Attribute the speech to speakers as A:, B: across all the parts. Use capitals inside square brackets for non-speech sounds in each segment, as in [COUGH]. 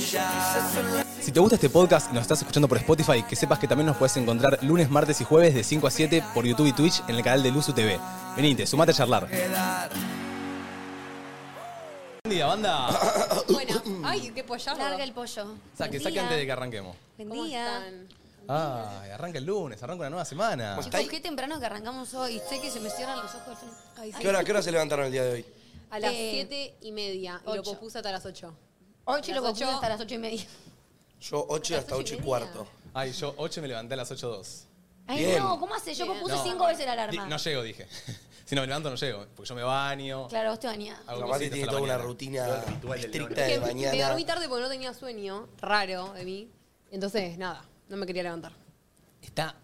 A: Si te gusta este podcast y nos estás escuchando por Spotify, que sepas que también nos puedes encontrar lunes, martes y jueves de 5 a 7 por YouTube y Twitch en el canal de Luzu TV. Venite, sumate a charlar. Buen día, [COUGHS] banda.
B: Bueno, ay, qué pollado.
C: Larga el pollo.
A: Saque, saque antes de que arranquemos.
C: Buen
B: ¿Cómo
C: día.
B: están?
A: Ay, arranca el lunes, arranca una nueva semana.
C: Chicos, qué temprano que arrancamos hoy. Sé que se me cierran los ojos. Ay, sí.
D: ¿Qué hora, qué hora se levantaron el día de hoy?
B: A las
C: Eh,
B: siete y media. Y lo
C: ocho.
B: pospuse hasta las ocho.
C: Hoy lo
B: las
C: cogí
B: ocho.
C: hasta las ocho y media.
D: Yo 8 hasta 8 y cuarto.
A: Ay, yo 8 me levanté a las 8.02.
C: Ay,
D: Bien.
C: no, ¿cómo hace? Yo puse
A: No.
C: cinco veces la
A: Di-
C: alarma.
A: No llego, dije. [LAUGHS] si no me levanto, no llego. Porque yo me baño.
C: Claro, vos te bañás.
A: hago
D: La
A: cositas
D: Mati tiene
A: a la
D: toda una
A: mañana.
D: rutina estricta
B: Que
D: de
B: me
D: Eh, mañana.
B: dormí tarde porque no tenía sueño. Raro de mí. Entonces, nada, no me quería levantar.
A: Está.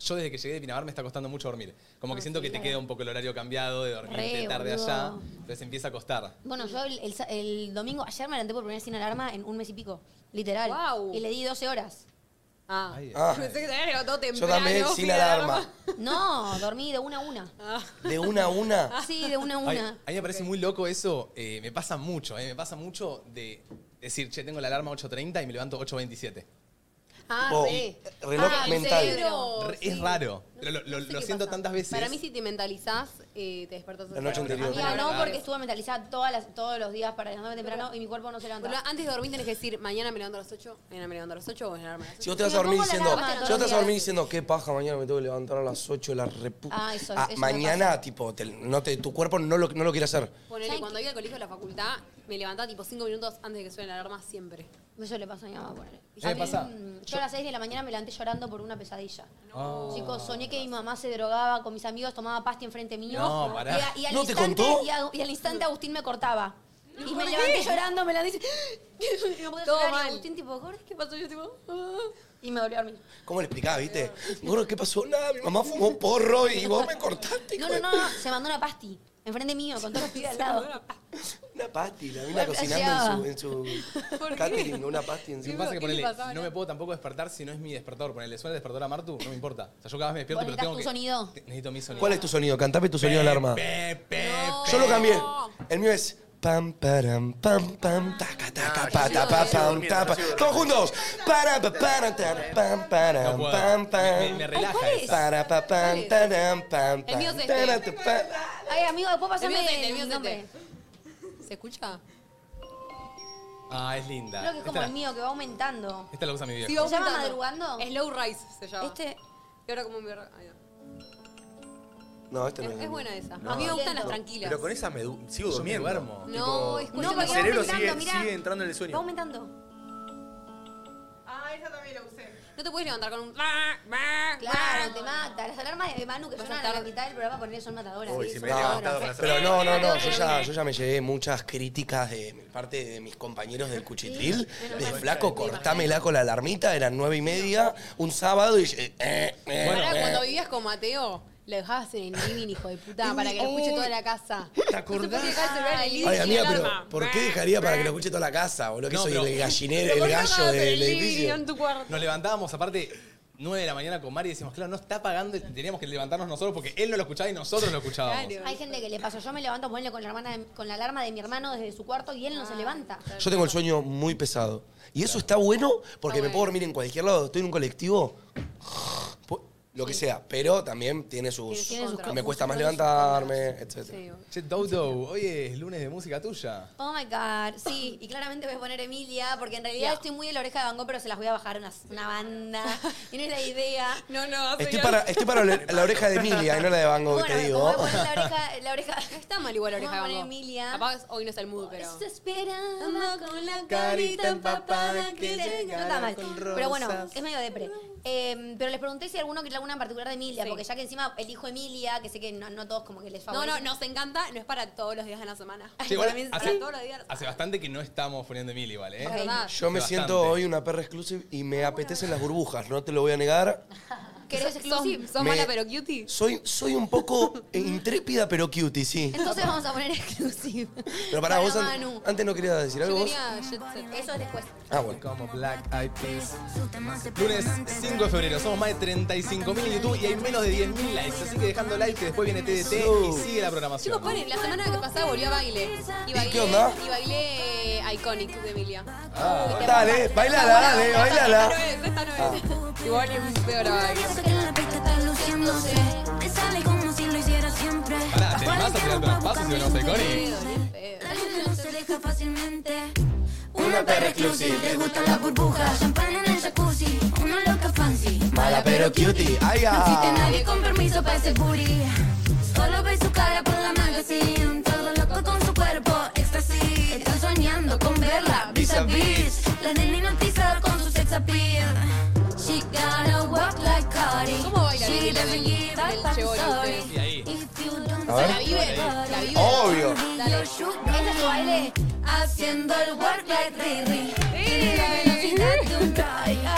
A: Yo desde que llegué de Pinamar me está costando mucho dormir. Como que siento que te queda un poco el horario cambiado de dormirte
C: Re,
A: tarde
C: boludo.
A: allá. Entonces empieza a costar.
C: Bueno, yo el, el sa- el domingo, ayer me levanté por primera vez sin alarma en un mes y pico. Literal.
B: Guau.
C: Y le di 12 horas.
B: Ah,
A: Ay,
B: [LAUGHS]
D: Ah,
B: pensé que te había levantado
D: yo
B: temprano.
C: [LAUGHS]
D: también
B: fui
D: sin
B: a la
D: alarma.
C: No, dormí de una a una.
B: Ah,
D: De una a una.
C: Sí, de una a
A: Ay,
C: una.
A: a mí me parece muy loco eso. eh, me pasa mucho, eh, me pasa mucho de decir, che, tengo la alarma 8.30 y me levanto 8.27.
B: ah
D: Tipo,
B: sí.
D: reloj
B: Ah, el
D: mental.
B: cerebro,
A: Re-
B: sí.
A: Es raro. Pero lo, lo-
B: No sé
A: lo
B: qué
A: siento
B: pasa.
A: tantas veces.
B: Para mí, si te mentalizás, eh, te despertás
D: La noche
B: temprano.
D: anterior.
C: Amiga, no,
A: Claro.
C: porque estuve mentalizada todas las- todos los días para levantarme temprano y mi cuerpo no se
B: Boluda,
C: levantaba.
B: antes de dormir tenés que decir, mañana me levanto a las 8, mañana me levanto a las 8 o mañana me levanto a las 8.
D: Si vos te vas a
C: Me
D: dormir
C: pongo la
D: diciendo,
C: alarma
D: si vos te vas a
C: todos los
D: dormir
C: días.
D: diciendo, qué paja, mañana me tengo que levantar a las 8 de la reputa.
C: Ah, eso- eso me
D: mañana, tipo, te- no te, tu cuerpo no lo, no lo quiere hacer.
B: Ponele,
C: ¿Saben
B: cuando iba al colegio a la facultad, me levantaba tipo 5 minutos antes de que suene la alarma siempre.
C: Eso le pasó a mi mamá, ponele.
A: ¿Qué le pasa?
C: Mm, Yo a las 6 de la mañana me levanté llorando por una pesadilla. Chicos, soñé que mi mamá se drogaba con mis amigos, tomaba pasti enfrente mío.
A: No, pará.
C: Y, a- y al
D: ¿No te
C: instante,
D: contó?
C: Y, a- y al instante Agustín me cortaba. y me levanté llorando, me la dice. y [LAUGHS] no podía
B: Todo
C: llorar,
B: mal.
C: Y Agustín, tipo, Gordi, ¿qué pasó? Y Yo, tipo, "Ah". Y me volví a dormir.
D: ¿Cómo le explicaba, viste? Gordo, ¿qué pasó? Nada, mi mamá fumó porro y vos me cortaste.
C: No,
D: hijo
C: no,
D: de-
C: no, no, se mandó una pasti. Enfrente mío, con [LAUGHS] todos los pibes al lado.
D: Una pasti, la mina
C: Bueno,
D: cocinando en su, en
B: ¿Por
D: su
B: qué?
D: catering, una pasti
A: Lo que
B: Sí,
D: encima.
A: pasa es
B: ¿qué
A: que
B: le
A: ponele,
B: pasaba?
A: no me puedo tampoco despertar si no es mi despertador. Ponele, suena el despertador a Martu, no me importa. O sea, yo cada vez me despierto, pero
C: Vos
A: tengo que.
C: necesitas tu sonido.
A: te- Necesito mi sonido.
D: ¿Cuál es tu sonido? Cantame tu sonido de alarma.
A: Pe, pe,
B: No.
A: pe.
D: Yo lo cambié. El mío es pam param pam pam taca taca
A: Ah,
D: pata pa pam tapa. Todos juntos. Para pa para tar, pam
A: No
D: param
A: puedo.
D: pam
A: Me, me- me
D: pam.
A: relaja
C: ¿cuál es?
A: esa.
D: Para pa pam taram pam
B: El mío
D: pam.
B: es este.
D: tara, ta, pa.
C: Ay, amigo, después
B: El mío es
C: pasame
B: este, el mío
C: el
B: es
C: nombre.
B: ¿Se escucha?
A: Ah, es linda.
C: Creo que es como
A: Esta-
C: el mío, que va aumentando.
A: Esta la usa mi viejo.
C: ¿Se vos- llama madrugando?
B: Slow Rise se llama.
C: Este,
B: Y ahora como me... ay, no.
D: No, este no
B: es, es
D: es. el mío.
B: buena esa. a mí me gustan las tranquilas.
E: Pero con esa me du- sigo
A: Yo me
E: durmiendo.
A: duermo.
B: No, es
C: no,
E: Mi
C: porque va
E: cerebro sigue,
C: aumentando, mirá.
E: sigue entrando en el
C: va
E: sueño.
C: aumentando.
B: No te puedes levantar con un...
C: Claro, te mata. Las alarmas de Manu que
B: Vas a
C: suenan a
B: estar-
C: la mitad del programa por él son matadoras.
E: Uy,
C: Sí,
E: si
C: son
E: me he levantado
C: matadoras.
E: para hacer-
D: Pero no, no, no, yo ya, yo ya me llevé muchas críticas de mi parte de mis compañeros del cuchitril. De flaco, cortámela con la alarmita, eran nueve y media, un sábado y... eh, eh, eh,
B: Ahora,
D: eh.
B: cuando vivías con Mateo, lo dejabas en el living, hijo de puta, para que lo
C: oh.
B: escuche toda la casa.
D: ¿Te acordás?
B: Dejaba el celular en el living
D: Ay,
B: y
D: amiga,
B: la
D: pero
B: alarma.
D: ¿por qué dejaría para que lo escuche toda la casa, boludo? Que
A: No,
D: soy
A: pero-
D: el gallinero,
B: Pero ¿por
D: el
B: qué
D: gallo
B: dejabas en
D: del
B: el living y no
D: edificio.
B: en tu cuarto?
A: Nos levantábamos, aparte, 9 de la mañana con Mari y decimos, claro, no está pagando y teníamos que levantarnos nosotros porque él no lo escuchaba y nosotros lo escuchábamos.
B: Claro.
C: Hay gente que le pasa. Yo me levanto ponerle con la hermana de- con la alarma de mi hermano desde su cuarto y él no se levanta.
D: Yo tengo el sueño muy pesado. Y eso está bueno porque me puedo dormir en cualquier lado. Estoy en un colectivo, pu- lo que sea. Pero también tiene sus...
C: Tiene sus
D: me
C: contras.
D: cuesta más
C: Sus contras.
D: levantarme, etc.
B: Sí,
A: Che, Dodo, hoy es lunes de música tuya.
C: Oh my god, sí, y claramente voy a poner Emilia, porque en realidad
B: Ya.
C: estoy muy de la oreja de Van Gogh, pero se las voy a bajar una, una [LAUGHS] banda. Y no es la idea.
B: No, no,
D: Estoy
B: señor.
D: para, estoy para la, la oreja de Emilia y no la de Van Gogh,
C: bueno,
D: te
C: voy
D: digo.
C: a poner la oreja, la oreja.
B: Está mal igual la oreja
C: Vamos a
B: de
C: poner
B: Van Gogh.
C: Emilia.
B: Capaz hoy no está el mood, pero...
C: Estoy esperando con la
A: Carita
C: carita
A: empapada
C: empapada
A: que
C: que llega. No está
A: llegará
C: mal.
A: con
C: Pero bueno,
A: rosas.
C: es medio depre. Eh, pero les pregunté si alguno quería alguna en particular de Emilia,
B: Sí.
C: porque ya que encima elijo Emilia, que sé que no, no todos como que les
B: No,
C: favorece.
B: no, nos encanta, no es para todos los días de la semana. [LAUGHS]
A: Che, igual,
B: Para mí es para
A: hace,
B: todos los días de la
A: hace
B: semana.
A: bastante que no estamos poniendo Emil igual, ¿eh?
B: Es verdad.
D: Yo me
A: Bastante.
D: siento hoy una perra exclusive y me apetecen las burbujas, no te lo voy a negar.
C: ¿Querés exclusive?
B: Son
D: Me-
B: mala pero cutie.
D: Soy, soy un poco intrépida, pero cutie, sí.
C: Entonces vamos a poner [LAUGHS] exclusive.
D: Pero pará,
C: Para
D: vos an-
C: Manu.
D: antes no querías decir algo
B: Yo
D: vos.
B: quería jet set.
C: Eso es después.
D: Ah, bueno.
A: Como Black Eyed Peas. Lunes 5 de febrero, somos más de 35.000 en YouTube y hay menos de 10.000 likes. Así que dejando like que después viene TDT y sigue la programación.
B: Chicos, paren, la semana que pasada volvió a baile. Y bailé,
D: qué onda? Ah,
B: Y bailé Iconic de Emilia.
D: Dale, bailala, dale,
B: Esta
D: bailala. Ah.
B: no es, esta no es. Igual es peor a baile.
E: Parece que la pista está luciéndose. Te sale como si lo hiciera siempre.
A: Pará, ¿te animás a tirarte unos pasos si venimos a Iconic?
E: La gente no se deja fácilmente. Una perra exclusiva, le gustan las burbujas. Champán en el jacuzzi, una loca fancy.
D: Mala pero cutie. Ay,
E: No existe
D: ah.
E: nadie con permiso para ese booty. Solo ve su cara por la magazine. Todo loco con su cuerpo, éxtasis. Están soñando con verla, vis a vis. La nena hipnotizada con su sex appeal. She gotta walk like Cardi.
B: ¿Cómo baila
E: She
B: Lili
E: doesn't
B: Lali
E: give
B: del
E: a fuck
B: Chevoli?
E: sorry.
A: Y ahí.
E: If you don't
D: A ver.
E: say
B: La vive, la vive.
D: Obvio.
E: Dale. Este es su baile. Haciendo el work like Riri. Tiene la velocidad de un try.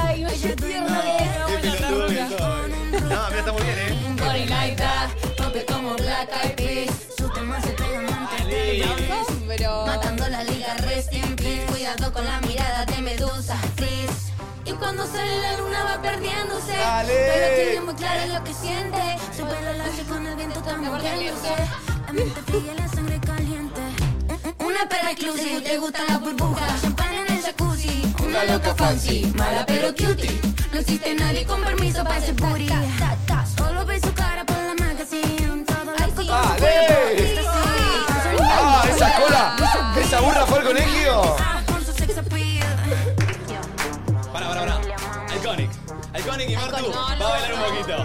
E: Ay, oye, tierno de
F: No, pero está muy bien, ¿eh?
E: un body like that. Rompe como Black Eyed Peas. Su tema se pega antes de la
B: Asombro.
E: Matando la liga, rest in peace. Cuidado con la mirada de Medusa, please. Y cuando sale la luna va perdiéndose.
D: Dale.
E: Pero tiene muy claro lo que siente. Su pelo lo hace con el viento está moviéndose. La mente fría, la sangre caliente. Una perra exclusiva, te gustan las burbujas. Champán en el jacuzzi. Una loca fancy, mala pero cutie. No existe nadie con permiso para ese booty. Solo ve su cara por la magazine. Todo loco con su
D: Dale.
E: cuerpo, está así.
D: Ah, esa cola. Esa burra fue al colegio.
E: Con su sex appeal.
A: Pará, pará, pará. Iconic. Iconic y Martu.
B: Iconic.
A: Va a bailar un poquito.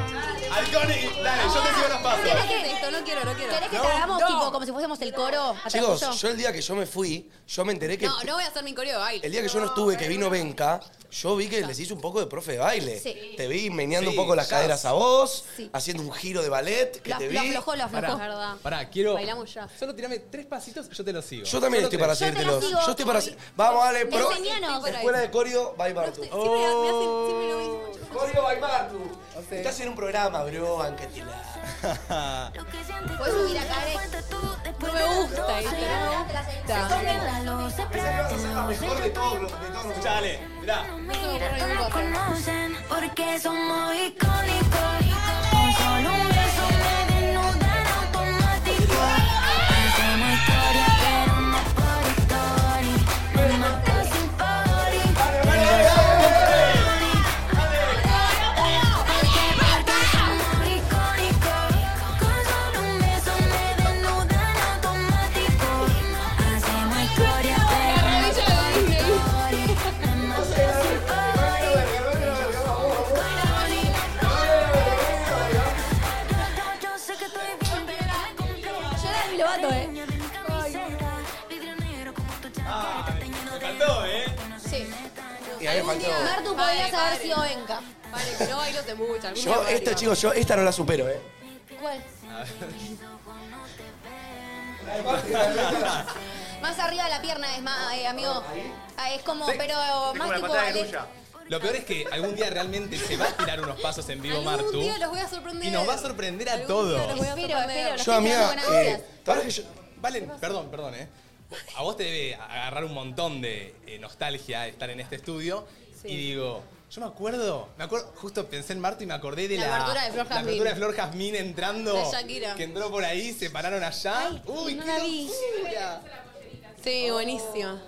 A: Iconic, dale, yo te sigo los
B: ¿Qué
A: pasos.
B: es esto? No quiero, no quiero.
C: ¿Querés que
D: No,
C: te hagamos
D: no.
C: tipo como si fuésemos el coro? atrás tuyo?
D: Chicos, yo el día que yo me fui, yo me enteré que.
B: No, no voy a hacer mi coreo de
D: El
B: baile.
D: día que yo no estuve, que vino Benca, yo vi que les hice un poco de profe de baile.
C: Sí.
D: Te vi meneando
A: Sí,
D: un poco las
A: jazz.
D: caderas a vos,
C: Sí.
D: haciendo un giro de ballet, que
C: Lo,
D: te
C: lo
D: vi.
C: aflojó, lo aflojó.
B: Pará. verdad.
A: Pará, quiero.
B: Bailamos ya.
A: Solo tirame tres pasitos, yo te los sigo.
D: Yo también
A: Solo
D: estoy
A: tres.
D: para
C: te lo
D: hacértelos.
C: sigo.
D: Yo estoy para hacer. Vamos, dale, pro.
C: Enseñanos.
D: Escuela de Corio, bye Bartu.
B: Siempre me hacen, siempre lo mismo. chicos.
D: Corio, bye Bartu. Estás en un programa, bro, ancatila.
C: Puedes subir acá, eh.
E: No
B: No me gusta esto, no me gusta.
F: Mejor de todos los- de todos los
A: Escuchá, dale, mirá.
E: la conocen porque somos icónicos. Con solo un beso me desnudan automático. Hacemos historia, pero no por story. Me matan sin party. Somos icónicos. Con solo un beso me desnudan automático. Hacemos historia, pero no Yo sé que estoy bien, pero la compré.
C: Yo era mi lobato, eh.
E: Dueño de mi camiseta, vidrio negro como tu champera que está lleno de-
A: Faltó, eh.
C: Sí.
D: Y ahí me faltó.
C: Martu podrías haber sido Enca.
B: Vale, que no bailo te mucho. algún día
D: Yo, este
B: bailo.
D: esta, chicos, yo esta no la supero, eh.
C: ¿Cuál? más arriba de la pierna es más, eh, amigo. Ah, es como,
A: Sí.
C: pero
F: Tengo
C: más
F: la
C: tipo
F: pata de
C: ballet.
F: grulla.
A: Lo peor es que algún día realmente se va a tirar unos pasos en vivo,
B: Algún
A: Martu.
B: día los voy a sorprender.
A: Y nos va a sorprender a
B: Algún día los
A: todos.
B: voy a
C: Espero,
B: sorprender.
C: espero.
D: Yo,
C: gente
D: amiga,
C: hace buenas
D: eh,
C: obras.
D: la verdad que yo.
A: Valen, perdón, perdón, ¿eh? A vos te debe agarrar un montón de eh, nostalgia estar en este estudio.
B: Sí.
A: Y digo, yo me acuerdo, me acuerdo, justo pensé en Marta y me acordé de la,
B: La apertura de Flor
A: la
B: Jazmín.
A: apertura de Flor Jazmín entrando.
B: De Shakira.
A: Que entró por ahí, se pararon allá. Uy,
C: no
A: qué
C: la vi.
A: locura.
B: Sí, buenísima.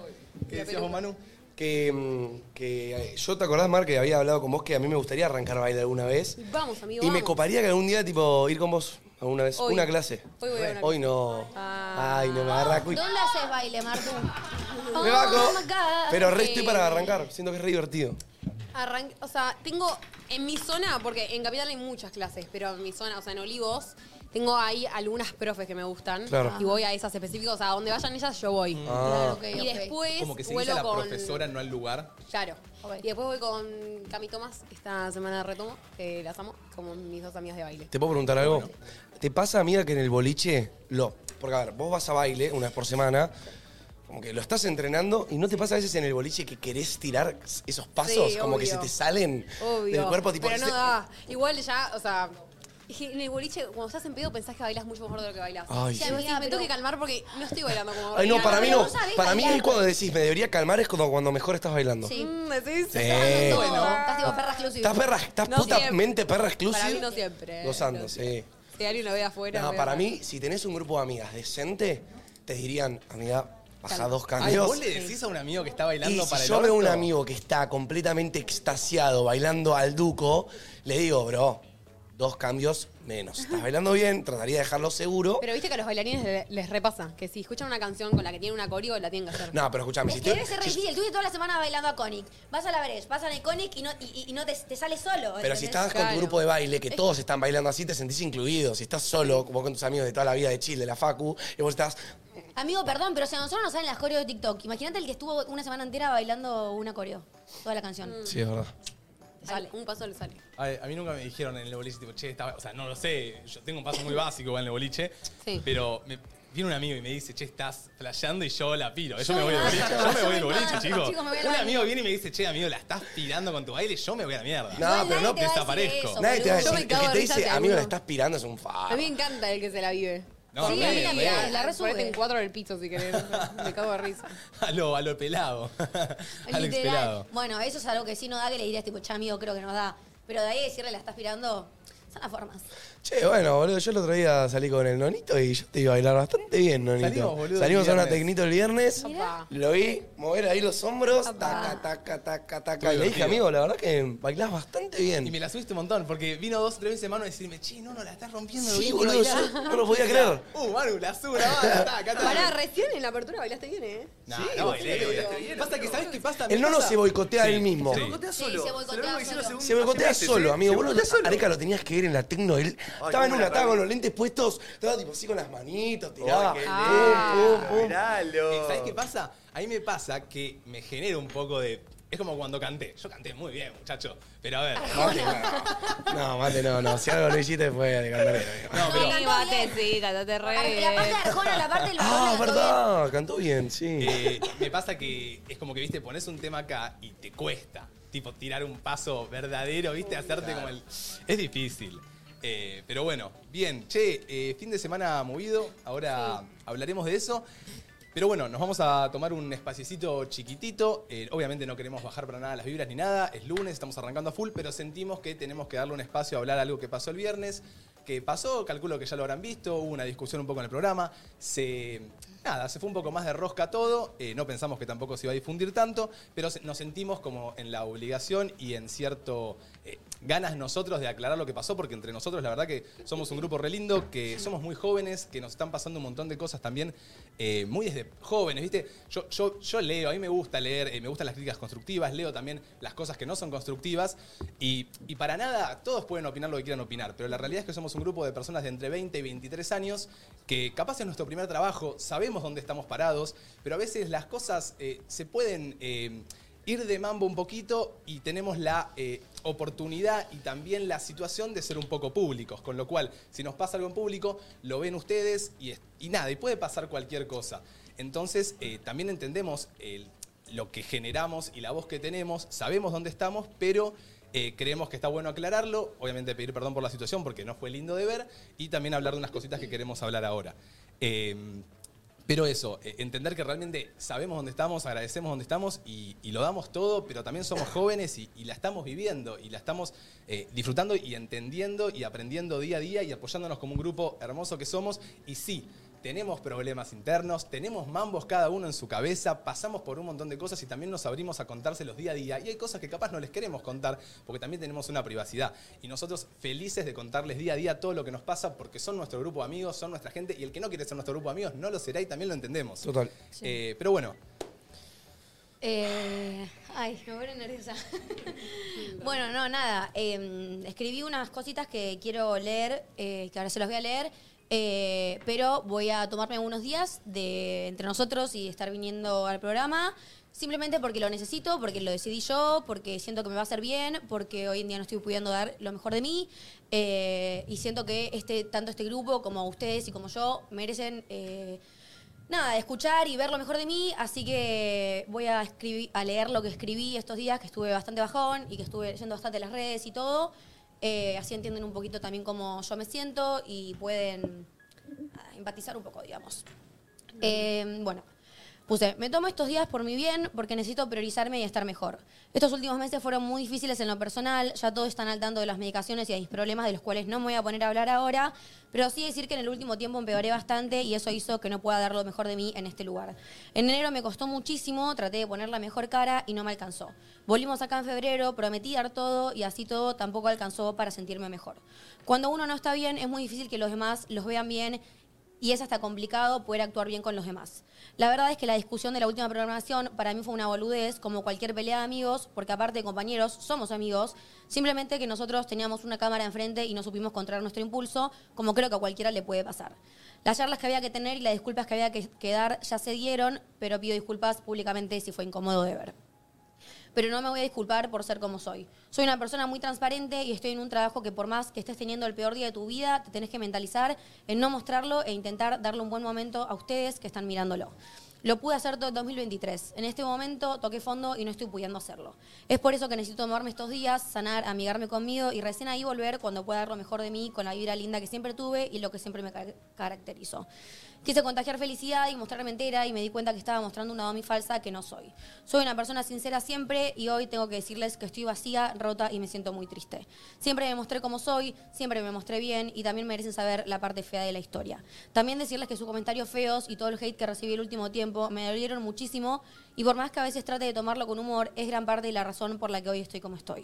A: ¿Qué decías vos, Manu?
D: Que, mm, que eh, yo te acordás, Mar, que había hablado con vos que a mí me gustaría arrancar baile alguna vez.
B: Vamos, amigo.
D: Y me
B: vamos.
D: coparía que algún día, tipo, ir con vos alguna vez.
B: Hoy.
D: Una clase.
B: Hoy voy a una
D: Hoy no.
B: Ah.
D: Ay, no me agarra. cuy-
C: ¿Dónde haces baile, Martu?
D: Me bajo.
C: my God.
D: Pero re
B: Eh.
D: estoy para arrancar. Siento que es re divertido.
B: Arran- o sea, tengo en mi zona, porque en Capital hay muchas clases, pero en mi zona, o sea, en Olivos, tengo ahí algunas profes que me gustan.
D: Claro.
B: Y voy a esas específicas, o sea, a donde vayan ellas, yo voy.
D: Ah.
C: Ok,
B: Y
C: ok.
B: después
A: Como que se dice
B: vuelo
A: a la
B: con.
A: profesora, no al lugar.
B: Claro.
C: Ok.
B: Y después voy con Cami Tomás, esta semana retomo, que las amo, como mis dos amigas de baile.
D: ¿Te puedo preguntar algo? ¿Te pasa, amiga, que en el boliche lo. Porque, a ver, vos vas a baile una vez por semana. Como que lo estás entrenando y no te pasa a veces en el boliche que querés tirar esos pasos,
B: Sí,
D: como que se
B: obvio.
D: te salen
B: Obvio.
D: del cuerpo, tipo.
B: Pero no
D: este-
B: da. Igual ya, o sea. En el boliche, cuando estás en pedo, pensás que bailas mucho mejor de lo que bailas.
D: Ay.
B: Sí, amiga,
C: Sí,
B: me
C: pero-
B: tengo que calmar porque no estoy bailando como
D: Ay, no,
B: Rihanna.
D: para mí
C: pero
D: no.
C: vos sabés
D: Para mí
C: bailar.
D: ahí cuando decís, me debería calmar, es cuando, cuando mejor estás bailando.
C: Sí.
B: Mm, ¿Decís?
D: Sí.
C: Todo.
B: Bueno.
C: Estás tipo perra exclusiva.
D: Estás perra, estás
B: No
D: putamente
B: siempre.
D: perra exclusive.
B: Para mí no siempre. eh,
D: Gozando,
B: No
D: sí.
B: Si alguien lo ve afuera.
D: No,
B: veo
D: para
B: acá.
D: mí, si tenés un grupo de amigas decente, te dirían, amiga, baja
B: Calma.
D: dos
A: Ay,
D: cambios.
A: ¿Vos le decís a un amigo que está bailando
D: Y si
A: para el
D: yo veo un
A: orto?
D: amigo que está completamente extasiado bailando al duco, le digo, bro, dos cambios menos. Estás bailando bien, trataría de dejarlo seguro.
B: Pero viste que a los bailarines le- les repasa que si escuchan una canción con la que tienen una coreo, la tienen que hacer.
D: No, pero escúchame, si
C: Es que debe
D: estoy-
C: ser re
D: si-
C: difícil. Tú toda la semana bailando a Conic. Vas a la Veres, vas a la Conic y no, y, y no te, te sale solo.
D: Pero
C: ¿entendés?
D: si estás con tu
B: Claro.
D: grupo de baile, que todos están bailando así, te sentís incluido. Si estás solo, como con tus amigos de toda la vida de Chile, de la Facu, y vos estás.
C: Amigo, perdón, pero si a nosotros nos salen las coreos de TikTok. Imagínate el que estuvo una semana entera bailando una coreo. Toda la canción.
B: Mm.
D: Sí, es verdad.
B: Sale, un paso le sale.
A: Ay, a mí nunca me dijeron en el boliche, tipo, che, está- o sea, no lo sé, yo tengo un paso muy básico igual en el boliche,
B: Sí.
A: pero me- viene un amigo y me dice, che, estás flasheando y yo la piro. Yo,
C: Yo
A: me voy
C: me
A: del boliche,
C: mato,
A: yo me
C: yo
A: voy
C: me
A: del boliche,
C: mato,
A: chico.
C: chico, me voy al
A: un
C: baile.
A: amigo viene y me dice, che, amigo, la estás tirando con tu baile, yo me voy a la mierda.
D: No,
C: Igual nadie
D: pero no
C: te va a decir
A: desaparezco.
C: eso,
D: Nadie te va a
C: boludo.
D: decir.
B: Yo me
D: El
B: cago
D: que
B: de
D: te
B: risa
D: dice,
B: de
D: amigo, la
B: alguno.
D: estás pirando, es un fa.
B: A mí me encanta el que se la vive.
A: No,
C: Sí,
A: re,
C: a mí la
A: re.
C: mirada, la resube.
B: Ponete en cuatro del piso si querés. [LAUGHS] Me cago de risa.
A: [LAUGHS] A lo, a lo pelado. [LAUGHS] a lo expelado.
C: Literal. Bueno, eso es algo que sí no da que le dirías tipo, che, amigo, creo que nos da. Pero de ahí decirle la estás pirando, son las formas.
D: Che, bueno, boludo, yo el otro día salí con el nonito y yo te iba a bailar bastante bien, nonito.
A: Salimos, boludo,
D: Salimos
A: el
D: a una
A: viernes.
D: tecnito el viernes.
B: Mirá.
D: Lo vi mover ahí los hombros,
C: Apa.
D: taca, taca, taca, taca.
A: Estuvo
D: Y le dije,
A: divertido.
D: amigo, la verdad que bailás bastante
A: Y me
D: bien.
A: la subiste un montón, porque vino dos o tres veces mano a decirme, che, no, no, la estás rompiendo.
D: Sí,
A: viste,
D: boludo,
A: bailá".
D: yo no
A: [LAUGHS]
D: lo podía creer.
A: Uh, Manu, la subo una banda, está, acá está.
B: Pará, recién en la apertura bailaste bien, ¿eh?
A: No, no, bailé, bailaste bien. Pasa que, ¿sabes qué pasa?
D: El nono se boicotea él mismo.
A: sí.
G: boicotea
C: Sí, se boicotea solo.
D: Se boicotea
G: hace meses,
D: solo,
G: ¿eh?
D: amigo.
G: Se
D: Vos
G: boicotea solo.
D: Areca lo tenías que ver en la tecno. Él estaba en
G: cómo
D: una,
G: la
D: estaba con
G: rabia.
D: los lentes puestos, estaba tipo así con las manitos, tiraba.
G: qué
D: pum,
B: lindo.
D: pum, pum.
G: Miralo.
A: ¿Sabes qué pasa? A mí me pasa que me genera un poco de. Es como cuando canté. Yo canté muy bien, muchacho. Pero a ver.
D: Mate, no. No, mate, no, no. Si algo lo hiciste fue de camionero. amigo.
A: No, pero.
C: cantó
B: sí,
C: bien.
B: te
C: Ar- La parte de Arjona, la parte del
D: Ah,
C: Barcelona, todo bien.
D: verdad. Cantó bien, sí.
A: eh, me pasa que es como que, viste, pones un tema acá y te cuesta. Tipo, tirar un paso verdadero, viste, hacerte como el. Es difícil. Eh, pero bueno, bien. Che, eh, fin de semana movido. Ahora hablaremos de eso. Pero bueno, nos vamos a tomar un espaciecito chiquitito. Eh, obviamente no queremos bajar para nada las vibras ni nada. Es lunes, estamos arrancando a full, pero sentimos que tenemos que darle un espacio a hablar algo que pasó el viernes. Que pasó, calculo que ya lo habrán visto, hubo una discusión un poco en el programa. Se. Nada, se fue un poco más de rosca todo. eh, no pensamos que tampoco se iba a difundir tanto, pero se- nos sentimos como en la obligación y en cierto. eh, ganas nosotros de aclarar lo que pasó, porque entre nosotros la verdad que somos un grupo re lindo, que somos muy jóvenes, que nos están pasando un montón de cosas también, eh, muy desde jóvenes, ¿viste? Yo, yo, yo leo, a mí me gusta leer, eh, me gustan las críticas constructivas, leo también las cosas que no son constructivas, y, y para nada, todos pueden opinar lo que quieran opinar, pero la realidad es que somos un grupo de personas de entre 20 y 23 años, que capaz es nuestro primer trabajo, sabemos dónde estamos parados, pero a veces las cosas eh, se pueden... eh, ir de mambo un poquito y tenemos la eh, oportunidad y también la situación de ser un poco públicos, con lo cual si nos pasa algo en público, lo ven ustedes y, es- y nada, y puede pasar cualquier cosa. Entonces eh, también entendemos el- lo que generamos y la voz que tenemos, sabemos dónde estamos, pero... eh, creemos que está bueno aclararlo, obviamente pedir perdón por la situación porque no fue lindo de ver y también hablar de unas cositas que queremos hablar ahora. Em, pero eso, eh, entender que realmente sabemos dónde estamos, agradecemos dónde estamos y, y lo damos todo, pero también somos jóvenes y, y la estamos viviendo y la estamos eh, disfrutando y entendiendo y aprendiendo día a día y apoyándonos como un grupo hermoso que somos. Y sí, tenemos problemas internos, tenemos mambos cada uno en su cabeza, pasamos por un montón de cosas y también nos abrimos a contárselos día a día. Y hay cosas que capaz no les queremos contar porque también tenemos una privacidad. Y nosotros felices de contarles día a día todo lo que nos pasa porque son nuestro grupo de amigos, son nuestra gente y el que no quiere ser nuestro grupo de amigos no lo será y también lo entendemos.
D: Total.
A: Eh, pero bueno,
C: Eh, ay, me pone nerviosa. [LAUGHS] bueno, no, nada. eh, escribí unas cositas que quiero leer, eh, que ahora se las voy a leer. eh, pero voy a tomarme unos días de entre nosotros y estar viniendo al programa. Simplemente porque lo necesito, porque lo decidí yo, porque siento que me va a hacer bien, porque hoy en día no estoy pudiendo dar lo mejor de mí. eh, y siento que este, tanto este grupo como ustedes y como yo merecen eh, nada, escuchar y ver lo mejor de mí, así que voy a, escribir, a leer lo que escribí estos días, que estuve bastante bajón y que estuve leyendo bastante las redes y todo. Eh, así entienden un poquito también cómo yo me siento y pueden ah, empatizar un poco, digamos. Eh, bueno, puse, me tomo estos días por mi bien porque necesito priorizarme y estar mejor. Estos últimos meses fueron muy difíciles en lo personal, ya todos están al tanto de las medicaciones y de mis problemas de los cuales no me voy a poner a hablar ahora, pero sí decir que en el último tiempo empeoré bastante y eso hizo que no pueda dar lo mejor de mí en este lugar. En enero me costó muchísimo, traté de poner la mejor cara y no me alcanzó. Volvimos acá en febrero, prometí dar todo y así todo tampoco alcanzó para sentirme mejor. Cuando uno no está bien es muy difícil que los demás los vean bien y es hasta complicado poder actuar bien con los demás. La verdad es que la discusión de la última programación para mí fue una boludez, como cualquier pelea de amigos, porque aparte de compañeros, somos amigos, simplemente que nosotros teníamos una cámara enfrente y no supimos controlar nuestro impulso, como creo que a cualquiera le puede pasar. Las charlas que había que tener y las disculpas que había que, que dar ya se dieron, pero pido disculpas públicamente si fue incómodo de ver pero no me voy a disculpar por ser como soy. Soy una persona muy transparente y estoy en un trabajo que por más que estés teniendo el peor día de tu vida, te tenés que mentalizar en no mostrarlo e intentar darle un buen momento a ustedes que están mirándolo. Lo pude hacer todo en 2023. En este momento toqué fondo y no estoy pudiendo hacerlo. Es por eso que necesito tomarme estos días, sanar, amigarme conmigo y recién ahí volver cuando pueda dar lo mejor de mí con la vibra linda que siempre tuve y lo que siempre me car- caracterizó. Quise contagiar felicidad y mostrarme entera y me di cuenta que estaba mostrando una domi falsa que no soy. Soy una persona sincera siempre y hoy tengo que decirles que estoy vacía, rota y me siento muy triste. Siempre me mostré como soy, siempre me mostré bien y también merecen saber la parte fea de la historia. También decirles que sus comentarios feos y todo el hate que recibí el último tiempo me dolieron muchísimo y por más que a veces trate de tomarlo con humor, es gran parte de la razón por la que hoy estoy como estoy.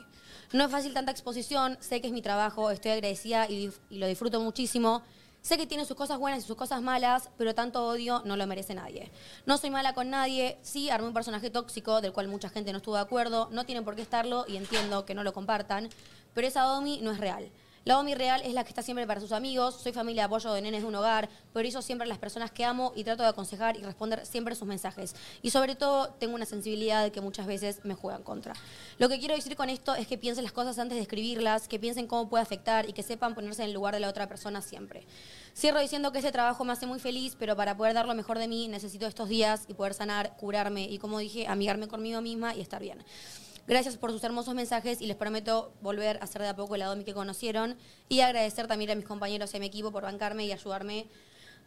C: No es fácil tanta exposición, sé que es mi trabajo, estoy agradecida y dif- y lo disfruto muchísimo. Sé que tiene sus cosas buenas y sus cosas malas, pero tanto odio no lo merece nadie. No soy mala con nadie, sí armé un personaje tóxico del cual mucha gente no estuvo de acuerdo, no tienen por qué estarlo y entiendo que no lo compartan, pero esa Domi no es real. La Domi real es la que está siempre para sus amigos, soy familia de apoyo de nenes de un hogar, priorizo siempre a las personas que amo y trato de aconsejar y responder siempre sus mensajes. Y sobre todo tengo una sensibilidad que muchas veces me juega en contra. Lo que quiero decir con esto es que piensen las cosas antes de escribirlas, que piensen cómo puede afectar y que sepan ponerse en el lugar de la otra persona siempre. Cierro diciendo que este trabajo me hace muy feliz, pero para poder dar lo mejor de mí necesito estos días y poder sanar, curarme y como dije, amigarme conmigo misma y estar bien. Gracias por sus hermosos mensajes y les prometo volver a hacer de a poco el Adomi que conocieron y agradecer también a mis compañeros y a mi equipo por bancarme y ayudarme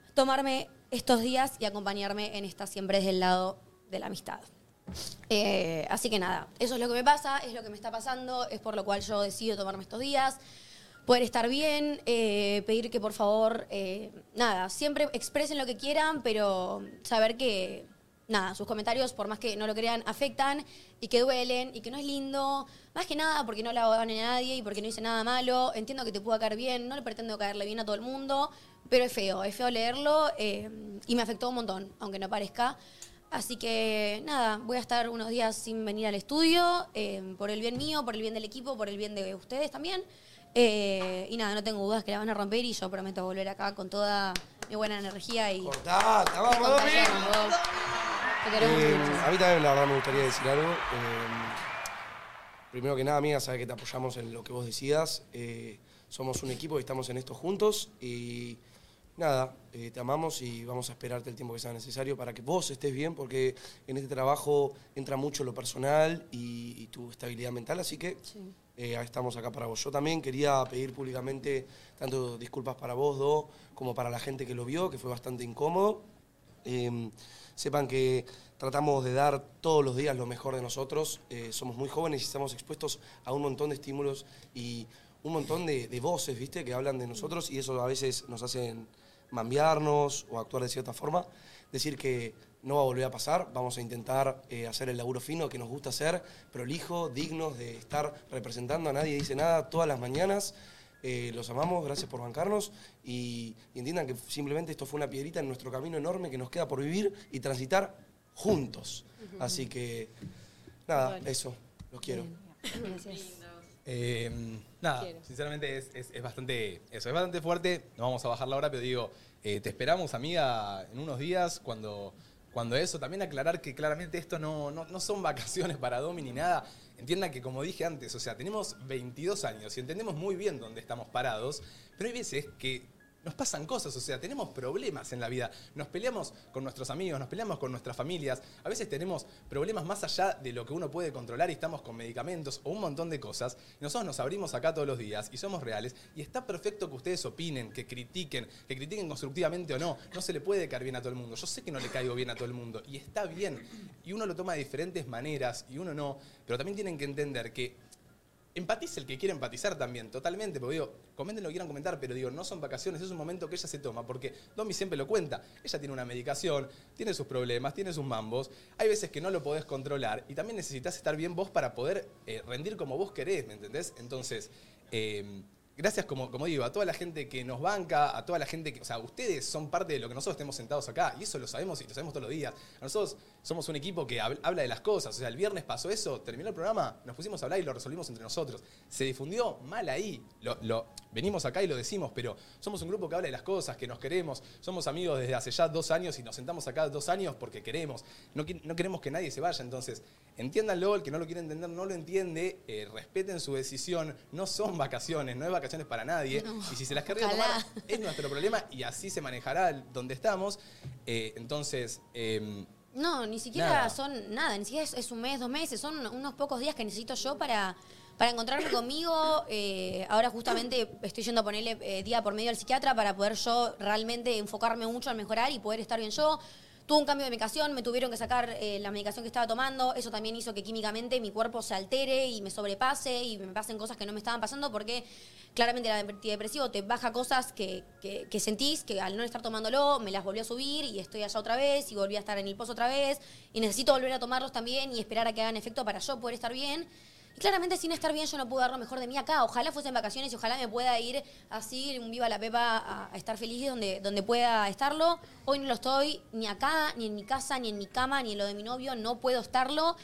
C: a tomarme estos días y acompañarme en esta siempre desde el lado de la amistad. Eh, así que nada, eso es lo que me pasa, es lo que me está pasando, es por lo cual yo decido tomarme estos días, poder estar bien, eh, pedir que por favor, eh, nada, siempre expresen lo que quieran, pero saber que, nada, sus comentarios, por más que no lo crean, afectan y que duelen y que no es lindo, más que nada porque no la hagan a nadie y porque no hice nada malo, entiendo que te pueda caer bien, no le pretendo caerle bien a todo el mundo, pero es feo, es feo leerlo eh, y me afectó un montón, aunque no parezca. Así que nada, voy a estar unos días sin venir al estudio, eh, por el bien mío, por el bien del equipo, por el bien de ustedes también. Eh, y nada, no tengo dudas que la van a romper y yo prometo volver acá con toda mi buena energía y...
D: Cortá, está, vamos,
C: y
D: Domi.
C: contagiarnos, vos. Te queremos
D: Eh,
C: mucho.
D: a mí también la verdad me gustaría decir algo. Eh, primero que nada, amiga, sabes que te apoyamos en lo que vos decidas. Eh, somos un equipo y estamos en esto juntos. Y nada, eh, te amamos y vamos a esperarte el tiempo que sea necesario para que vos estés bien, porque en este trabajo entra mucho lo personal y, y tu estabilidad mental. Así que eh, ahí estamos acá para vos. Yo también quería pedir públicamente tanto disculpas para vos, Do, como para la gente que lo vio, que fue bastante incómodo. Eh, sepan que tratamos de dar todos los días lo mejor de nosotros. Eh, somos muy jóvenes y estamos expuestos a un montón de estímulos y un montón de, de voces, ¿viste? Que hablan de nosotros y eso a veces nos hacen mambiarnos o actuar de cierta forma. Decir que no va a volver a pasar, vamos a intentar eh, hacer el laburo fino que nos gusta hacer, prolijo, dignos de estar representando a nadie, dice nada, todas las mañanas. Eh, los amamos, gracias por bancarnos y, y entiendan que simplemente esto fue una piedrita en nuestro camino enorme que nos queda por vivir y transitar juntos. Así que, nada, eso, los quiero.
A: Eh, nada, sinceramente es, es- es bastante eso, es bastante fuerte. No vamos a bajar la hora, pero digo, eh, te esperamos, amiga, en unos días cuando, cuando eso. También aclarar que claramente esto no, no, no son vacaciones para Domi ni nada. Entiendan que, como dije antes, o sea, tenemos 22 años y entendemos muy bien dónde estamos parados, pero hay veces que nos pasan cosas, o sea, tenemos problemas en la vida. Nos peleamos con nuestros amigos, nos peleamos con nuestras familias. A veces tenemos problemas más allá de lo que uno puede controlar y estamos con medicamentos o un montón de cosas. Nosotros nos abrimos acá todos los días y somos reales. Y está perfecto que ustedes opinen, que critiquen, que critiquen constructivamente o no. No se le puede caer bien a todo el mundo. Yo sé que no le caigo bien a todo el mundo y está bien. Y uno lo toma de diferentes maneras y uno no. Pero también tienen que entender que Empatiza el que quiere empatizar también, totalmente. Porque digo, comenten lo que quieran comentar, pero digo, no son vacaciones, es un momento que ella se toma. Porque Domi siempre lo cuenta. Ella tiene una medicación, tiene sus problemas, tiene sus mambos. Hay veces que no lo podés controlar y también necesitas estar bien vos para poder eh, rendir como vos querés, ¿me entendés? Entonces, eh, gracias, como, como digo, a toda la gente que nos banca, a toda la gente que. O sea, ustedes son parte de lo que nosotros tenemos sentados acá. Y eso lo sabemos y lo sabemos todos los días. Nosotros somos un equipo que hab- habla de las cosas. O sea, el viernes pasó eso, terminó el programa, nos pusimos a hablar y lo resolvimos entre nosotros. Se difundió mal ahí. Lo, lo- venimos acá y lo decimos, pero somos un grupo que habla de las cosas, que nos queremos. Somos amigos desde hace ya dos años y nos sentamos acá dos años porque queremos. No, qui- no queremos que nadie se vaya. Entonces, entiéndanlo, el que no lo quiere entender no lo entiende. eh, respeten su decisión. No son vacaciones, no es vacaciones para nadie. y si se las querrían tomar,
C: ojalá.
A: es nuestro problema y así se manejará el- donde estamos. Eh, entonces. em,
C: No, ni siquiera
A: Nada.
C: son nada, ni siquiera es, es un mes, dos meses, son unos pocos días que necesito yo para, para encontrarme conmigo. Eh, ahora justamente estoy yendo a ponerle eh, día por medio al psiquiatra para poder yo realmente enfocarme mucho en mejorar y poder estar bien yo. Tuve un cambio de medicación, me tuvieron que sacar eh, la medicación que estaba tomando, eso también hizo que químicamente mi cuerpo se altere y me sobrepase y me pasen cosas que no me estaban pasando porque claramente el antidepresivo te baja cosas que, que- que sentís que al no estar tomándolo me las volví a subir y estoy allá otra vez y volví a estar en el pozo otra vez y necesito volver a tomarlos también y esperar a que hagan efecto para yo poder estar bien. Y claramente sin estar bien yo no puedo dar lo mejor de mí acá. Ojalá fuese en vacaciones y ojalá me pueda ir así, un viva la pepa, a, a estar feliz donde, donde pueda estarlo. Hoy no lo estoy ni acá, ni en mi casa, ni en mi cama, ni en lo de mi novio. No puedo estarlo.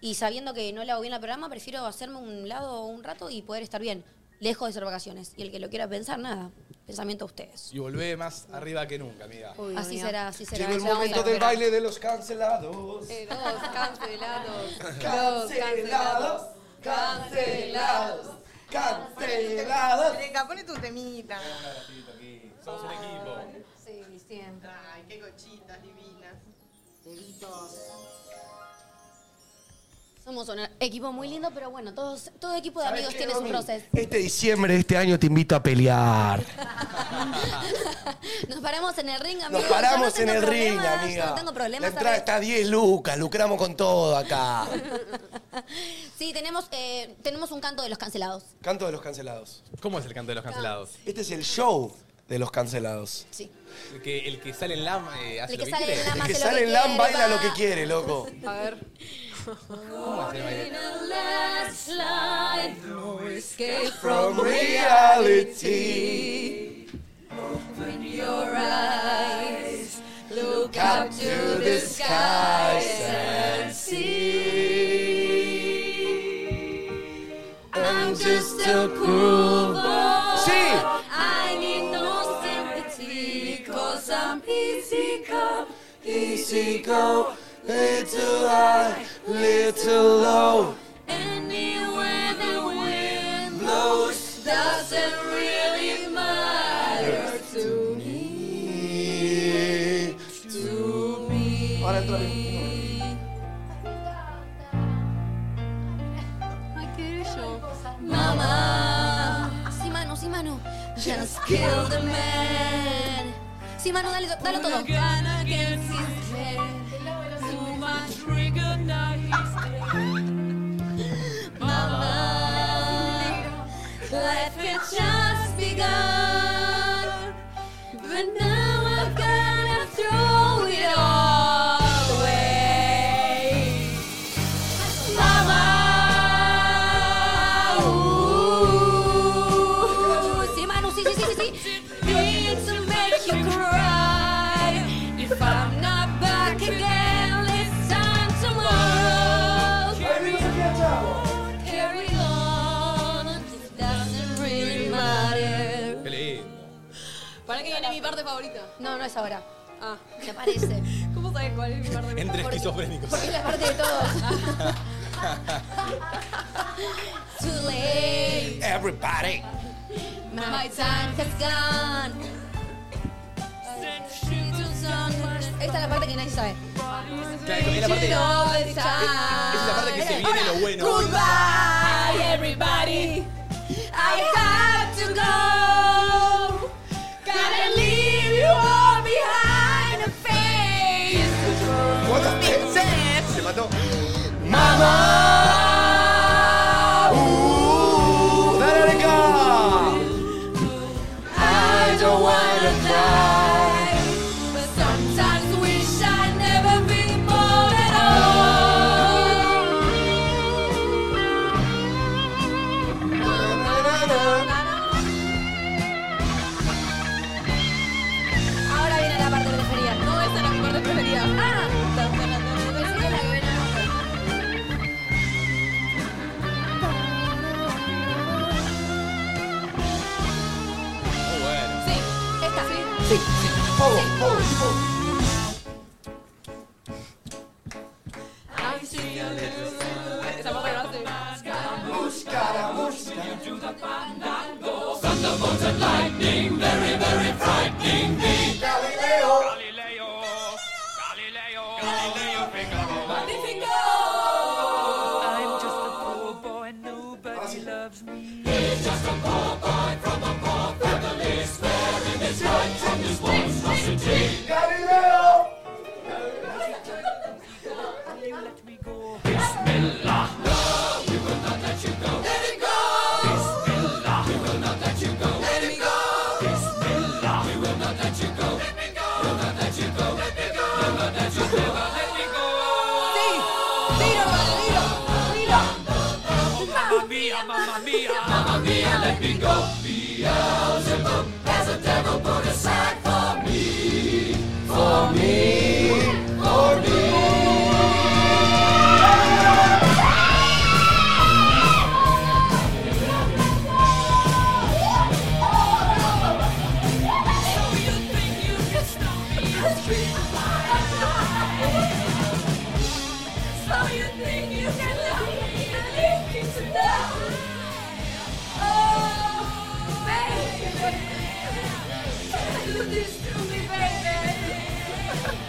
C: Y sabiendo que no le hago bien al programa, prefiero hacerme un lado un rato y poder estar bien. Lejos de ser vacaciones. Y el que lo quiera pensar, nada. Pensamiento a ustedes.
A: Y volvé más arriba que nunca, amiga.
C: así será, así será.
D: Llegó el
C: Eso vamos a
D: momento del
C: recuperar.
D: baile de los cancelados.
B: Eh, Dos cancelados.
A: [LAUGHS]
B: Dos
D: Cancelados, cancelados, cancelados.
G: Venga, ponete un temita.
A: Somos un equipo.
B: Sí, siempre.
G: Ay, qué cochitas divinas.
C: Somos un equipo muy lindo, pero bueno, todos, todo equipo de
D: ¿Sabes
C: amigos
D: qué,
C: tiene su
D: Domi?
C: proceso. [LAUGHS]
D: Este diciembre de este año te invito a pelear.
C: Nos paramos en el ring, amigo.
D: Nos paramos
C: Yo no
D: en
C: tengo
D: el ring,
C: problemas,
D: amiga.
C: yo No tengo problemas.
D: La entrada
C: ¿sabes?
D: está a 10 lucas, lucramos con todo acá.
C: Sí, tenemos, eh, tenemos un canto de los cancelados.
D: Canto de los cancelados.
A: ¿Cómo es el canto de los cancelados?
D: Este es el show de los cancelados.
C: Sí.
A: El que, el que sale en LAM eh, hace
C: El
A: lo
C: que
A: que
C: sale
A: quiere.
C: en LAM
D: El que
C: hace lo
D: sale
C: que
D: en LAM
C: quiere,
D: baila
C: va.
D: lo que quiere, loco.
B: A ver.
A: ¿Cómo es el baile?
D: From reality. Open your eyes. Look up to the skies and see. I'm just a poor boy. Sí. I need no sympathy, cause I'm easy go. Easy go. Little high, little low. Blows E. Ahora entra bien.
C: Mamá. Sí, mano, sí, mano. Just kill the man. Sí, mano, dale, dale todo. Sí, mano, sí, sí, sí, sí, sí.
A: [LAUGHS] Qué lindo.
B: Para que viene mi parte favorita.
C: No, no es ahora.
B: Ah.
C: Me parece.
B: ¿Cómo sabes cuál es mi parte favorita?
A: Entre esquizofrénicos.
C: Es la parte de
B: [LAUGHS]
C: todos. Too late.
D: Everybody.
C: My time has gone. esta es la parte que nadie sabe.
A: Claro, es la parte- Esa es la parte que se viene lo bueno.
C: Goodbye, everybody. I have to go. Gotta leave you all behind a face.
A: ¿Cuántas veces? Se mató.
D: Mamá, uh, dale acá.
C: I don't wanna die. But sometimes wish I'd never been born at all. Ahora viene la parte preferida. No, esa era mi parte preferida. Ah, Pensé que la que viene ahora.
A: Muy bueno.
C: Sí, esta. Sí, sí, sí.
B: Esa parte no hace.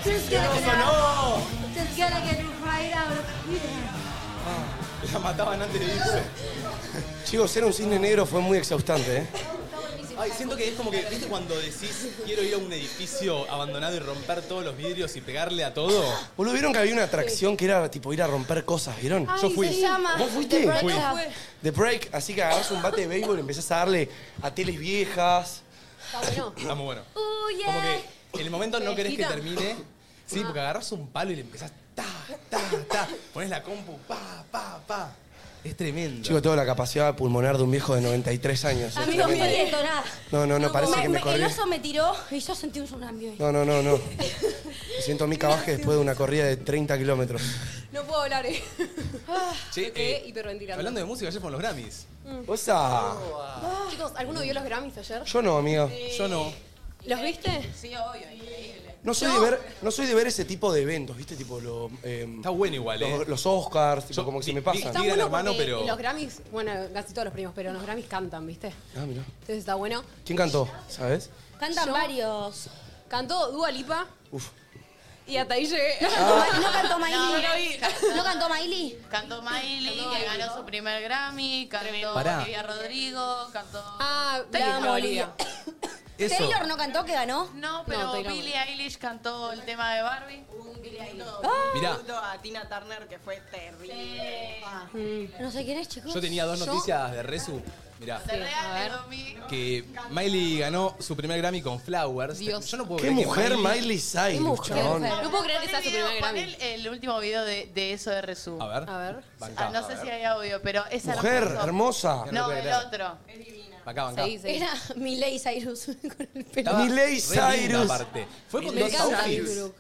A: Ah, La mataban antes de irse.
D: Chicos, ser un cisne negro fue muy exhaustante, ¿eh?
A: Ay, siento que es como que, ¿viste cuando decís quiero ir a un edificio abandonado y romper todos los vidrios y pegarle a todo?
D: Boludo, ¿vieron que había una atracción que era tipo ir a romper cosas, ¿vieron?
A: Yo fui.
C: Se llama
D: ¿Vos fuiste?
C: The Breakup.
A: Fui.
D: The Break, así que agarrás un bate de béisbol y empezás a darle a teles viejas.
B: Está bueno.
A: Está Ah, muy bueno.
C: Uh, yeah.
A: Como que en el momento no querés que
B: Gira.
A: termine. Sí, porque agarras un palo y le empezás ta, ta, ta. Pones la compu, pa, pa, pa. Es tremendo.
D: Chicos, tengo la capacidad pulmonar de un viejo de 93 años. ¿eh? es
C: Amigos,
D: tremendo.
C: me siento nada.
D: No, no, no, parece que me corrí.
C: El oso me tiró y yo sentí un tsunami.
D: No, no, no, no. Me siento Mica Vázquez después de una corrida de 30 kilómetros.
B: No puedo hablar, eh.
A: Che,
B: me quedé
A: eh,
B: hiperventilando.
A: Hablando de música, ayer fueron los Grammys.
D: ¡Osa!
B: Ah, Chicos, ¿alguno vio los Grammys ayer?
D: Yo no, amiga.
B: Eh.
A: Yo no.
B: ¿Los viste?
D: No soy, De ver, no soy de ver ese tipo de eventos, ¿viste? Tipo lo, eh,
A: Está bueno igual, ¿eh?
D: los, los Oscars, tipo,
A: Yo-
D: como que se
A: vi-
D: me
A: vi-
D: pasan.
B: Está
A: Gran
B: bueno
A: Hermano,
B: porque
A: pero-
B: los Grammys, bueno, casi todos los primos, pero los Grammys cantan, ¿viste?
D: Ah, mirá.
B: Entonces está bueno.
D: ¿Quién cantó? ¿Sabes?
C: Cantan
B: Yo-
C: varios.
B: Cantó Dua Lipa
D: Uf.
B: y hasta ahí llegué.
C: No cantó,
A: Ah.
C: Ma- no cantó
H: No, no
C: Miley. No, cantó Miley.
H: Cantó Miley, que ganó su primer Grammy, cantó
A: Pará.
H: Olivia Rodrigo, cantó...
B: [LAUGHS] Ah,
H: Taylor.
B: la Bolivia.
A: Eso.
C: Taylor no cantó, que ganó.
H: No, pero
B: No, Taylor.
H: Billie Eilish cantó el tema de Barbie.
A: Mirá,
G: Junto a Tina Turner, que fue terrible.
C: No sé quién es, chicos.
A: yo tenía dos noticias de Resu. Mirá.
H: De
B: a ver.
H: real, de 2000.
A: Que Miley ganó su primer Grammy con Flowers.
B: Dios.
A: Yo no puedo
D: ¡Qué
A: creer que
D: mujer Miley Cyrus,
C: mujer,
D: chabón!
C: mujer.
B: No puedo creer que sea
H: Pon
B: su
H: el video,
B: primer
H: pon
B: Grammy.
H: el, el último video de, de eso de Resu.
A: A ver.
B: A ver.
A: Bancá,
H: Ah, no sé
A: a ver.
H: si hay audio, pero es
D: Mujer
H: hermoso.
D: hermosa.
A: No
H: No,
A: puedo
H: el
A: creer.
H: otro.
A: Bancá, bancá.
B: Seguí, seguí.
C: Era Miley Cyrus [LAUGHS] con el pelo.
A: Estaba
D: Miley
A: re linda
D: Cyrus.
A: aparte. Fue con
B: Me
A: dos
B: encanta
A: outfits.
B: Brooke.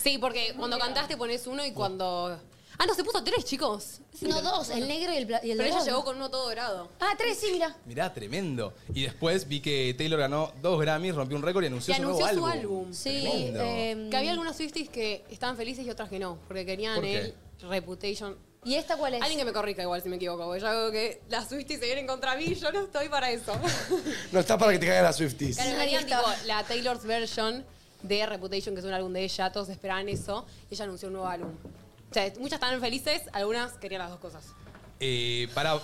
B: Sí, porque cuando cantaste pones uno y cuando. Ah, no, se puso tres, chicos.
C: No, dos, el negro y el, bla- y el
B: Pero ella
C: dorado.
B: llegó con uno todo dorado.
C: Ah, tres, sí, mira.
A: Mirá, tremendo. Y después vi que Taylor ganó dos Grammys, rompió un récord y anunció,
B: Y anunció
A: nuevo
B: su
A: álbum.
B: álbum.
C: Sí,
A: Tremendo.
C: eh,
B: Que había algunos Swifties que estaban felices y otras que no, porque querían
A: ¿Por qué?
B: el Reputation.
C: ¿Y esta cuál es?
B: Alguien que me corrija igual si me equivoco, porque yo veo que las Swifties se vienen contra mí, yo
C: [LAUGHS]
B: no estoy para eso.
D: No está para que te caigan las Swifties.
B: Claro,
C: Sí,
B: harían
C: listo.
B: tipo la Taylor's version de Reputation, que es un álbum de ella, todos esperaban eso, y ella anunció un nuevo álbum. O sea, muchas estaban felices, algunas querían las dos cosas.
A: Eh, para.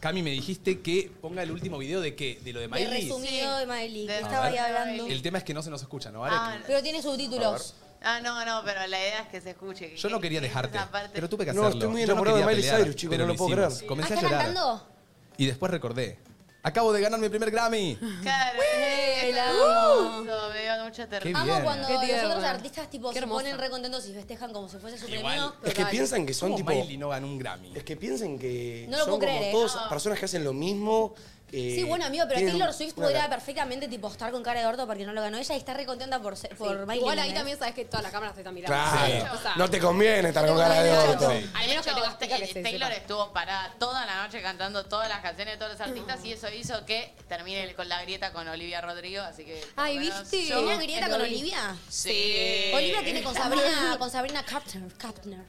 A: Cami, me dijiste que ponga el último video de qué? De lo de
C: De
A: Miley.
C: resumido de Miley, que
A: A
C: estaba
A: ver.
C: ahí hablando.
A: El tema es que no se nos escucha, ¿no, Arek?
H: Ah,
C: Pero tiene subtítulos.
H: ah, no, no, pero la idea es que se escuche. que-
A: Yo no quería
H: que-
A: dejarte,
H: esa parte-
A: pero tuve que
D: No,
A: hacerlo.
D: estoy muy
A: Yo no
D: enamorado de
A: quería
D: Miley
A: pelear,
D: Cyrus, chicos,
A: pero
D: no lo puedo
A: hicimos.
D: creer.
A: Comencé
C: ¿Ah,
A: a
C: ¿Está
A: llorar
C: cantando?
A: y después recordé. Acabo de ganar mi primer Grammy.
H: Claro,
C: ¡Wey! La
H: eso- eso me dio mucha
A: Qué
H: ternura.
C: Amo
A: bien.
C: cuando
B: Qué
C: los otros
B: tierno.
C: artistas tipo
B: Qué
C: se
B: hermoso.
C: ponen re contentos y festejan como si fuese su
A: Igual.
C: premio.
D: Es que
B: Total.
D: piensan que son
A: ¿Cómo
D: tipo.
A: Miley no ganó un Grammy?
D: Es que piensan que
C: No lo
D: son
C: puedo creer,
D: como
C: ¿eh?
D: todas
C: No.
D: personas que hacen lo mismo. eh,
C: Sí, bueno, amigo, pero
D: tienen
C: Taylor
D: un-
C: Swift
D: una-
C: podría perfectamente tipo estar con cara de orto porque no lo ganó ella y está re contenta por, se- por
B: Sí.
C: Miley.
B: Igual ahí
C: ¿entendés?
B: también sabes que todas las cámaras te están mirando.
D: Claro.
B: O sea,
D: No te conviene estar con cara de
C: conviene,
D: orto.
C: chato.
B: Al
H: De
B: menos que
H: hecho,
B: tengas pica que
H: Tay-
B: se
H: Taylor
B: sepa.
H: estuvo parada toda la noche cantando todas las canciones de todos los artistas y eso hizo que termine el- con la grieta con Olivia Rodrigo, así que... por
B: Ay,
H: lo menos
B: ¿viste?
H: yo-
C: ¿Tiene una grieta con
B: Pero-
C: Olivia?
B: Eh,
H: Sí.
C: Olivia tiene
B: [LAUGHS]
C: con Sabrina, con Sabrina Carpenter. Carpenter.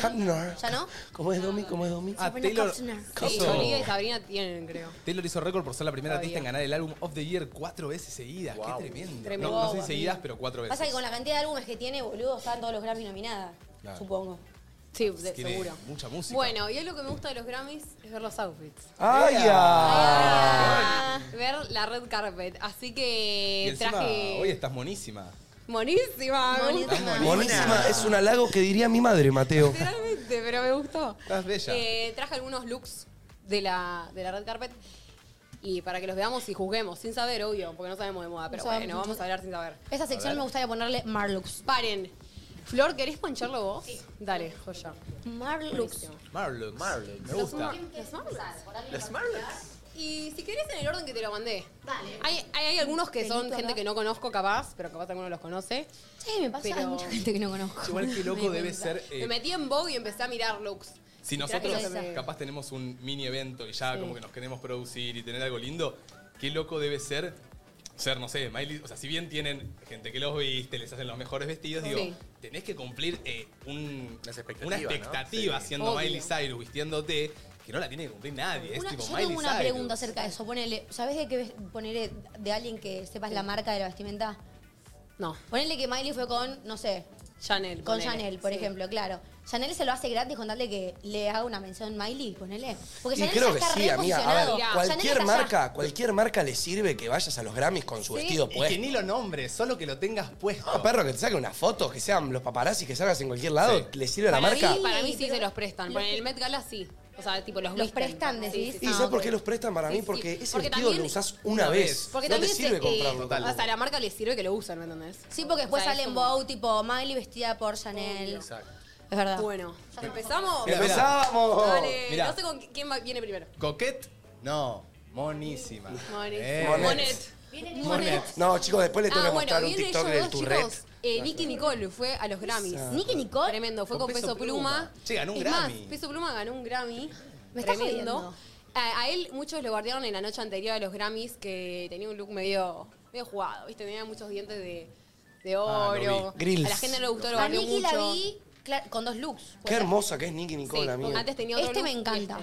D: Kapner.
C: ¿Ya no?
D: ¿Cómo es Domi? ¿Cómo es Domi?
A: Ah,
C: Sabrina
A: Taylor,
C: Costner.
B: Sí,
A: hizo-
B: Olivia y Sabrina tienen, creo.
A: Taylor hizo récord por ser la primera
B: Todavía.
A: artista en ganar el álbum of the year cuatro veces seguidas. Qué tremendo.
B: Tremendo.
A: No, no sé si seguidas, pero cuatro veces.
C: Pasa que con la cantidad de álbumes que tiene, boludo, están todos los Grammy nominadas.
A: Claro.
C: Supongo.
B: Sí, de-
A: Tiene
B: seguro.
A: mucha música.
B: Bueno, y es lo que me gusta de los Grammys es ver los outfits.
D: ¡Ay, ya!
B: Ah. Ver la red carpet. Así
A: Ah. y
B: que
A: encima,
B: traje.
A: hoy estás monísima.
B: Monísima, me gusta.
C: Buenísima.
D: Buenísima, es un halago que diría mi madre, Mateo.
B: Literalmente, pero me gustó.
A: Estás bella.
B: Eh, traje algunos looks de la, de la red carpet. Y para que los veamos y juzguemos, sin saber, obvio, porque no sabemos de moda, pero
C: No sabemos.
B: bueno, vamos a hablar sin saber.
C: Esa sección me gustaría ponerle Marlux.
B: Paren. Flor, ¿querés poncharlo vos? Dale, joya.
C: Marlux.
A: Marlux. Marlux. Me gusta.
B: ¿Los Y si querés en el orden que te lo mandé. Dale. Hay, hay, hay algunos que son
C: Pelito
B: gente
C: acá.
B: que no conozco capaz, pero capaz alguno los conoce.
C: Sí, me pasa.
B: Pero-
C: Hay mucha gente que no conozco.
A: Igual que loco
B: Me
A: debe
B: gusta.
A: ser. eh,
B: Me metí en Vogue y empecé a mirar looks.
A: Si
B: Y traje
A: nosotros
B: los de-
A: capaz tenemos un mini evento y ya
B: Sí.
A: como que nos queremos producir y tener algo lindo, qué loco debe ser ser, no sé, Miley. O sea, si bien tienen gente que los viste, les hacen los mejores vestidos, digo,
B: Sí.
A: tenés que cumplir eh, un-
I: Las expectativas,
A: una
I: ¿no?
A: expectativa
I: Sí.
A: siendo
B: Obvio.
A: Miley Cyrus vistiéndote, que no la tiene que cumplir nadie.
C: Una-
A: es tipo
C: yo
A: Miley
C: tengo una
A: Cyrus.
C: pregunta acerca de eso. Ponele, ¿sabés de qué ves- ponele de alguien que sepas la marca de la vestimenta?
B: No,
C: Ponele que Miley fue con, no sé,
B: Chanel.
C: con
B: ponele.
C: Chanel, por
B: Sí.
C: ejemplo, claro. Chanel se lo hace gratis con darle que le haga una mención Miley, ponele. Porque
D: Y
C: Chanel
D: creo
C: ya
D: que
C: está
D: sí, amiga. A
C: reposicionado.
D: ver,
B: Mirá,
C: Chanel
D: cualquier
C: está allá.
D: marca, cualquier marca le sirve que vayas a los Grammys con su vestido
A: Y que
D: puesto.
A: ni lo nombres, solo que lo tengas puesto.
D: No, perro, que te saque una foto, que sean los paparazzi que salgas en cualquier lado,
A: Sí.
D: le sirve a la
B: para
D: marca.
B: Mí, para mí sí
C: pero-
B: se los prestan. Por el Met Gala sí. O sea, tipo los
C: Los
B: visten.
C: prestan, decís.
D: ¿Y
C: Ah,
D: sabes por
C: ok.
D: qué los prestan para
B: Sí,
D: mí?
B: sí.
D: Porque ese
B: Porque
D: vestido
B: también-
D: lo usás una vez.
B: Porque
D: no te
B: también
D: sirve
B: se-
D: comprarlo.
B: eh, o sea, la marca le sirve que lo usan, ¿me entendés?
C: Sí, porque después
B: O sea,
C: sale
B: es
C: en
B: como-
C: Vogue, tipo Miley vestida por Chanel. Es verdad.
B: Bueno, ¿empezamos?
A: Mira, mira.
D: ¡Empezamos!
B: Dale,
A: Oh, Mirá.
B: no sé con quién va- viene primero.
A: ¿Coquet? No, monísima. Eh.
B: Monet. Monet. Monet.
D: No, chicos, después le tengo
B: Ah,
D: que
B: bueno,
D: mostrar un
B: vienen
D: TikTok
B: ellos
D: del
B: dos
D: Turret.
B: chicos. Eh, Nicky Nicole fue a los Grammys.
C: Nicky Nicole.
B: Tremendo, fue con, Peso Pluma.
A: Che, ganó un
B: Es
A: Grammy.
B: Más, Peso Pluma ganó un Grammy.
C: Me estás jodiendo.
B: Tremendo. A, a él muchos lo guardaron en la noche anterior a los Grammys que tenía un look medio, medio jugado, ¿viste? Tenía muchos dientes de, de
A: Ah, lo
B: oro.
D: vi. Grills.
B: A la gente no le gustó, lo
C: A
B: guardió
C: Nicki
B: mucho.
C: la vi cla- con dos looks.
D: Qué hermosa que es Nicki
B: Sí,
D: Nicole, amigo.
B: antes tenía otro
C: Este me
B: look y
C: encanta.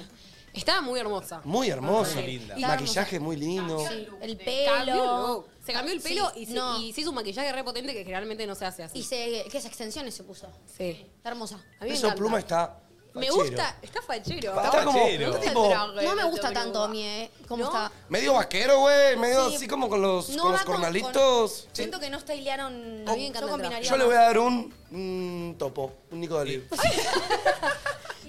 B: Estaba muy hermosa.
D: Muy hermosa.
B: Ah,
A: Muy linda.
D: Maquillaje muy lindo.
C: Sí,
B: Cambió
C: el
B: el
C: pelo.
B: look. Se cambió el pelo
C: Sí,
B: y, se,
C: no.
B: y se hizo un maquillaje repotente que generalmente no se hace así.
C: Y se, que esas extensiones se puso.
B: sí.
C: Está hermosa.
B: A mí me
D: Eso
B: encanta.
D: pluma está.
B: Me
D: fachero.
B: gusta, está fachero.
D: Está,
A: Está
D: como.
A: fachero.
B: No te
D: tipo,
B: tragues,
C: No me gusta
B: te
C: tanto a
B: preocupes.
C: mí, ¿eh? ¿Cómo
B: ¿No?
C: está?
D: Medio vaquero, güey. Medio
C: Sí.
D: así como con los,
C: No
D: con los
C: va con-
D: cornalitos. Oh,
C: con- siento que no stylearon.
B: A mí me
C: Yo
B: encanta el
C: combinaría
D: Yo le
C: más.
D: voy a dar un. mm, topo. Un Nico Dalí.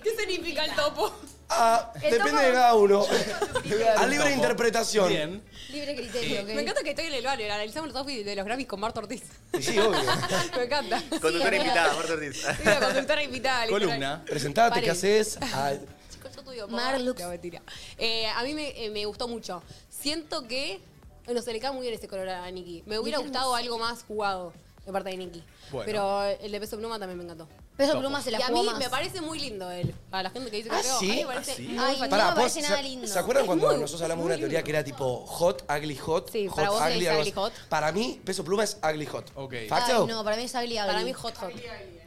B: ¿Qué significa el topo? [LAUGHS]
D: Ah, depende de cada uno. [LAUGHS] A libre interpretación.
A: Bien.
C: Libre criterio, ¿ok?
B: Me encanta que estoy en el barrio, analizamos los outfits de los Grammys con Marta Ortiz.
D: Y Sí, obvio.
B: [LAUGHS] Me encanta.
I: Conductora
C: Sí,
I: invitada, Marta Ortiz.
B: Soy una conductora invitada. literal.
A: Columna.
D: Presentate, ¿qué
B: Paren.
D: haces? Ah,
A: [LAUGHS]
B: Chicos, yo tuve
C: Marlux.
B: No, mentira. Eh, a mí me, eh, me gustó mucho. Siento que. Bueno, se le cae muy bien ese color a Nicky. Me hubiera gustado algo más jugado de parte de Nicky.
A: Bueno.
B: Pero el de peso pluma también me encantó.
C: Peso
A: Topo.
C: pluma se la
B: y a
C: jugó
B: mí
C: más.
B: me parece muy lindo él. A la gente que dice que
D: ¿Ah,
B: feo, a mí
D: sí?
B: me parece
I: ¿Ah, sí?
B: muy
C: Ay,
B: fachero.
C: no
D: pará,
C: me
D: vos,
C: parece
D: ¿se-
C: nada lindo.
D: ¿Se acuerdan
B: Es
D: cuando
B: muy-
D: nosotros
B: es
D: hablamos de
B: muy
D: una teoría
B: lindo.
D: que era tipo hot, ugly hot?
B: Sí,
D: hot,
B: para vos es
D: algo
B: ugly
D: así?
B: hot.
D: Para mí, peso pluma es ugly hot.
A: Ok.
D: ¿Facto?
C: Ay, no, para mí es ugly, ugly.
B: Para mí hot hot.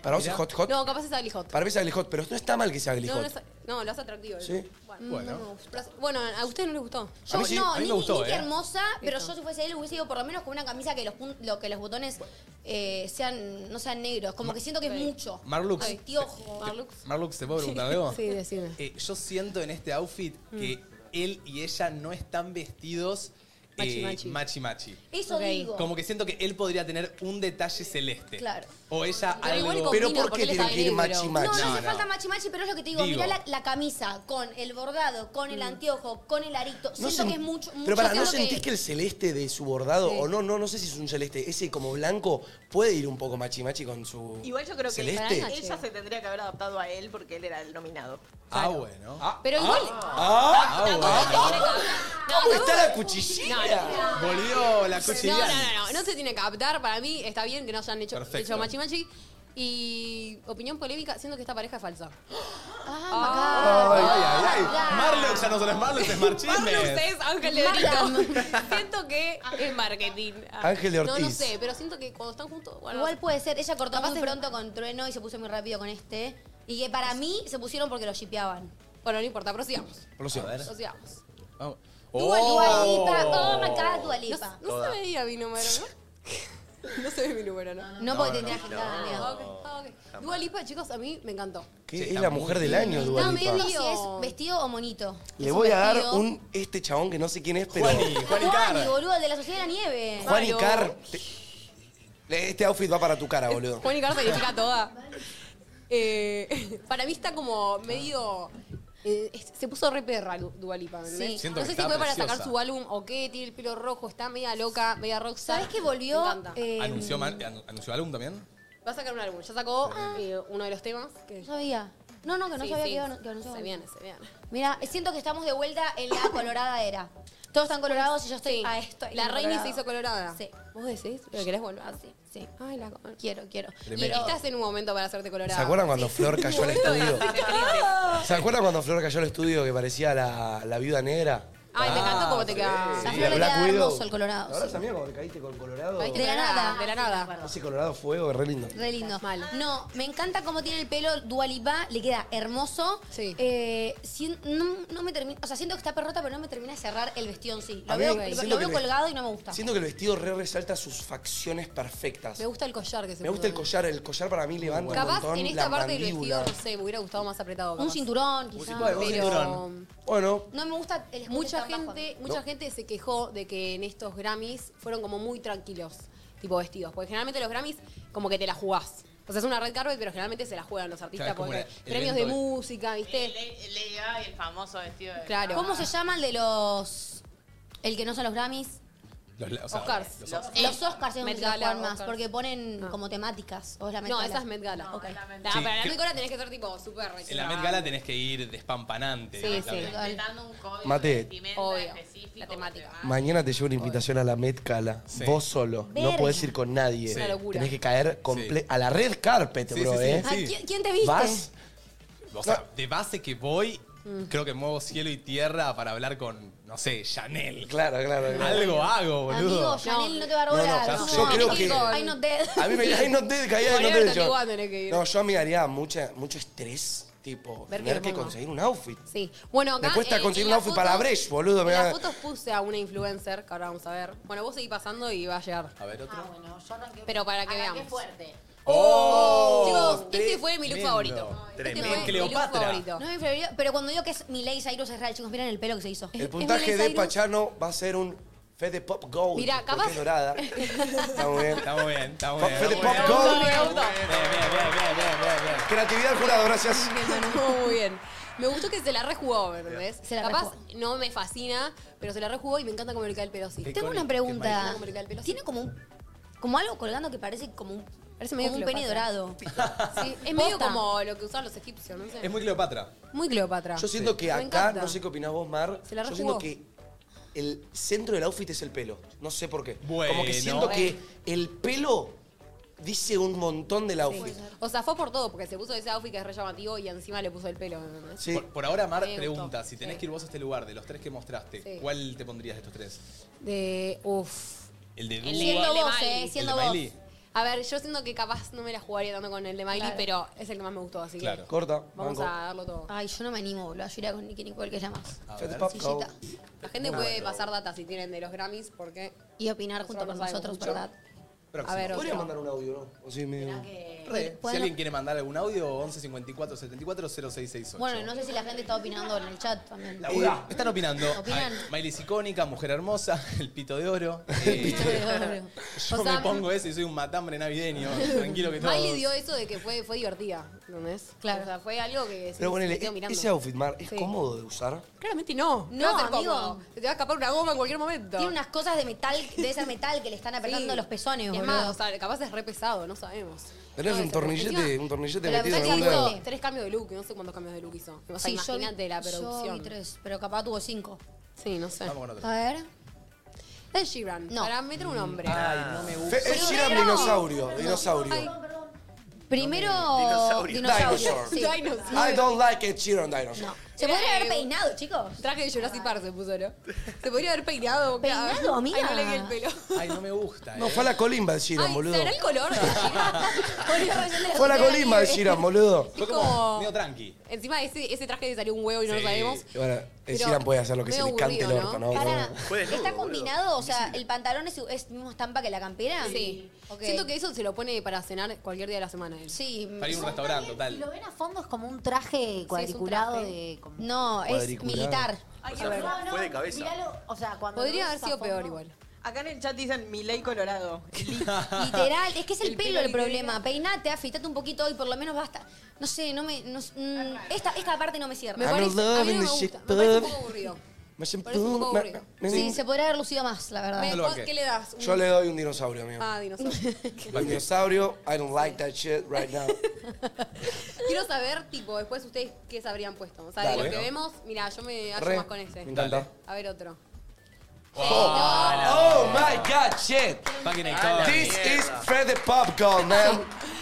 D: ¿Para vos es hot hot?
B: No, capaz es ugly hot.
D: Para mí es ugly hot, pero no está mal que sea ugly
B: No, no,
D: hot.
B: es- no, lo hace atractivo.
D: Sí.
B: Bueno.
D: Bueno.
B: no me gustó. Lo hace- Bueno, a ustedes no les gustó.
C: Yo,
D: mí sí,
C: no,
D: a mí me
C: Nicky-
D: gustó,
C: Nicky
D: ¿eh?
C: hermosa, pero yo si fuese él hubiese ido por lo menos con una camisa que los, pun- lo, que los botones eh, sean, no sean negros. Como que siento que es mucho.
A: Marlux.
C: Ay, tiojo. Marlux.
A: Marlux, ¿te puedo preguntar algo?
B: Sí, decime.
A: Eh, yo siento en este outfit que él y ella no están vestidos
B: Machi,
A: eh,
B: machi. Oh.
A: machi machi.
C: Eso
B: Ok.
C: digo.
A: Como que siento que él podría tener un detalle celeste.
C: Claro.
A: O ella
B: Pero igual
A: algo.
B: y
D: Pero
B: Combina,
D: ¿por
B: porque
D: qué
B: él
D: tiene
B: está
D: que ir
B: negro.
D: machi
C: No,
D: machi?
C: no,
A: No,
C: hace
A: no.
C: falta machi machi, pero es lo que te digo.
A: Digo.
C: Mirá la, la camisa con el bordado, con
B: Mm.
C: el anteojo, con el arito.
D: No
C: siento
D: sen-
C: que es mucho. mucho,
D: Pero para, ¿no
C: siento
D: sentís que el celeste de su bordado, o no, no, no sé si es un celeste, ese como blanco, puede ir un poco machi machi con su.
G: Igual yo creo que
D: celeste?
G: ella- ella se tendría que haber adaptado a él porque él era el nominado.
A: Ah, bueno. Ah,
B: Pero igual.
D: ¡Ah!
A: bueno.
D: ¿Cómo está la cuchillera?
A: Volvió la
B: No, no,
A: cuchillada.
B: no, no, no se tiene que adaptar. Para mí está bien que no hayan hecho,
A: Perfecto.
B: hecho machi machi. Y opinión polémica, siento que esta pareja es falsa.
A: Ay, ay, ay. Marlux ya no solo es Marlux, es
B: Marlux
A: Marchines.
B: es Ángel de Brito. siento que es marketing. Ah.
D: Ángel de
B: No, no
D: Ortiz.
B: sé, pero siento que cuando están juntos. Bueno,
C: Igual
B: no
C: puede ser, ella cortó
B: Capaz
C: muy
B: es-
C: pronto con Trueno y se puso muy rápido con este. Y que para mí se pusieron porque lo shipeaban.
B: sé. bueno, no importa, prosigamos.
A: A ver.
B: Prosigamos.
A: Vamos.
C: Dua Lipa, oh my God, Dua
B: No,
C: Lipa.
B: no se veía mi número,
D: [LAUGHS]
B: ¿no? no se ve mi número, ¿no?
C: No porque tendría que
B: Ah,
C: amiga.
B: ok, ah, ok. Dua Lipa, chicos, a mí me encantó.
D: ¿Qué?
A: Sí,
D: es
A: está
D: la
A: muy
D: mujer del año, Dua
C: Estaba
D: Lipa.
C: midiendo si es
B: Dios.
C: vestido o monito.
D: Le
C: Es
D: voy a dar
C: vestido.
D: un. Este chabón que no sé quién es, pero.
A: Juani, Juani
C: Juani,
A: Carr.
C: boludo, el de la Sociedad de la Nieve.
D: Juan y
B: Claro.
D: Car. te- Este outfit va para tu cara, boludo.
B: Juan y Carlos significa toda. Eh, [LAUGHS] para mí está como medio. eh, es- se puso re perra Lu- Dua Lipa, ¿entendés?
C: Sí.
A: Siento
B: No
A: que
B: sé si
A: está
B: fue para
A: preciosa.
B: sacar su álbum o qué, tiene el pelo rojo, está media loca, media rockstar.
C: ¿Sabes que volvió?
B: Me encanta.
C: eh,
A: ¿Anunció, man- anu- anunció álbum también?
B: Va a sacar un álbum, ya sacó eh, uno de los temas. Que
C: No sabía. No, no, que no
B: Sí,
C: sabía
B: sí.
C: que iba a que anunciaba.
B: Se viene, se viene.
C: Mira, siento que estamos de vuelta en la colorada era. Todos están colorados y yo estoy
B: Sí.
C: a esto.
B: La reina se hizo colorada.
C: Sí.
B: ¿Vos decís? ¿Pero querés volver? Ah, sí.
C: Sí.
B: Ay, la con-
C: Quiero, quiero.
B: Y estás en un momento para hacerte colorada.
D: ¿Se acuerdan cuando Flor cayó al estudio? ¿Se acuerdan cuando Flor cayó al estudio que parecía la, la viuda negra?
B: Ay, me encantó cómo te quedás.
C: La
D: Sí,
C: Flor le
D: Black
C: queda
D: Widow.
C: hermoso el colorado.
D: ¿Ahora
C: sí.
D: también cuando te caíste con Colorado?
B: Caíste
C: De la
B: colorada,
C: nada.
B: De la nada.
D: Ese Colorado fuego es re lindo.
C: Re lindo.
B: Mal.
C: No, me encanta cómo tiene el pelo Dualipa, le queda hermoso.
B: Sí.
C: Eh, sin- no, no me termina, o sea, siento que está perrota, pero no me termina de cerrar el vestido en sí. Lo
D: A mí
C: veo,
D: me-
C: lo-
D: siento
C: lo
D: que
C: veo
D: me-
C: colgado y no me gusta.
D: Siento que el vestido re resalta sus facciones perfectas.
B: Me gusta el collar que se
D: Me gusta el
B: puso.
D: collar, el collar para mí levanta un
B: Capaz
D: montón
B: en esta
D: la
B: parte del
D: mandíbula.
B: vestido, no sé, me hubiera gustado más apretado.
C: Un
B: capaz.
C: cinturón, quizás.
A: cinturón, un
B: Pero
A: cinturón.
D: Bueno,
C: No me gusta el escote
B: mucha
C: tan bajo a mí.
B: gente, mucha gente se quejó de que en estos Grammys fueron como muy tranquilos, tipo vestidos. Porque generalmente los Grammys como que te la jugás. O sea, es una red carpet, pero generalmente se la juegan los artistas
A: Claro, es como
B: porque
A: el- el
B: premios de
A: evento de-
B: música, ¿viste?
H: Le- le- le- ay, el famoso vestido de.
B: Claro.
C: ¿Cómo se llama el de los. el que no son los Grammys?
A: Los, la- o sea,
B: Oscars.
A: los
H: Los-
C: Los Oscars es
B: Eh, Met
C: donde se la
B: Gala,
C: juegan más,
B: Oscars.
C: porque ponen
B: Ah.
C: como temáticas. O es la Met
B: No,
C: Gala.
B: esa es Met Gala.
C: Ok.
H: la Met
B: No,
A: Sí,
B: para la
A: que-
B: Met Gala tenés que ser tipo súper
A: En la Met
B: reservada.
A: Gala tenés que ir despampanante.
B: Sí,
A: directamente.
B: sí.
H: Respetando un código
D: Mate.
H: de vestimenta
B: Obvio,
H: específico,
B: la temática.
H: demás.
D: mañana te llevo una invitación a la Met Gala.
A: Sí.
D: Vos solo. No
C: Verga.
D: podés ir con nadie.
A: Es una
B: locura. Ah,
D: Tenés que caer comple-
A: Sí.
D: a la red carpet,
A: Sí,
D: bro,
A: sí, sí.
D: ¿eh?
C: Ay,
A: Sí.
C: ¿quién, quién te viste?
D: Vas,
A: O sea, de base que voy,
B: Mm.
A: creo que muevo cielo y tierra para hablar con, no sé, Chanel.
D: Claro, claro, claro.
A: Algo hago, boludo.
C: Amigo, Chanel no, te va a
D: No, no,
C: robar.
D: ya
A: sé.
D: Yo creo
C: tenés
D: que-
C: ir con- Ay, no te.
D: A mí me cae no te caía
B: Bueno,
D: no
B: ahora
D: te yo.
B: Talibán tenés que ir.
D: No, yo a mí me daría mucha, mucho estrés, tipo,
B: Ver que
D: tener
B: me
D: que
B: ponga.
D: conseguir un outfit.
B: Sí. Bueno, acá. eh,
D: Me cuesta
B: en
D: conseguir un
B: las
D: outfit para
B: fotos-
D: Bresh, boludo,
B: En
D: me
B: las
D: da-
B: fotos puse a una influencer, que ahora vamos a ver. Bueno, vos seguís pasando y va a llegar.
A: A ver, otro.
I: Ah, bueno, yo arranqué.
B: Pero para que
I: arranqué
B: veamos.
I: fuerte.
A: ¡Oh!
B: Chicos, este fue mi look
A: Tremendo,
B: favorito.
A: Tremendo.
B: Este fue mi
A: Cleopatra.
B: look favorito.
C: No es mi preferido, pero cuando digo que es Miley Cyrus es real, chicos, miren el pelo que se hizo.
D: El puntaje de Pachano va a ser un Fede Pop Gold.
B: Mirá,
D: porque
B: capaz-
D: es
B: [LAUGHS]
D: dorada. Está muy bien.
A: Estamos bien, estamos
D: Pop-
A: bien.
D: Fede
A: estamos
D: Pop
A: bien.
D: Gold.
A: Bien, bien, bien, bien, bien, bien, bien.
D: Creatividad del jurado, gracias.
B: [LAUGHS] Bien, Manu, muy bien. Me gustó que se la rejugó, ¿verdad?
C: Se la
B: Capaz
C: rejugó.
B: no me fascina, pero se la rejugó y me encanta cómo le cae el pelo así.
A: Qué
C: Tengo una
A: Qué
C: pregunta.
B: marica.
C: Tiene como un, como algo colgando que parece como un,
B: Parece medio
C: como un pene
B: Cleopatra.
C: dorado.
B: Sí, es medio
C: Posta.
B: como lo que usaban los egipcios, no sé.
A: Es muy Cleopatra.
B: Muy Cleopatra.
D: Yo siento que
B: Me
D: acá,
B: encanta.
D: no sé qué opinás vos, Mar,
B: Se la
D: yo
B: rejugó.
D: siento que el centro del outfit es el pelo. No sé por qué. Como
A: Bueno.
D: que siento que el pelo dice un montón del outfit.
B: O sea, fue por todo, porque se puso ese outfit que es re llamativo y encima le puso el pelo. ¿entendés?
D: Sí.
A: Por, por ahora, Mar
B: Me
A: pregunta,
B: gustó,
A: si tenés
B: sí.
A: que ir vos a este lugar, de los tres que mostraste,
B: Sí.
A: ¿cuál te pondrías de estos tres?
B: De. Uff.
A: ¿El de Dua?
C: Siendo vos,
B: Miley.
C: eh, siendo
A: ¿El de
C: vos.
A: Miley?
B: A ver, yo siento que capaz no me la jugaría tanto con el de Miley,
C: Claro.
B: pero es el que más me gustó, así
A: Claro.
B: que
D: Corta,
B: vamos
D: banco.
B: a darlo todo.
C: Ay, yo no me animo, boludo. Yo iría con Nicky Nicole, que es la más.
D: Shut the fuck up.
C: Sillita.
B: La gente puede pasar data si tienen de los Grammys, porque.
C: Y opinar junto con
B: Nosotros no
C: nosotros,
B: sabemos
C: ¿verdad?
A: Próximo.
B: A ver,
D: Podría
B: otro.
D: mandar un audio, ¿no? O sí, medio...
A: Re, si
C: Bueno.
A: alguien quiere mandar algún audio, 11 54 74 0668.
C: Bueno, no sé si la gente está opinando en el chat también. [LAUGHS]
A: Eh, están opinando.
C: Opinan.
A: Ay, Miley es icónica, mujer hermosa, [LAUGHS] el pito de oro. Eh, [LAUGHS] yo
B: O sea,
A: me pongo ese y soy un matambre navideño. Tranquilo que todo.
B: Miley dio eso de que fue, fue divertida, ¿entendés?
C: Claro.
B: O sea, fue algo que.
D: Pero
B: bueno,
D: ponele, ese outfit, Mar, ¿es
B: Sí.
D: cómodo de usar?
B: Claramente no.
C: No,
B: va a ser
C: amigo.
B: cómodo. Se te va a escapar una goma en cualquier momento.
C: Tiene unas cosas de metal, de ese metal que le están apretando
B: Sí.
C: los pezones,
B: Y
C: boludo.
B: Es más, o sea, capaz es re pesado, no sabemos.
D: Tenés
B: No,
D: un
B: esa
D: tornillete,
B: perfección.
D: un tornillete
C: Pero
D: metido en
C: pensá
D: algún
C: que
D: lado.
B: Hizo tres cambios de look, no sé cuántos cambios de look hizo. O sea,
C: Sí, yo vi-
B: imagínate la
C: Yo
B: producción.
C: vi tres, pero capaz tuvo cinco.
B: Sí, no sé.
A: Vamos con otro.
C: A ver.
B: Ed Sheeran,
C: No.
B: para meter un hombre.
D: Fe- Es Shiran dinosaurio, dinosaurio.
B: Ay,
C: Primero.
I: Dinosaurio.
C: Dinosaurio.
D: Dinosaur.
C: Sí.
B: Dinosaur.
D: I don't like it, Shiran dinosaur.
C: Se podría haber peinado, chicos.
B: Traje de Jurassic Park se puso, ¿no? Se podría haber peinado. claro.
C: Peinado, amiga.
B: Ay, no le vi el pelo.
A: Ay, no me gusta.
D: No,
A: eh.
D: fue a la colimba de Shiran,
B: Ay,
D: boludo.
B: ¿será el color de
C: [LAUGHS]
D: Fue a la colimba de Shiran, boludo.
A: Fue
B: Es
A: como,
B: como-
A: medio tranqui.
B: Encima ese, ese traje le salió un huevo y no
A: Sí.
B: lo sabemos.
D: Y Ahora, el
B: Pero
D: Shiran puede hacer lo que se
B: medio
D: le cante el
B: aburrido,
D: orto,
B: ¿no?
D: ¿no?
C: Pará,
I: Fue desnudo,
C: ¿Está
I: boludo.
C: combinado? O sea, ¿el pantalón es, es mismo estampa que la campera?
B: Sí.
C: Ok.
B: Siento que eso se lo pone para cenar cualquier día de la semana. él.
C: Sí.
A: Para ir a un restaurante,
J: Si lo
A: total.
J: ven a fondo es como un traje cuadriculado
B: traje.
J: de... como-
C: No, es
D: Cuadriculado.
C: militar.
G: Ay,
I: O
G: qué
I: sea,
G: horror.
I: fue- fue de cabeza.
J: Míralo, o sea, cuando
B: Podría
J: lo
B: haber
J: ves a
B: sido
J: fondo-
B: peor igual.
G: Acá en el chat dicen Miley Colorado.
C: Literal, es que es el,
B: El
C: pelo,
B: pelo
C: el
B: literal.
C: problema. Peinate, afeitate un poquito y por lo menos basta. No sé, no me. no- mm, esta, esta parte no me cierra.
B: Me
D: I'm
B: parece, a mí
D: loving
B: no me
D: this
B: gusta.
D: shit,
B: Me parece un
D: bub.
B: poco aburrido.
D: Me siento-
B: Parece un poco aburrido.
D: me-
C: Sí,
D: me-
C: se podría haber lucido más, la
D: Ah.
C: verdad.
B: Me-
A: lo
B: ¿cuál-
A: banqué.
B: ¿Qué le das? Un-
D: Yo le doy un dinosaurio, amigo.
B: Ah,
C: [LAUGHS]
B: dinosaurio.
D: Un dinosaurio, I don't like that shit right
B: [LAUGHS]
D: now.
B: Quiero saber, tipo, después ustedes qué se habrían puesto. O sea, de
D: Dale.
B: lo que vemos, mira, yo me hallo
D: Re,
B: más con
D: me
B: ese.
D: encanta.
B: A ver otro.
D: Oh my god, shit.
A: Fucking iconic.
D: This is Freddy
B: [LAUGHS]
D: Popcorn, man.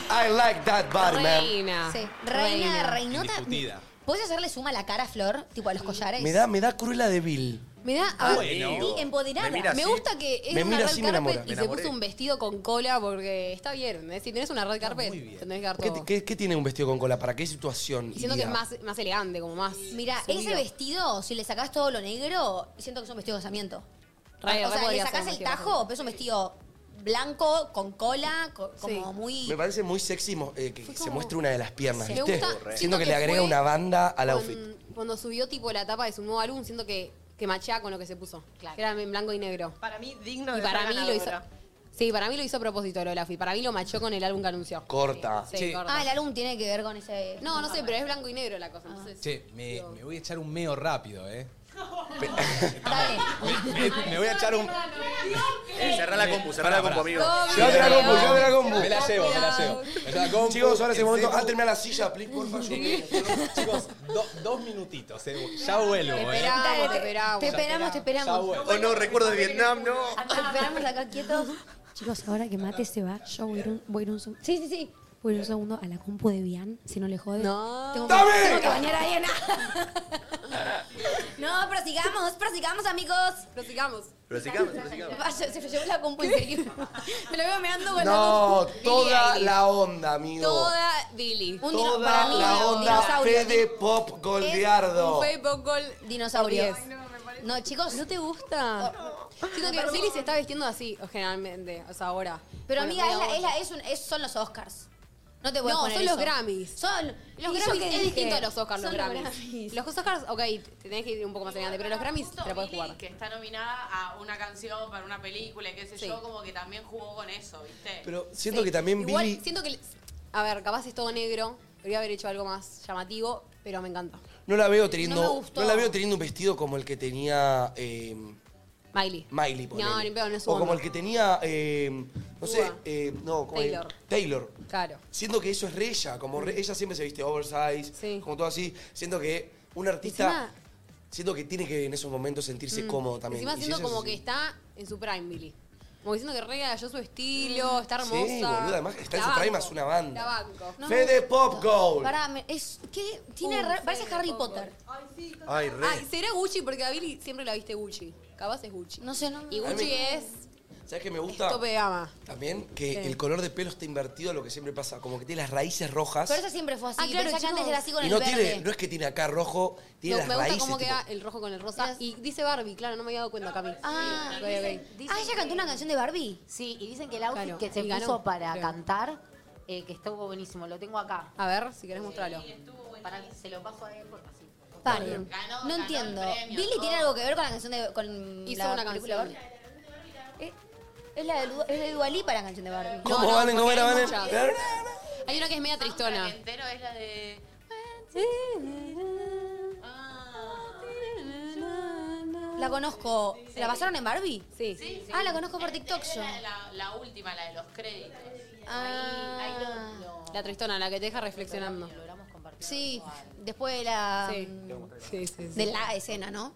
D: I like that body, man.
B: Reina.
C: Sí. Reina, reinota.
A: Indiscutida.
C: ¿Podés hacerle suma a la cara a Flor? Tipo a los collares.
D: Me da, me da cruela de Bill.
B: Me da. a
A: Ah,
B: ver,
A: bueno.
C: Y empoderada.
I: Me mira
B: Me
I: así.
B: gusta que es
D: Me
B: una
D: mira
B: red
D: así, me enamora.
B: carpet
I: Me
B: y se
I: enamoré.
B: puso un vestido con cola porque está bien. ¿eh? Si tenés una red carpet, te tenés que dar
D: ¿Qué,
B: todo.
D: qué- qué tiene un vestido con cola? ¿Para qué situación?
B: Y siento que es
D: iría?
B: más, más elegante, como más.
C: Mira, ese vestido, si le sacás todo lo negro, siento que es un vestido de casamiento.
B: Re,
C: o
B: re
C: sea, le
B: podría
C: sacás
B: ser un
C: el
B: vestido de
C: tajo, pero es un vestido blanco, con cola, co-
B: Sí.
C: como muy.
D: Me parece muy sexy mo- eh, que se
B: como-
D: muestre una de las piernas,
B: Sí. Me
D: ¿viste?
B: gusta-
D: Siento,
B: siento
D: que,
B: que
D: le agrega
B: fue
D: una banda
B: Cuan-
D: al outfit.
B: Cuando, subió tipo la tapa de su nuevo álbum, siento que, que machea con lo que se puso.
J: Claro.
B: Que era en blanco y negro.
G: Para mí, digno
B: Y
G: de
B: para
G: ser
B: mí lo hizo.
G: ganadora.
B: Sí, para mí lo hizo a propósito lo de la FI. Para mí lo machó con el álbum que anunció.
D: Corta.
B: Sí,
A: Che.
B: corta.
C: Ah, el álbum tiene que ver con ese.
B: No, no sé, pero es blanco y negro la cosa. Entonces,
A: Che, me, me voy a echar un meo rápido, eh.
C: Dale.
A: Me, me voy a echar un.
I: Eh, cerrá la compu, cerrá la
A: Pará,
I: compu, amigo.
B: No,
D: Yo te la
B: Dios.
D: compu, yo te la compu.
A: Me la llevo, me la llevo. Me la compu,
D: Chicos, ahora es el momento,
A: encebo.
D: áltenme a la silla, please, por favor.
A: Chicos, do- dos minutitos, eh. Ya vuelvo,
B: Te
A: eh.
B: esperamos,
C: Dale,
B: Ah, te esperamos.
C: Te esperamos, te
A: Ya
C: esperamos.
A: vuelvo.
I: Oh no, recuerdos de Vietnam, no.
C: Te esperamos acá quietos. [LAUGHS]
J: Chicos, ahora que Mate se va, yo voy a ir un, voy a ir un, seg-
C: Sí, sí, sí.
J: voy a ir un segundo a la compu de Bian, si no le jode.
B: No.
C: Tengo,
D: ¡Dame!
C: tengo que bañar a Diana. [LAUGHS] no, prosigamos, prosigamos, amigos.
B: Prosigamos.
I: Prosigamos, prosigamos.
C: Vaya, Se me llevó la compu en serio. Me lo veo mirando con la
D: No,
C: compu.
D: toda la onda, amigo.
B: Toda Billy.
C: Un dino- para
D: Toda
C: mí,
D: la
C: un
D: onda
C: dinosaurio.
D: Fede Pop Goldiardo.
B: Un Facebook gol.
C: Dinosaurios.
B: Ay,
C: No, chicos, no te Ah.
B: gusta. Siento que Billy se está vestiendo así, o generalmente, o sea, ahora. Bueno,
C: Pero amiga, es
B: mira
C: la-
B: vos.
C: es la- es un- es- son los Oscars. No te voy
B: No,
C: poner
B: son los
C: eso.
B: Grammys.
C: Son
B: Los
C: ¿Y yo
B: Grammys
C: qué
B: es
C: dije?
B: distinto a los Oscars, los
C: Son
B: Grammys. Los Oscars, ok, te tenés que ir un poco más adelante, pero los Grammys te la
H: Justo
B: podés
H: Billie,
B: jugar.
H: que está nominada a una canción para una película y qué sé
B: Sí.
H: yo, como que también jugó con eso, ¿viste?
D: Pero siento
B: Sí.
D: que también
B: Igual,
D: Billy...
B: siento que. A ver, capaz es todo negro, podría haber hecho algo más llamativo, pero me encanta.
D: No la veo teniendo,
C: No me
D: no,
C: gustó.
D: la veo teniendo un vestido como el que tenía eh,
B: Miley.
D: Miley,
B: No,
D: ponele.
B: ni pedo, no es su
D: O como
B: onda.
D: el que tenía, eh, no sé,
B: Ua.
D: eh, no, como el-
B: Taylor.
D: Taylor.
B: Claro.
D: Siento que eso es re ella, como re- ella siempre se viste oversize,
B: Sí.
D: como todo así. Siento que un artista,
B: Encima- Mm.
D: siento que tiene que en esos momentos sentirse cómodo también.
B: Encima
D: Y si
B: siento
D: ella
B: como
D: se-
B: que está en su prime, Billy. Como diciendo que rega yo su estilo, está
D: Mm. Sí,
B: hermosa.
D: boluda, además está en
B: La
D: su prime,
B: banco,
D: es una banda.
B: La banco. No,
D: Fede Pop Gold.
C: Pará, me- es que tiene
B: Uh,
C: ra- parece
B: sí,
C: Harry
B: poco.
C: Potter.
I: Ay, re.
B: Ay, será Gucci porque a Billy siempre la viste Gucci. Capaz es Gucci.
C: No sé, no.
B: Y
C: no-
B: Gucci es.
D: ¿Sabes qué me gusta?
B: Tope de gama.
D: También que
B: Sí.
D: el color de pelo está invertido a lo que siempre pasa, como que tiene las raíces rojas.
C: Pero esa siempre fue así.
B: Ah, claro,
C: Pensá que
B: chicos.
C: antes era así con
D: y
C: el
D: no,
C: verde.
D: tiene, no es que tiene acá rojo, tiene
B: No,
D: las
B: me gusta
D: raíces.
B: cómo
D: tipo-
B: queda el rojo con el rosa. Y dice Barbie, claro, no me había dado cuenta, Cami.
C: Ah,
B: Ok, ok.
C: ah, ella cantó una canción de Barbie.
K: Sí, y dicen que el outfit
B: Claro,
K: que se
B: y ganó,
K: puso para
B: claro.
K: cantar, eh, que estuvo buenísimo, lo tengo acá.
B: A ver, si querés mostrarlo.
K: Para que se lo paso a él porque así.
C: Paren. no entiendo. ¿Billy tiene algo que ver con la canción de. Con
B: Hizo
C: la
B: una
C: película
B: canción.
C: Barbie? Eh, Es la de, Lu- es de Dualipa la canción de Barbie.
D: ¿Cómo, Valen? ¿Cómo
B: porque
D: era,
B: hay
D: Valen?
B: muchas.
D: Claro.
B: Hay una que es media tristona.
H: entero es la de. ah.
C: La conozco. ¿La pasaron en Barbie?
B: Sí.
C: Ah, la conozco por TikTok yo.
H: La, la- la última, la de los créditos.
C: Ah.
B: La tristona, la que te deja reflexionando.
C: Sí, después de la.
B: Sí. Sí, sí, sí.
C: Ah. De la escena, ¿no?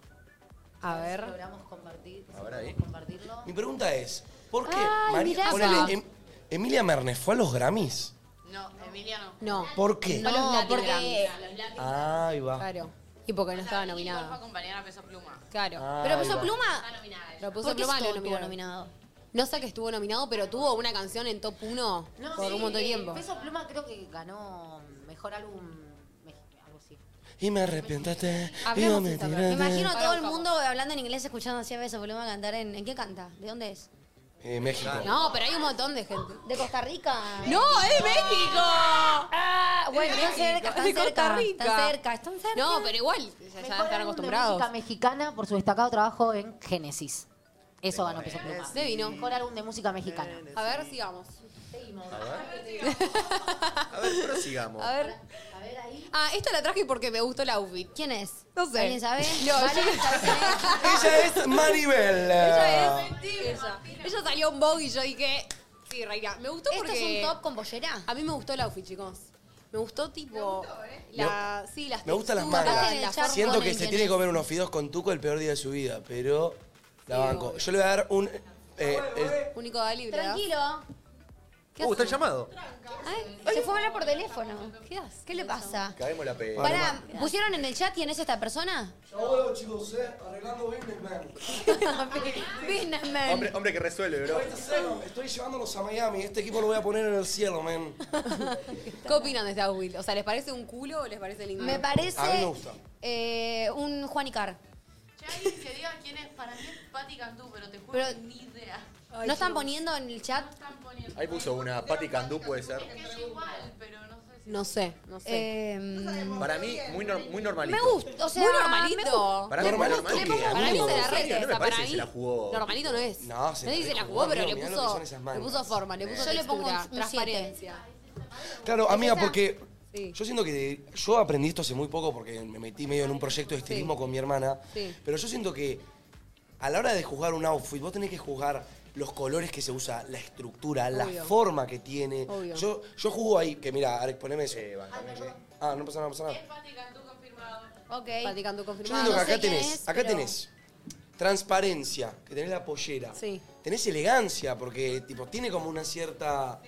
B: A ver.
K: Logramos compartir, si
D: Ahora,
K: logramos
D: ¿eh?
K: compartirlo.
D: Mi pregunta es, ¿por qué
C: Ay,
D: María-
C: mirá.
D: ponele, Em- Emilia Mernes fue a los Grammys?
H: No, Emiliano.
B: No.
D: ¿Por qué?
B: No, los Latin
C: porque.
B: Grammys.
K: Ah,
D: Ahí va.
B: Claro. Y porque no
H: Ah,
B: estaba
H: Igual fue
B: nominada.
H: acompañar a Peso Pluma.
B: Claro.
D: Ah,
C: Pero
D: ahí
C: puso
D: va.
H: Está
C: pluma.
H: nominada ella.
B: Lo puso
C: ¿Por qué
B: Pluma,
C: Stone
B: lo
C: estuvo
B: nominaron.
C: nominado?
B: No sé que estuvo nominado, pero tuvo una canción en top 1
K: No,
B: por
K: sí,
B: un montón de
K: eh,
B: tiempo.
K: Peso Pluma creo que ganó mejor álbum mexicano, algo así.
D: Y me arrepientaste. Y no
B: Hablemos
D: me
B: de esta,
C: Me
D: tiraste.
C: imagino a todo
B: Pará,
C: el
B: un poco.
C: mundo hablando en inglés, escuchando así a veces Pluma cantar en. ¿En qué canta? ¿De dónde es?
D: Eh, México.
B: No, pero hay un montón de gente.
C: ¿De Costa Rica?
B: ¡No, es de México!
C: Ah, bueno,
B: Es de
C: están
B: México,
C: cerca, están
B: de Costa
C: cerca.
B: Rica.
C: Están cerca, están cerca.
B: No, pero igual, ya, ya
K: Mejor
B: están
K: álbum de
B: acostumbrados.
K: música mexicana por su destacado trabajo en Génesis. Eso ganó Peso Pluma.
B: De vino.
K: Mejor álbum de música mexicana.
G: Eh,
B: A ver, sigamos.
I: A ver.
B: [LAUGHS]
I: A ver, prosigamos.
B: A ver.
K: A ver ahí.
B: Ah, esta la traje porque me gustó el outfit.
C: ¿Quién es?
B: No sé.
C: ¿Alguien sabe?
B: No,
C: ¿Vale?
B: yo no sabía. [LAUGHS]
D: Ella es Maribel.
C: Ah.
B: Ella es. Ella. Ella salió un bog y yo dije. Sí, Reina. Me gustó
C: ¿Esto
B: porque.
C: es un top con pollera?
B: A mí me gustó el outfit, chicos. Me gustó tipo. la, sí, las
D: Me gustan las
B: texturas,
C: Capaz que eh. en el
D: marcas.
B: la
C: charco
D: Siento
C: con
D: que
C: el
D: se
C: que
D: tiene que
C: no es.
D: comer unos fideos con tuco el peor día de su vida, pero la banco. Yo le voy a dar un... eh, el-
B: Único de libre. ¿verdad?
C: Tranquilo.
I: Uh, está el llamado.
C: Ay, se fue a hablar por teléfono.
B: ¿Qué haces?
C: [LAUGHS] ¿Qué le pasa?
I: Caemos la pena.
C: Pará, ¿pusieron en el chat quién es esta persona?
D: Ya vuelvo, chicos, eh, arreglando businessman.
I: Hombre, hombre que resuelve, bro.
D: Está cero, Estoy llevándolos a Miami. Este equipo lo voy a poner en el cielo, man.
B: ¿Qué opinan de este outfit? O sea, ¿les parece un culo o les parece lindo?
C: Me parece
D: A mí me gusta.
C: eh, un Juanicar.
H: Che, alguien que diga quién es. Para mí es Pati Cantú, pero te juro
C: Pero-
H: que ni idea.
C: ¿No están poniendo en el chat?
H: Están poniendo.
I: Ahí puso una Patti Candú, puede ser.
H: Es que es igual, pero no sé si.
B: No sé, no sé.
C: Eh,
I: Para mí, muy, nor- muy normalito.
C: me gusta, o sea,
B: Muy
C: me gusta.
B: normalito.
I: Para mí, muy
D: Normalito,
I: normalito.
D: ¿qué?
B: Para mí
D: No,
B: se la
I: no,
B: rete.
I: no me
B: o sea, para
I: parece que
B: mí.
I: se la jugó.
B: Normalito no es.
D: No, se
B: no
D: la
B: dice la
D: rejugó,
B: jugó, pero le
D: amigo, mirá lo que
B: puso,
D: son esas
B: le
D: mangas.
B: puso forma, le puso
C: Yo le pongo un-
B: textura,
C: un
B: transparencia.
D: Claro, amiga,
C: esa?
D: porque
B: Sí.
D: yo siento que yo aprendí esto hace muy poco porque me metí medio en un proyecto de estilismo
B: Sí.
D: con mi hermana.
B: Sí.
D: Pero yo siento que a la hora de juzgar un outfit, vos tenés que juzgar los colores que se usa, la estructura,
B: Obvio.
D: la forma que tiene.
B: Obvio.
D: Yo, yo juzgo ahí, que mira, Alex, poneme eso.
I: Eh, bancame, che.
D: Ah, no pasa nada, no pasa nada.
H: Pati Cantú confirmado.
C: Ok.
B: Platicando
D: Yo siento
B: confirmado.
D: que
C: no sé
D: acá
C: quién
D: tenés,
C: es,
D: acá
C: pero-
D: tenés transparencia, que tenés la pollera.
B: Sí.
D: Tenés elegancia, porque tipo, tiene como una cierta.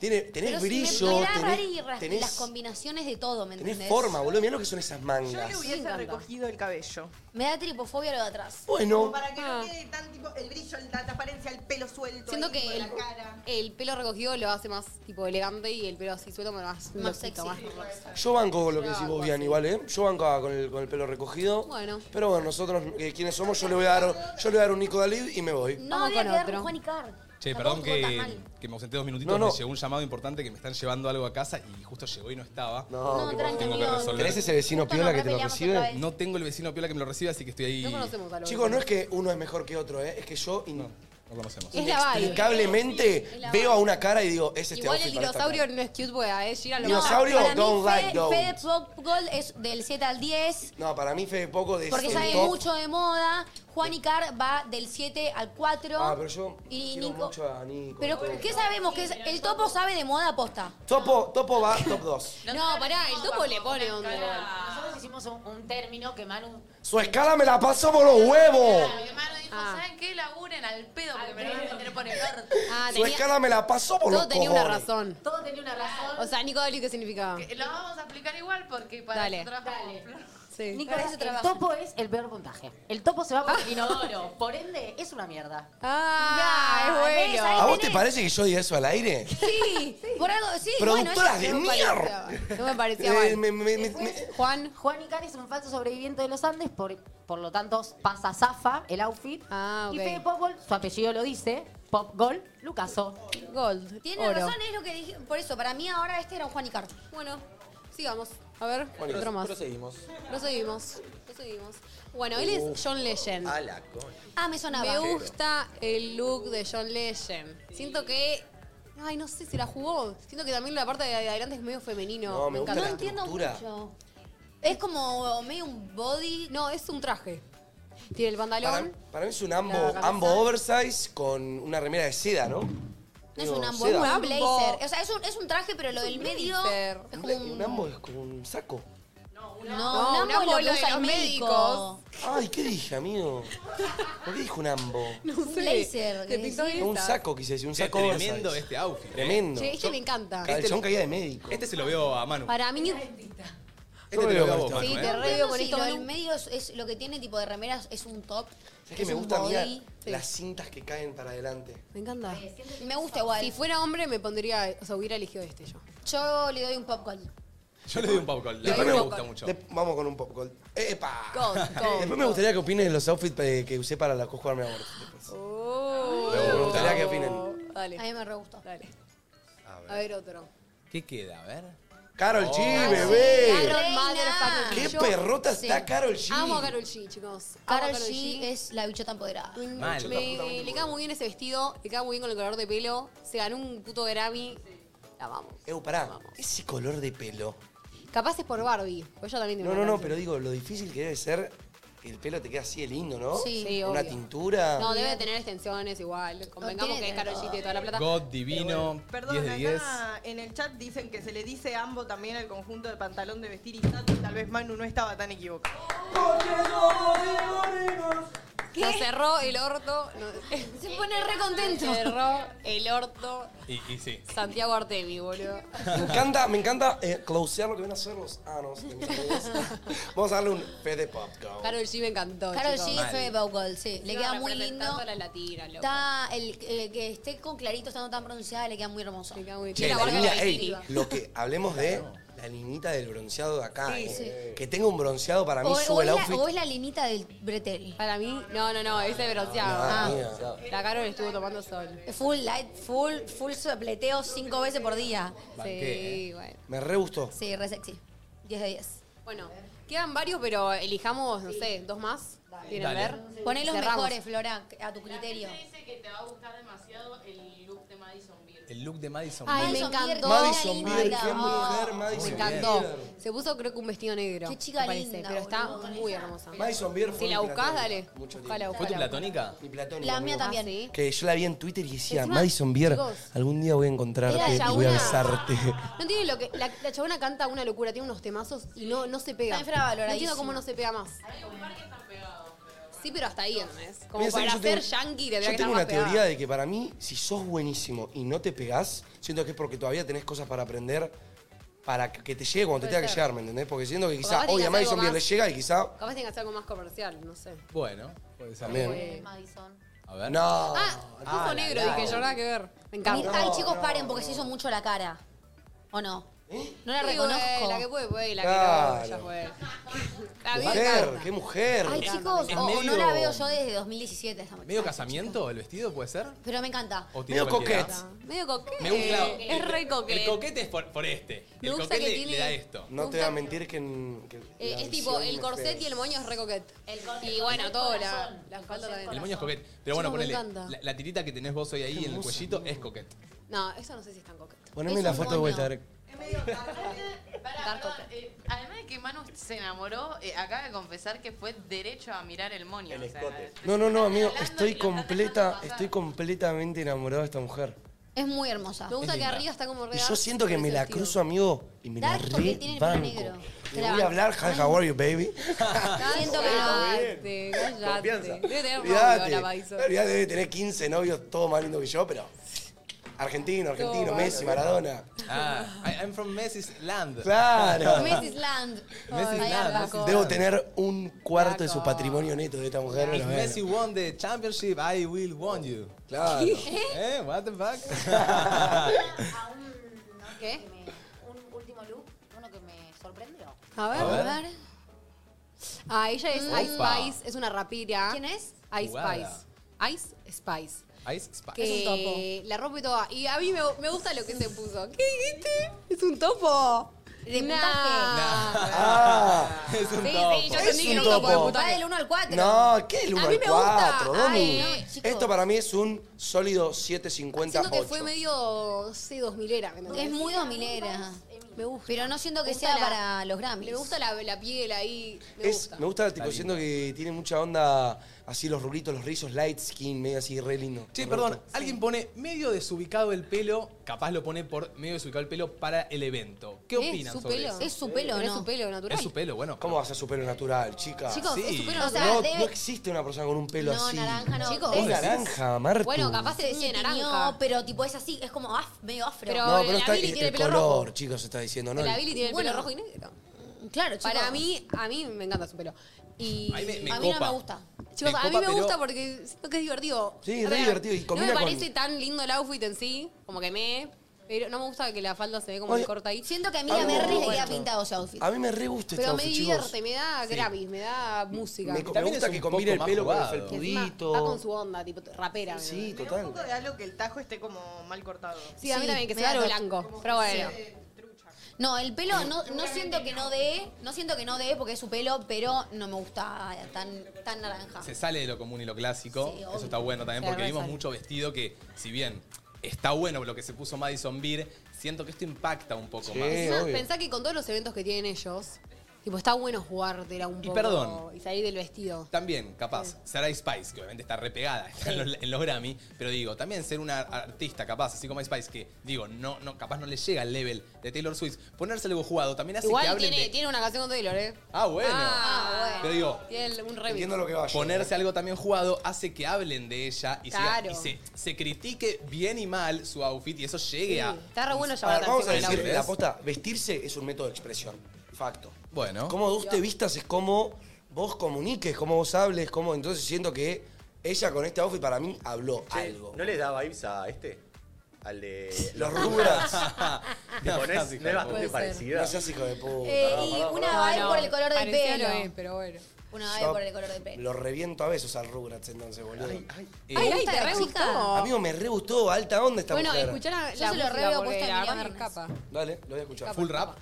D: Tiene, tenés
C: Pero si me-
D: brillo,
C: me da
D: tenés,
C: raro y ras-
D: tenés-
C: las combinaciones de todo, ¿me
D: tenés
C: entendés?
D: forma, boludo. Mirá lo que son esas
G: Yo
D: mangas.
G: le hubiese recogido el cabello.
C: Me da tripofobia lo de atrás.
G: Como
D: Bueno,
G: para que
B: Ah.
G: no quede tan tipo el brillo, la transparencia, el pelo suelto.
B: Siento
G: ahí,
B: que
G: tipo,
B: el,
G: la cara.
B: el pelo recogido lo hace más tipo elegante y el pelo así suelto más,
C: Más
B: loquito,
C: sexy.
B: más rosa.
D: yo banco con lo que
B: Yo
D: decís
B: banco
D: vos, Bian,
B: así.
D: igual, ¿eh? Yo banco ah, con el, con el pelo recogido.
B: Bueno.
D: Pero bueno, nosotros, eh, quienes somos, yo le voy a dar, yo le voy a dar un Nico Dalí y me voy.
C: No,
B: Vamos
C: había
B: con
C: que dar
B: otro.
C: con Juan y Car.
A: Che,
C: Tampoco
A: perdón
C: estuvo tan
A: que,
C: mal.
A: que me ausenté dos minutitos.
D: No, no.
A: Me llegó un llamado importante que me están llevando algo a casa y justo llegó y no estaba.
D: No,
C: No,
D: que-
C: tranqui,
A: Tengo que
C: amigo.
A: resolver.
D: ¿Tenés ese vecino
C: Justo
D: piola
C: nos
D: que te lo
C: repeleamos
D: recibe?
C: otra vez.
A: No tengo el vecino piola que me lo recibe, así que estoy ahí.
B: No conocemos a los
D: Chicos, no es que uno es mejor que otro, ¿eh? Es que yo in-
A: No conocemos.
B: Es la vibe.
D: inexplicablemente veo a una cara y digo, es este
B: Igual el
D: outfit para esta cara.
B: dinosaurio no es cute, porque a ella lo
D: Dinosaurio,
C: para mí
D: don't
C: Fe-
D: like those.
C: Fede Popgold es del 7 al 10.
D: No, para mí Fede Poco de
C: Porque
D: el
C: sabe
D: top.
C: mucho de moda. Juan Icar va del 7 al 4.
D: Ah, pero yo
C: Y
D: quiero
C: Nico-
D: mucho a Nico.
C: Pero,
D: todo.
C: ¿qué sabemos? Que es- el topo sabe de moda posta.
D: Topo, Topo va top 2.
B: No, pará, el topo le pone onda igual.
K: Ah. Nosotros hicimos un, un término que Manu
D: Su escala me la paso por los huevos.
H: Mi hermano dijo,
B: Ah.
H: ¿saben qué? Laburen al
K: Ah,
H: pedo porque me lo van a meter por el orto.
B: Ah,
D: Su
B: tenía,
D: escala me la paso por los
B: todo tenía una
D: cojones.
B: razón.
K: todo tenía una razón.
B: O sea, Nico Dali, ¿qué significaba?
H: Que Lo vamos a aplicar igual porque para
B: Dale.
H: nosotras como
K: Dale.
H: flor.
K: Nicolás,
C: Para eso
K: el
C: trabaja.
K: topo es el peor puntaje. El topo se va por
C: Ah.
K: inodoro. Por ende, Eh, es una mierda.
B: Ah, es bueno.
D: ¿A vos te parece que yo diga eso al aire?
B: Sí, por algo, sí.
D: Productoras
K: bueno,
D: de
K: eso no me
D: mierda.
B: No me parecía mal.
D: Eh, me- me- me-
B: Juan.
K: Juan Icari es un falso sobreviviente de los Andes, por, por lo tanto pasa zafa el outfit.
B: Ah, ok.
K: Y Fede Popgol, su apellido lo dice, Popgol, Lucaso.
B: Gold.
C: Tiene
K: Oro.
C: razón, es lo que dije. Por eso, para mí ahora este era un Juan Icar.
B: Bueno, sigamos. A ver,
I: Bueno,
B: otro más.
I: proseguimos.
B: Lo seguimos. Lo seguimos. Bueno, él
D: Uh.
B: es John Legend.
I: A la coña.
C: Ah, me sonaba.
B: Me gusta el look de John Legend. Siento que. Ay, no sé si la jugó. Siento que también la parte de adelante es medio femenino.
D: No, me gusta
B: encanta.
D: la No entiendo estructura.
C: mucho.
B: Es como medio un body. No, es un traje. Tiene el
D: Para,
B: pantalón.
D: para mí es un ambo,
B: La cabeza.
D: ambo oversize con una remera de seda, ¿no?
C: No es un ambo, es
D: seda.
C: un
B: Ambo.
C: blazer. O sea, es un, es un traje, pero lo
B: Es un
C: del medio
B: blazer.
C: es como un...
D: Un ambo es como un saco.
C: No,
B: No,
C: un
B: un
C: ambo
B: ambo
C: es lo
B: lo
C: que
B: de
C: usa el
B: los
C: médico.
D: Ay, ¿qué dije, amigo? ¿Por qué dijo un ambo?
B: No
C: Un blazer.
B: Te
C: que
B: pintó
C: decís.
B: bien.
D: Un saco, quise decir, un
A: Che,
D: saco
A: tremendo
D: oversize.
A: este outfit. eh.
D: Tremendo.
B: Che, este me encanta.
D: El chabón caía de médico.
A: Este se lo veo a Manu.
B: Para mí.
A: Este te
D: veo
A: lo veo a vos,
D: esto.
A: Manu.
B: Sí,
A: eh.
B: te re veo con
C: Sí,
B: esto.
C: lo
B: Manu.
C: del medio es, es lo que tiene tipo de remeras, es un top.
D: ¿Sabes que
C: es
D: me
C: un
D: gusta
C: body.
D: mirar las cintas que caen para adelante?
B: Me encanta.
C: Me gusta igual.
B: Si fuera hombre, me pondría. O sea, hubiera elegido este yo.
C: Yo le doy un popcorn.
A: Yo le doy un popcorn. La
D: Después
A: verdad
D: me
A: me gusta mucho.
D: De- vamos con un popcorn. ¡Epa! [LAUGHS]
B: Gold, gold,
D: Después me gustaría que opinen los outfits eh, que usé para la Jugarme ahora. Me gustaría que opinen.
B: Oh. Dale.
C: A mí me re gustó.
B: Dale.
A: A ver.
B: A ver otro.
A: ¿Qué queda? A ver.
D: Carol
A: Oh.
D: G,
A: Ah, sí,
D: bebé.
B: Carol Motherfucking
D: Eh. ¡Qué
B: G. Yo
D: perrota está
C: sí.
D: Carol G!
B: Amo a Carol G, chicos. Amo a
C: Carol G es la bichota empoderada.
B: Mm,
A: Mal.
B: me- le queda muy bien ese vestido, le queda muy bien con el color de pelo. Se ganó un puto Grammy. La vamos.
D: Eu, pará. Ese color de pelo.
B: Capaz es por Barbie. Pues ella también tiene
D: No,
B: una
D: no, no,
B: canción.
D: pero digo, lo difícil que debe ser que el pelo te quede así de lindo, ¿no?
C: Sí.
B: Sí,
D: Una
B: obvio.
D: tintura.
B: No, debe tener extensiones igual. Convengamos que es Carol G de toda la plata.
A: God divino, 10
G: Perdón,
A: de
G: acá
A: 10.
G: en el chat dicen que se le dice ambo también al conjunto de pantalón de vestir y saco, y tal vez Manu no estaba tan equivocado.
B: Nos cerró el orto. nos-
C: [LAUGHS]
B: [LAUGHS]
C: Se pone re contento.
B: Nos cerró el orto.
A: Y, y sí.
B: Santiago Artemi,
D: [LAUGHS]
B: boludo.
D: Me encanta, me encanta eh, closear lo que van a hacer los anos de mis
B: [LAUGHS]
D: amigos. Vamos a darle un P de popcorn.
B: Carol G me encantó.
C: Carol
B: chicos.
C: G fue popcorn, sí. Le
B: Sigo
C: queda muy
B: representando
C: lindo.
B: a la latina, loco.
C: Está el, eh, que esté con clarito, estando tan pronunciada, le queda muy hermoso.
B: Me cago en-
D: Che,
B: Tiene
D: la
B: barba
D: línea,
B: de
D: ey,
B: Bikini.
D: lo que hablemos de la linita del bronceado de acá.
C: Sí,
D: eh. Que tenga un bronceado para mí
C: O, o
D: sube el
C: es la,
D: outfit.
C: o es la linita del Bretel.
B: Para mí, no, no, no, ese bronceado.
D: Ah,
B: Ah. La Carol estuvo tomando sol.
C: Full light, full, full sopleteo cinco veces por día.
A: Banqué,
D: ¿eh?
B: Sí, bueno.
D: Me re gustó.
C: Sí, re sexy. 10 de 10.
B: Bueno, quedan varios, pero elijamos, no sé, dos más. ¿Quieren
A: Dale.
B: ver?
C: Poné los
B: Cerramos.
C: mejores, Flora, a tu criterio.
H: dice que te va a gustar demasiado el look de Madison Beer.
A: El look de Madison.
B: Ay,
A: Beer.
B: me encantó.
D: Madison
C: Linda.
D: Beer, qué mujer,
C: Oh,
B: Me
D: Madison
B: encantó.
D: Beer.
B: Se puso creo que un vestido negro.
C: Qué chica
B: me parece,
C: linda,
B: Pero está
C: boludo.
B: muy hermosa.
D: Madison Beer fue
B: Si
D: mi
B: la buscás,
D: platónica,
B: dale.
D: Mucho
B: Buscala,
D: tiempo.
B: buscala.
A: ¿Fue tu platónica?
D: Mi platónica,
C: La mía
D: amigo.
C: también.
B: Ah, Sí.
D: Que yo la vi en Twitter y decía,
B: Encima,
D: Madison Beer,
B: chicos,
D: algún día voy a este encontrarte
B: era
D: y
B: ya
D: voy a
B: una- [LAUGHS]
D: besarte.
B: No tiene lo que. La, la chabona canta una locura, tiene unos temazos y no, no se pega.
C: Está infravaloradísima.
B: No entiendo cómo no se pega más. Sí, pero hasta ahí, ¿no es? Como
D: Piensa que
B: para
D: yo
B: ser
D: tengo-
B: yankee tendría
D: Yo
B: que
D: tengo
B: estar
D: una
B: más pegada.
D: teoría de que para mí, si sos buenísimo y no te pegás, siento que es porque todavía tenés cosas para aprender para que que te llegue cuando te tenga que llegar, ¿me entendés? Porque siento que quizá
B: capaz
D: hoy
B: tengas
D: a Madison
B: algo
D: Beer le
B: más.
D: llega y quizá...
B: Capaz tengas algo más comercial, no sé. Eh,
A: Bueno, puede ser.
C: Eh,
D: También.
C: Madison.
A: A ver.
D: No.
B: Ah, puso negro, dije yo, nada que ver. Me encanta.
C: Ay, chicos, paren, porque se hizo mucho la cara. ¿O no?
D: ¿Eh?
C: No la
B: Sí, güey, La que
C: reconozco.
B: puede, puede, la
D: Claro.
B: que no, ya fue. A mí me
D: Mujer,
B: encanta.
D: qué mujer.
C: Ay, chicos,
A: Es
C: o, o no
A: medio-
C: la veo yo desde 2017 esta muchacha.
A: ¿Medio casamiento el vestido puede ser?
C: Pero me encanta.
A: ¿O
D: Medio
A: tiro cualquiera?
D: coquet.
B: Medio coquete.
A: Me gusta.
B: Eh, Es re
A: El
B: coquete.
A: coquete es por, por este.
B: Me
A: El
B: gusta
A: coquete
B: que
A: le-
B: tiene-
A: le da esto.
D: No te voy a mentir que... en- que
B: Eh,
D: la
B: es tipo,
D: visión
B: el
D: me
B: corset
D: fue.
B: y el moño es re coquete.
C: corset
B: Y bueno,
C: con
B: todo,
C: el
B: la,
C: corazón.
B: la espalda también.
C: Con
A: El moño es coquete.
B: Sí,
A: Pero bueno,
B: me
A: ponele.
B: encanta.
A: La, la tirita que tenés vos hoy ahí en el cuellito es coquete.
B: No, eso no sé si es tan coquete.
D: Poneme
C: Es
D: la
C: un
D: foto de vuelta,
C: moño.
D: a ver.
B: [LAUGHS]
H: Pará, perdón, eh, además de que Manu se enamoró, eh, acaba de confesar que fue derecho a mirar el moño.
I: El
H: o sea,
I: escote.
D: No, no, no, amigo,
H: Hablando y
D: estoy
H: lo está
D: completa,
H: dejando
D: estoy completamente enamorado de esta mujer.
C: Es muy hermosa.
B: Me gusta que
A: linda.
B: arriba está como re
D: Y yo
B: dark
D: siento que
B: con
D: me
B: ese
D: la
B: vestido.
D: cruzo, amigo, y me la
C: Dark porque tiene
D: re
C: el pelo negro.
D: banco.
C: Te la
D: Le voy a
C: banco.
D: hablar, hi, how are you, baby?
C: Siento que
B: Cállate, cállate.
D: [LAUGHS]
I: Confianza.
B: Debe tener novio
D: Olvídate,
B: la Bison.
D: olvídate, debe tener 15 novios, todo más lindo que yo, pero Argentino, argentino,
B: Todo,
D: Messi, Maradona.
A: Ah, I- I'm from Messi's land.
D: Claro.
C: Mrs. Land.
A: Mrs.
C: Ay,
A: Land,
C: Arbaco.
A: Mrs.
D: Debo tener un cuarto de su patrimonio neto de esta mujer.
A: If
D: pero bueno.
A: Messi won the championship, I will want you.
D: Claro.
A: ¿Eh? What the
B: [LAUGHS]
A: fuck?
B: ¿Qué?
K: Un último look, uno que me sorprendió.
B: A ver,
A: A
B: a
A: ver.
B: ver. Ah, ella es
K: Mm.
B: Ice
A: Opa.
B: Spice, es una rapera. ¿Quién
C: es?
B: Ice
A: Jugada.
B: Spice. Ice Spice.
A: Ice Spice.
B: Que la rompe toda. Y a mí me, me gusta lo que se puso. ¿Qué dijiste? Es un topo.
C: De
B: Nah.
C: puntaje.
D: Ah,
A: [LAUGHS] es un
B: Sí,
A: topo.
B: sí, yo
D: Es
B: entendí que
D: un
B: era un topo de
D: topo.
B: puntaje.
C: Va del 1 al 4.
D: No, ¿qué es el
B: A
D: 1
B: mí
D: al
B: me
D: 4,
B: gusta.
D: Domi?
B: Ay, no,
D: Esto para mí es un sólido 750
B: Siento que fue medio, no sé, 2000 era.
C: Es muy domilera.
B: Me gusta.
C: Pero no siento que
B: Me gusta
C: sea
B: la-
C: para los Grammys.
B: Me gusta la, la piel ahí. Me
D: Es-
B: gusta.
D: me gusta, tipo,
A: Está
D: siento que tiene mucha onda, así los rulitos, los rizos, light skin, medio así, re lindo.
A: Che,
D: Me
A: perdón,
D: gusta.
A: alguien pone medio desubicado el pelo, capaz lo pone por medio desubicado el pelo para el evento. ¿Qué
B: Es
A: opinan
B: su
A: sobre
B: pelo.
A: eso?
C: Es su pelo,
B: Pero es
C: ¿no?
B: su pelo natural.
A: Es su pelo, bueno.
D: ¿Cómo vas a su pelo natural, chica?
C: Chicos,
A: Sí.
C: es su pelo
D: no,
B: o sea,
C: natural.
D: Ah, no
C: debe-
D: existe una persona con un pelo
C: No,
D: así.
C: naranja no.
B: Chicos.
D: Es
C: Debe-
D: naranja, Martu.
B: Bueno, capaz se
C: Sí,
B: dice
C: No,
B: naranja.
C: pero tipo es así, es como af- medio afro.
B: Pero-
D: No, pero
B: la
D: está
B: Billy
D: el,
B: tiene
D: el
B: pelo
D: color,
B: rojo.
D: chicos, se está diciendo, ¿no?
B: La Billy tiene el
C: Bueno.
B: pelo rojo y negro.
C: claro, chicos.
B: Para mí, a mí me encanta su pelo. Y
A: A mí me- me
B: a
C: a mí no
A: copa.
C: me gusta.
B: Chicos,
A: me
B: a mí
A: copa,
B: me
A: pero-
B: gusta porque siento que es divertido.
D: Sí, es re
B: Real.
D: divertido y
B: No
D: combina
B: me
D: con-
B: parece tan lindo el outfit en sí, como que me... Pero no me gusta que la falda se ve como
D: Oye,
B: que corta ahí.
C: Siento que a mí
D: Ah,
C: la
D: no,
C: Merry le
D: bueno.
C: queda pintado ese outfit.
D: A mí me re gusta este
B: Pero me
D: outfit, chicos.
B: divierte, me da Grammys, me da música.
D: Me,
B: Que
D: co- me
A: También
D: gusta
A: es un
D: que combine el
A: poco
D: pelo
A: más
D: con el
A: jugado.
B: encima
D: felpudito.
B: Va con su onda, tipo rapera.
D: Sí,
B: ¿no?
G: Me da un poco
D: total.
G: de algo que el tajo esté como mal cortado.
B: Sí, a mí
C: Sí,
B: también, que
C: me
B: sea
C: da
B: algo
C: lo-
B: blanco. Pero bueno.
G: Eh, trucha.
C: No, el pelo no, no siento que no dé, no siento que no dé porque es su pelo, pero no me gusta tan, tan naranja.
A: Se sale de lo común y lo clásico.
C: Sí,
A: Eso
C: obvio.
A: está bueno también
B: Sí,
A: porque
B: re
A: vimos
B: sale.
A: mucho vestido que, si bien está bueno lo que se puso Madison Beer, siento que esto impacta un poco
D: Sí.
A: más.
B: Encima,
D: obvio.
B: pensá que con todos los eventos que tienen ellos, tipo, está bueno jugártela un
A: Y
B: poco.
A: perdón.
B: Y salir del vestido.
A: También, capaz, Sarah Spice, que obviamente está repegada [LAUGHS] en, los, en los Grammy, pero digo, también ser una artista capaz, así como Spice, que digo, no, no, capaz no le llega al level de Taylor Swift, ponerse algo jugado también hace que
B: Igual
A: hablen
B: tiene,
A: de-
B: tiene una canción con Taylor, ¿eh?
A: Ah, bueno.
B: Ah, bueno.
A: Pero digo,
B: Tiene un remix.
D: Entiendo lo que va yo.
A: Ponerse algo también jugado hace que hablen de ella y, siga-
B: Claro.
A: y se, se critique bien y mal su outfit y eso llegue
B: Sí,
A: a.
B: Está re bueno
D: A ver,
B: llevar
D: vamos a
B: canción con
D: decir
A: outfit.
B: el
D: la posta, vestirse es un método de expresión. Facto.
A: Bueno.
D: Cómo vos te vistas es cómo vos comuniques, cómo vos hables, cómo. Entonces siento que ella con este outfit para mí habló
I: Che,
D: algo.
I: ¿No le da vibes a este? Al de.
A: [LAUGHS]
D: Los rubras.
A: Ah.
I: Tipo, no, es,
A: Puede
I: no es bastante
B: ser.
I: parecida.
D: no seas hijo de puta.
C: Eh, y una vibe por el color del
B: parecido
C: pelo.
B: lo es, pero bueno.
C: Una vibe
D: Yo
C: por el color del pelo.
D: Lo reviento a besos al Rugrats entonces, boludo.
A: Eh,
C: Ay,
B: Ay,
C: ¿te
B: te
C: re
B: re
C: gustó?
D: Amigo, me re gustó. Alta onda esta
B: Bueno,
D: mujer.
B: escuchá la, la
C: Yo se lo
B: música
C: re veo
B: porque
C: puesta a
B: la
C: Emilia
B: verdad que
C: Mernes.
B: escuchar.
D: Dale, lo voy a escuchar.
A: full rap.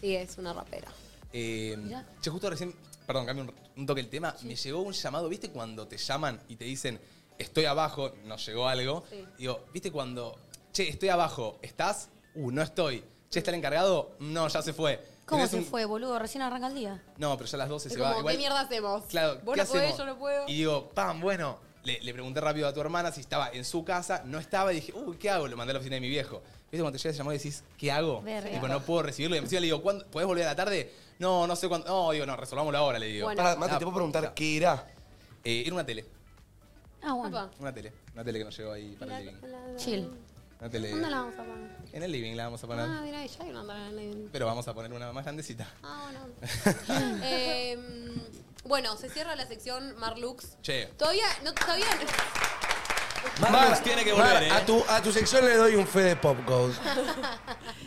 B: Sí, es una rapera.
A: Eh, che, justo recién, perdón, cambio un, un toque el tema. Me llegó un llamado, ¿viste? Cuando te llaman y te dicen, estoy abajo, nos llegó algo. Digo, ¿viste? Cuando, che, estoy abajo, ¿estás? Uh, no estoy. Che, ¿está el encargado? No, ya se fue.
C: ¿Cómo
A: Tenés
C: se
A: un-
C: fue, boludo? Recién arranca el día.
A: No, pero ya a las 12
B: Es
A: se
B: como,
A: va. Igual-
B: ¿qué mierda hacemos?
A: Claro,
B: Vos
A: ¿qué
B: no podés,
A: hacemos?
B: yo no puedo.
A: Y digo, pam, bueno. Le, le pregunté rápido a tu hermana si estaba en su casa, no estaba, y dije, uy, ¿qué hago? Lo mandé a la oficina de mi viejo. ¿Viste cuando te llega ese llamado y decís, ¿qué hago?
C: Verga.
A: Tipo, no puedo recibirlo. Y encima le digo, ¿cuándo? ¿Podés volver a la tarde? No, no sé cuándo. No, digo, no, resolvámoslo ahora, le digo.
B: Bueno.
D: Pará, Mate,
A: Ah,
D: te puedo preguntar
A: ya.
D: qué era.
A: Eh, era una tele,
C: Ah, bueno.
B: Apa.
A: una tele, una tele que nos llegó ahí para el living.
C: Chill.
A: Una tele.
B: ¿Dónde la vamos a poner?
A: En el living la vamos a poner.
B: Ah, mira, ya hay una andar en el...
A: Pero vamos a poner una más grandecita.
B: Ah, bueno. Eh, mm, bueno, se cierra la sección Marlux.
A: [LAUGHS] Che.
B: Todavía, no, todavía... no-
A: Marlux tiene que volver,
D: Mar,
A: ¿eh?
D: a, tu, a tu sección le doy un fe de pop gold.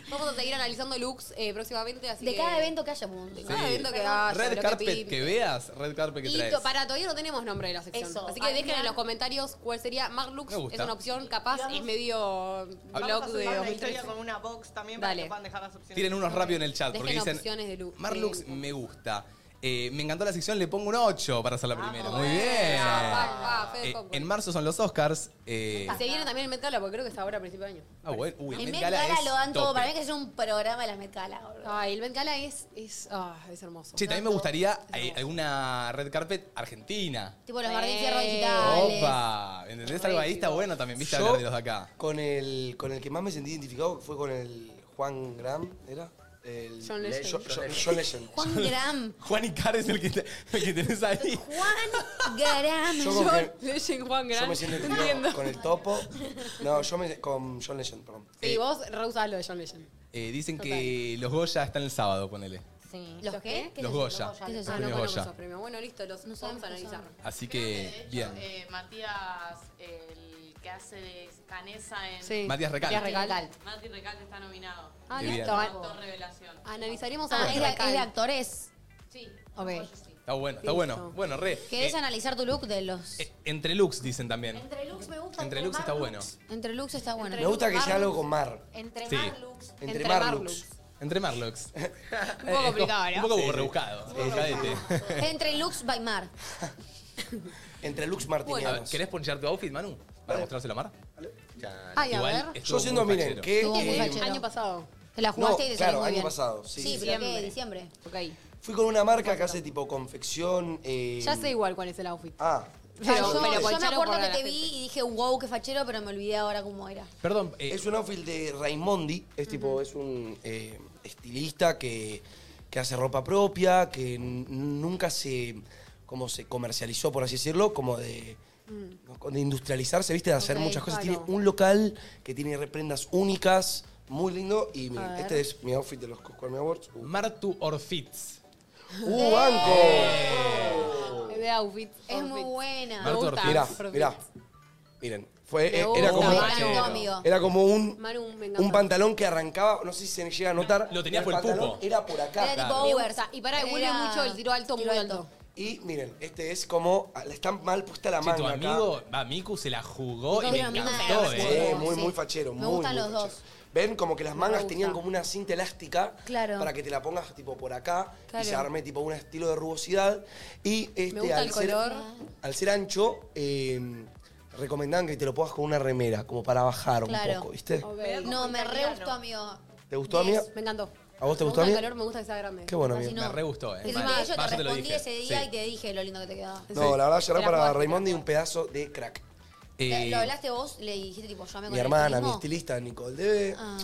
B: Vamos a seguir analizando looks eh, próximamente, así
C: De
B: que-
C: cada evento que haya, mundo.
A: Sí.
B: cada evento que haya, lo
A: Red
B: que
A: carpet que,
B: pinte.
A: veas, red carpet que
B: Y
A: traes.
B: to- para todavía no tenemos nombre de la sección.
C: Eso,
B: Así que dejen
C: adivina.
B: en los comentarios cuál sería. Marlux
A: Me gusta.
B: es una opción capaz, es medio
G: Vamos
B: blog
G: a
B: de
G: hacer una
B: 2013.
G: historia con una box también para
B: Dale.
G: que puedan dejar las opciones.
A: Tienen unos rápido en el chat
B: Dejen
A: porque dicen
B: opciones de look.
A: Marlux
B: Sí.
A: me gusta. Eh, me encantó la sección, le pongo un 8 para hacer la primera. Muy bien.
B: Ah, va, va, Fede
A: Eh,
B: Popcorn.
A: en marzo son los Oscars. eh,
B: Y se viene también el Met Gala, porque creo que es ahora a principio de año.
A: ah, bueno. Uy,
C: El
A: Met
C: Met
A: Gala
C: Gala
A: es
C: lo dan todo.
A: tope.
C: Para mí hay que es un programa de las Met Gala, boludo.
B: Ay, el Met Gala es, es, ah, es hermoso.
A: Che, también me gustaría eh, alguna red carpet argentina.
C: Tipo los
B: Sí.
C: Martín Fierro
B: Eh.
C: digitales.
A: Opa, ¿entendés algo ahí? Está bueno también, viste hablar de los de acá.
D: Con el, con el que más me sentí identificado fue con el Juan Gram, ¿era? El-
B: John Legend.
D: Jo- Jo- John Legend.
C: Juan Graham.
A: Juan Icar es el que, te- el que tenés ahí.
C: Juan Graham.
D: Yo con que-
B: Legend Juan Gran.
D: Yo me siento
B: Entiendo.
D: identificado con el topo. No, yo me. con John Legend, perdón.
B: Sí, vos reusás lo de John Legend.
A: Eh, dicen que los Goya están el sábado, ponele.
C: Sí.
B: ¿Los qué?
A: Los Goya.
B: ¿Qué es
A: Los
B: eso? Ah, no
A: premios
B: conozco
A: Goya.
B: esos premios. Bueno, listo, los vamos a analizar.
A: Así que, bien.
H: Eh, Matías, el que hace de Canesa en.
B: Sí.
A: Matías Recal. Matías
B: Recal.
H: Mati Recal está nominado.
B: Ah,
A: Qué
B: listo.
A: bien.
H: Doctor Revelación.
B: Analizaremos
C: Ah,
B: a
C: es de, es de actores.
H: Sí.
C: Ok.
A: Está bueno, está bueno. Bueno, re.
C: ¿Querés
A: Eh,
C: analizar tu look de los.
A: entre looks dicen también.
K: Entre looks me gusta.
A: Entre looks está bueno.
C: Entre looks está bueno.
D: Me gusta que sea algo con mar.
K: Entre
A: Sí.
C: [LAUGHS]
K: Marlux.
D: Entre Entre Marlux.
A: Entre [LAUGHS] Marlux. un
C: poco complicado,
A: Un
C: ¿no?
A: poco
D: Sí, sí.
A: rebuscado.
D: Sí, sí.
A: Cadete.
B: eh.
C: Entre looks by Mar.
D: Entre Lux
A: A ver,
D: Martinianos.
A: ¿Querés ponchar tu outfit, Manu? ¿Para mostrárselo a Mar?
C: Ay, a
A: Igual
C: ver.
A: estuvo
D: Yo siendo,
A: muy
D: miren,
A: fachero.
D: que.
C: Estuvo muy
D: eh,
C: fachero.
B: Año pasado.
C: Te la
D: no,
C: jugaste y te salió
D: claro,
C: muy
D: año
C: bien.
D: pasado.
C: Sí,
D: Sí, sí, sí.
C: pero ¿qué? Diciembre.
B: Ok.
D: Fui con una marca que hace tipo confección. eh,
B: Ya sé igual cuál es el outfit.
D: Ah,
B: Pero,
C: yo,
B: pero
C: yo me
B: ponchalo
C: acuerdo
B: por
C: que
B: la
C: te
B: gente.
C: vi y dije, wow, qué fachero, pero me olvidé ahora cómo era.
A: Perdón. eh,
D: Eh, es un outfit de Raimondi. Es tipo, es un eh, estilista que, que hace ropa propia, que n- nunca se. como se comercializó, por así decirlo, como de. de industrializarse, viste, de hacer
B: Mm. Ok,
D: muchas cosas.
B: claro.
D: Tiene un local que tiene reprendas únicas, muy lindo. Y miren,
B: ver.
D: este es mi outfit de los Cosquarme
B: [LAUGHS]
D: Awards. Uh,
A: Martu Orfitz.
D: ¡Uh, banco!
B: ¡Eh!
C: Oh.
B: Es de outfit.
C: Es muy
B: outfit.
C: buena.
A: Martu
B: gusta.
A: Orfitz.
D: Mirá,
B: Perfecto.
D: mirá. Miren, fue,
B: Me
D: eh,
B: gusta,
D: era como,
A: me encantó,
C: amigo.
D: era como un,
B: Manu, me encanta.
D: un pantalón que arrancaba, no sé si se llega a notar.
A: Lo tenías
D: pero
A: por el
D: pantalón
A: pupo.
D: Era por
C: Era
D: acá.
C: tipo
B: Me
C: over.
B: gusta. Y para devuelve
C: Era-
B: mucho el tiro alto, muy
C: tiro
B: alto.
D: Y miren, este es como, le está mal puesta la
A: Che,
D: manga
A: tu
D: acá.
A: amigo, va, Miku se la jugó y
C: Miku
A: me
C: era amigo de
A: encantó,
C: la
D: Sí,
A: eh.
C: Bueno,
D: muy,
C: sí.
D: muy fachero.
C: Me
D: muy,
C: gustan
D: muy
C: los dos.
D: fachero. Ven como que las mangas
B: gusta.
D: tenían como una cinta elástica
C: Claro.
D: para que te la pongas tipo por acá
C: Claro.
D: y se arme tipo un estilo de rugosidad. Y este,
B: gusta
D: al
B: el
D: ser,
B: color.
D: Al ser ancho, eh, recomendaban que te lo pongas con una remera, como para bajar
C: Claro.
D: un poco, ¿viste?
B: Ok.
C: No, me re gustó, amigo.
D: ¿Te gustó, amiga?
B: Me encantó.
D: ¿A vos te
B: Me
D: gustó,
B: gusta el
D: amiga?
B: calor, me gusta que sea grande.
D: Qué bueno,
C: Así
D: amigo.
C: no.
A: Me re gustó, eh.
C: Que Encima
A: Vale.
C: yo te
A: Va, yo te lo
C: respondí
A: dije.
C: ese día
A: Sí.
C: y te dije lo lindo que te quedaba.
D: No, la verdad, llorar
B: Te la
D: para
B: jugaste,
D: Raimondi un pedazo de crack.
A: Eh,
C: Lo hablaste vos, le dijiste tipo, yo me
D: Mi hermana, mi estilista, Nicole Debe.
C: Ah.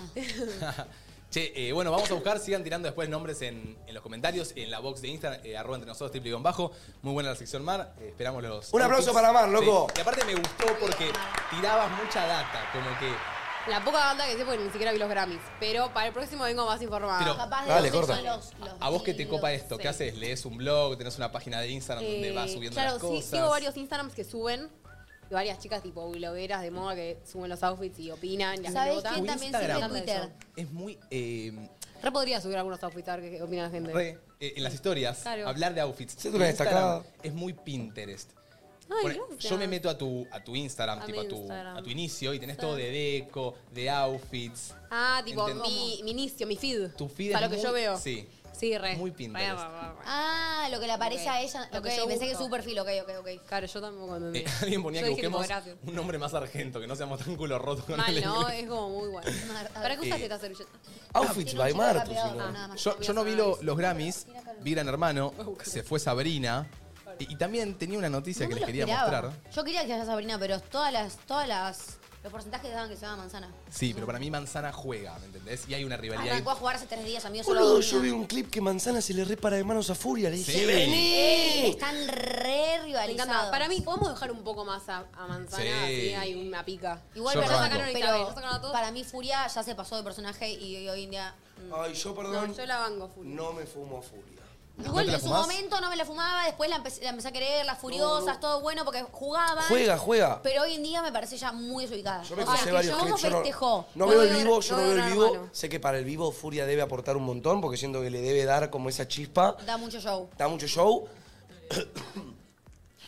A: Che, eh, bueno, vamos a buscar, sigan tirando después nombres en, en los comentarios, en la box de Instagram, eh, arroba entre nosotros, triple guión bajo. Muy buena la sección Mar, eh, esperamos los...
D: Un aplauso para Mar, loco.
A: Sí. Y aparte me gustó porque tirabas mucha data, como que...
B: La poca banda que sé porque ni siquiera vi los Grammys. Pero para el próximo vengo más informada.
A: Pero-
C: Capaz de
D: Dale,
C: los
D: corta.
C: hechos, los- los
A: A vos que te
C: videos.
A: copa esto, ¿qué haces? ¿Lees un blog? ¿Tenés una página de Instagram donde
B: Eh,
A: vas subiendo
B: claro,
A: las
B: sí,
A: cosas?
B: sigo varios Instagrams que suben. Y varias chicas tipo blogueras de moda que suben los outfits y opinan. Y la gente
C: ¿Sabés
B: vota.
C: quién
A: Tu
C: también
A: Instagram.
C: sigue Twitter?
A: Es muy... eh,
B: Re podría subir algunos outfits a ver qué opina la gente.
A: re, eh, en las historias,
B: Claro.
A: hablar de outfits.
D: Siento una
A: En Instagram
D: destacada.
A: Es muy Pinterest.
B: Ay,
A: Pone-
B: gracias.
A: yo me meto a tu, a tu Instagram,
B: A
A: tipo
B: mi
A: a tu,
B: Instagram.
A: a tu inicio, y tenés todo de deco, de outfits.
B: Ah, tipo
A: Entendí.
B: mi, mi inicio, mi feed.
A: Tu feed
B: O sea,
A: es
B: lo que
A: muy-
B: yo veo.
A: sí.
B: Sí, re.
A: Muy Pinterest.
B: Re, re, re, re.
C: Ah, lo que le aparece
B: Ok.
C: a ella.
B: Lo
C: Lo
B: que
C: que
B: yo
C: pensé que es
B: busco.
C: su perfil, ok, ok, ok.
B: Claro, yo tampoco entendí.
A: Eh, [LAUGHS] alguien ponía
B: Yo
A: que
B: dije, tipo,
A: busquemos
B: gracias.
A: un nombre más argento, que no seamos tan culo roto [LAUGHS] con
B: Mal,
A: el
B: ¿no?
A: inglés.
B: Es como muy bueno. [LAUGHS] ¿Para qué usaste
A: Eh,
B: esta servilleta?
C: Ah,
D: Outfits by Mar, pues, si no.
C: nada
A: [LAUGHS]
C: más.
A: Yo, yo no vi lo- los Grammys, vi Gran Hermano, se fue Sabrina, y, y también tenía una noticia
C: No
A: que
C: me
A: les
C: lo
A: quería
C: esperaba.
A: mostrar.
C: Yo quería que haya Sabrina, pero todas las, todas las, los porcentajes daban que se daba manzana.
A: Sí, pero para mí Manzana juega, ¿me entendés? Y hay una rivalidad. ahí.
C: Arrancó a jugar hace tres días, amigo. Solo
D: Boludo, yo vi
C: dormía.
D: un clip que Manzana se le repara de manos a Furia. Le dije,
A: Sí.
D: vení.
C: Eh, Están re
B: Me encanta.
C: rivalizados.
B: Para mí, podemos dejar un poco más a, a manzana,
A: Sí.
B: así hay una pica.
C: Igual,
A: Yo
C: pero,
A: arranco.
C: sacaron el
B: Pero-
C: Isabel, ya sacaron a todos. para mí Furia ya se pasó de personaje y hoy en día... mm.
D: Ay, yo
B: No,
D: perdón.
B: yo la banco, Furia.
D: No me fumo a Furia.
A: ¿No
C: Igual
A: te la
C: en su
A: fumás?
C: momento no me la fumaba, después la empecé, la empecé a querer, las furiosas, todo bueno, porque jugaban.
D: Juega, juega.
C: Pero hoy en día me parece ya muy desubicada.
D: Yo me
C: O sea,
D: crucé
C: que
D: varios
C: yo
D: clips. yo no-
C: festejó.
D: no,
B: No
D: veo el
B: veo-
D: vivo, yo
B: no veo
D: no veo el
B: nada
D: vivo.
B: malo.
D: Sé que para el vivo Furia debe aportar un montón porque siento que le debe dar como esa chispa.
C: Da mucho show.
D: Da mucho show. Pero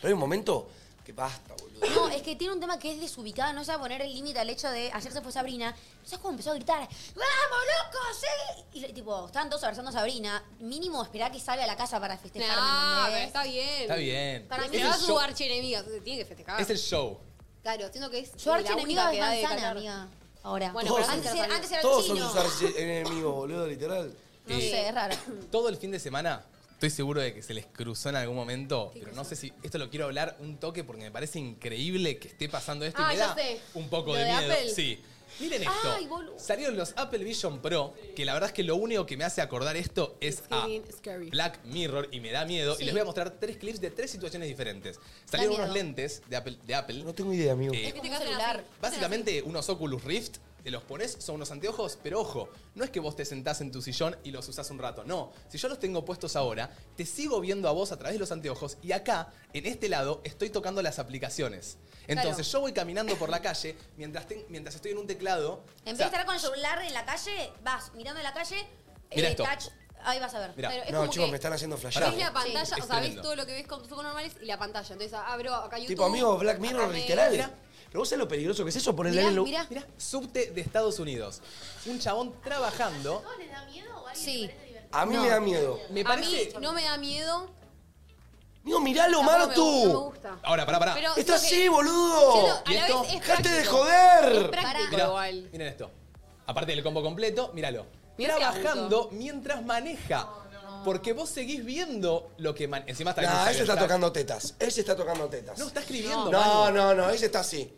D: hay un momento que basta, boludo.
C: No, es que tiene un tema que es desubicada, no sabe poner el límite al hecho de. Ayer se fue Sabrina, no sabes cómo empezó a gritar, ¡Vamos, loco! ¡Sí! Y le- tipo, estaban todos abrazando a Sabrina. Mínimo esperá que salga a la casa para festejar.
B: Ah,
C: ¿me
B: pero
C: entendés?
B: está bien.
A: Está bien.
B: Para mí
A: Es
B: no
A: el
B: es su
A: show-
B: archienemiga, se tiene que festejar.
A: Es el show.
B: Claro, siento que es
C: Yo
B: la única
C: archienemiga de
B: que da de
C: manzana,
B: callar.
C: amiga. Ahora.
B: Bueno,
D: Todos
B: pero antes era
C: antes, era-
B: Sabrina.
C: antes era
D: Todos son
C: chino.
D: sus archi- enemigos, boludo, literal.
C: No
A: Eh,
C: sé, es raro.
A: Todo el fin de semana estoy seguro de que se les cruzó en algún momento, pero no sé si esto lo quiero hablar un toque porque me parece increíble que esté pasando esto
B: Ah,
A: y me
B: ya
A: da
B: sé.
A: un poco
B: Lo
A: de,
B: de
A: miedo.
B: Apple.
A: Sí. Miren esto.
B: Ay, boludo.
A: Salieron los Apple Vision Pro, que la verdad es que lo único que me hace acordar esto es a
B: Scary, scary.
A: Black Mirror y me da miedo.
B: Sí.
A: Y les voy a mostrar tres clips de tres situaciones diferentes. Salieron
B: miedo.
A: unos lentes de Apple. De Apple eh, no
D: tengo idea, amigo.
B: Es que te quedas celular.
A: Básicamente unos Oculus Rift, te los pones, son unos anteojos, pero ojo, no es que vos te sentás en tu sillón y los usás un rato, no. Si yo los tengo puestos ahora, te sigo viendo a vos a través de los anteojos y acá, en este lado, estoy tocando las aplicaciones. Entonces yo voy caminando por la calle mientras, ten- mientras estoy en un teclado.
C: En
A: o
C: vez
A: sea,
C: de estar con el celular en la calle, vas mirando la calle, eh,
A: Mira esto.
C: ahí vas a ver.
A: Mirá.
B: Pero es
D: No,
B: como
D: chicos,
B: que
D: me están haciendo flashear.
B: Ves la pantalla,
D: Sí.
B: o
D: Es
B: sea, ves
D: tremendo.
B: todo lo que ves con tus ojos normales y la pantalla. Entonces, abro acá YouTube.
D: Tipo, amigos, Black Mirror,
B: acá me-
D: literal.
B: Mirá,
D: Pero vos sabés lo peligroso que es eso, ponerle
B: Mirá,
D: en lo...
B: mirá.
A: Mirá, subte de Estados Unidos. Un chabón trabajando.
H: ¿Les da miedo o alguien
B: Sí.
D: A mí me da miedo.
A: Me parece.
B: A mí no me da miedo.
D: Amigo, miralo,
B: Tampoco
D: Maro,
B: me
D: tú.
B: gusta, no me gusta.
A: Ahora, pará, pará.
B: Pero
D: Está
B: siento
D: así,
B: que-
D: boludo.
B: siento- a la vez es
D: ¡Dejate de
B: práctico. Es
D: joder!
B: práctico
A: Mirá,
B: igual.
A: Miren esto. Aparte del combo completo, míralo.
B: Mirá qué
A: Trabajando mientras maneja. Porque vos seguís viendo lo que maneja. Encima está en
D: Nah,
A: Instagram,
D: ese está tocando tetas. Ese está tocando tetas.
A: No, está escribiendo,
D: No,
A: Manu.
D: no, no, ese está
B: [LAUGHS]
D: así.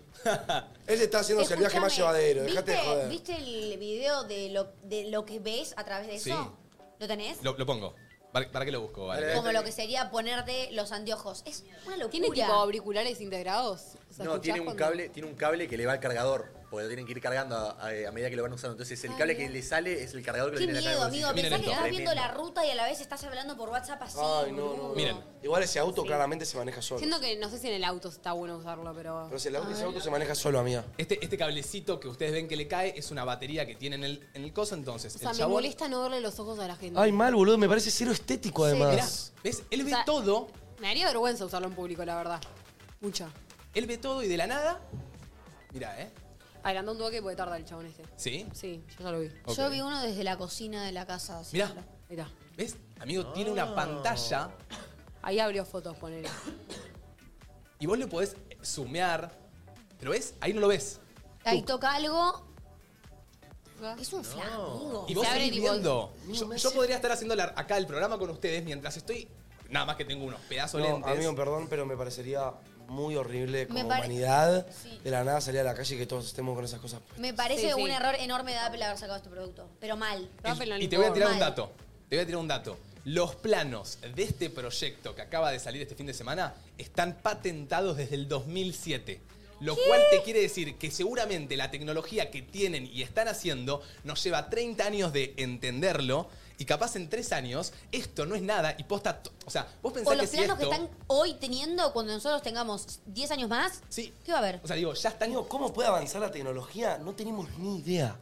D: Ese está haciéndose el viaje más
C: Escúchame,
D: llevadero.
C: ¿viste-
D: Dejate de joder.
C: ¿Viste el video de lo, de lo que ves a través de eso? ¿Lo tenés?
A: Lo, lo pongo. ¿Para, para qué lo busco? Vale.
C: Como lo que sería ponerte los anteojos. Es una locura.
B: ¿Tiene tipo auriculares integrados? O sea,
I: No,
B: escuchás
I: tiene un,
B: cuando-
I: cable, tiene un cable que le va al cargador, porque lo tienen que ir cargando a, a- a medida que lo van usando. Entonces el
C: Ay,
I: cable
C: Ah, mira.
I: que le sale es el cargador que
C: Qué
I: lo tiene
C: miedo,
I: acá en el
C: amigo.
I: bolsillo.
C: Pensá que estás viendo la ruta y a la vez estás hablando por WhatsApp así.
D: Ay, no, no.
C: boludo.
D: no. Igual ese auto claramente se maneja solo.
B: Siento que no sé si en el auto está bueno usarlo, pero.
D: Pero ese, el auto- ese auto se maneja solo, amiga.
A: Este, este cablecito que ustedes ven que le cae es una batería que tiene en el, en el coso, entonces.
B: O sea,
A: el
B: me
A: chabón-
B: molesta no verle los ojos a la gente.
D: Ay, mal, boludo. Me parece cero estético,
A: Mirá,
D: además.
A: ¿ves? Él ve
B: O sea,
A: todo,
B: Me daría vergüenza usarlo en público, la verdad. Mucha.
A: él ve todo y de la nada. Mirá, ¿eh?
B: Agrandó un toque porque tarda el chabón este.
A: ¿Sí?
B: Sí, yo ya lo vi.
A: Ok.
C: Yo vi uno desde la cocina de la casa. así.
A: Mirá,
B: Mirá.
A: ¿ves? Amigo, tiene una pantalla
B: Ahí abrió fotos, ponele.
A: y vos le podés sumear. Pero ves, ahí no lo ves.
C: Ahí toca algo. Es un flan, amigo.
A: Y vos
B: Se abre
A: seguís
B: tipo-
A: viendo. Yo, yo podría estar haciendo la- acá el programa con ustedes mientras estoy. Nada más que tengo unos pedazos
D: No,
A: lentes.
D: amigo, perdón, pero me parecería muy horrible como
C: Me pare-
D: humanidad
C: Sí.
D: de la nada salir a la calle y que todos estemos con esas cosas.
C: Me parece
B: Sí, sí.
C: un error enorme de Apple haber sacado este producto. Pero mal.
A: Y te voy a tirar un dato. Te voy a tirar un dato. Los planos de este proyecto que acaba de salir este fin de semana están patentados desde el 2007. Lo cual te quiere decir que seguramente la tecnología que tienen y están haciendo nos lleva 30 años de entenderlo y capaz en 3 años esto no es nada y posta... t- O sea, vos
C: O
A: pensás que
C: los
A: si
C: planos que
A: esto-
C: están hoy teniendo, cuando nosotros tengamos 10 años más,
A: Sí.
C: ¿qué va a haber?
A: O sea, digo, ya están...
D: Amigo, ¿cómo puede avanzar la tecnología? No tenemos ni idea.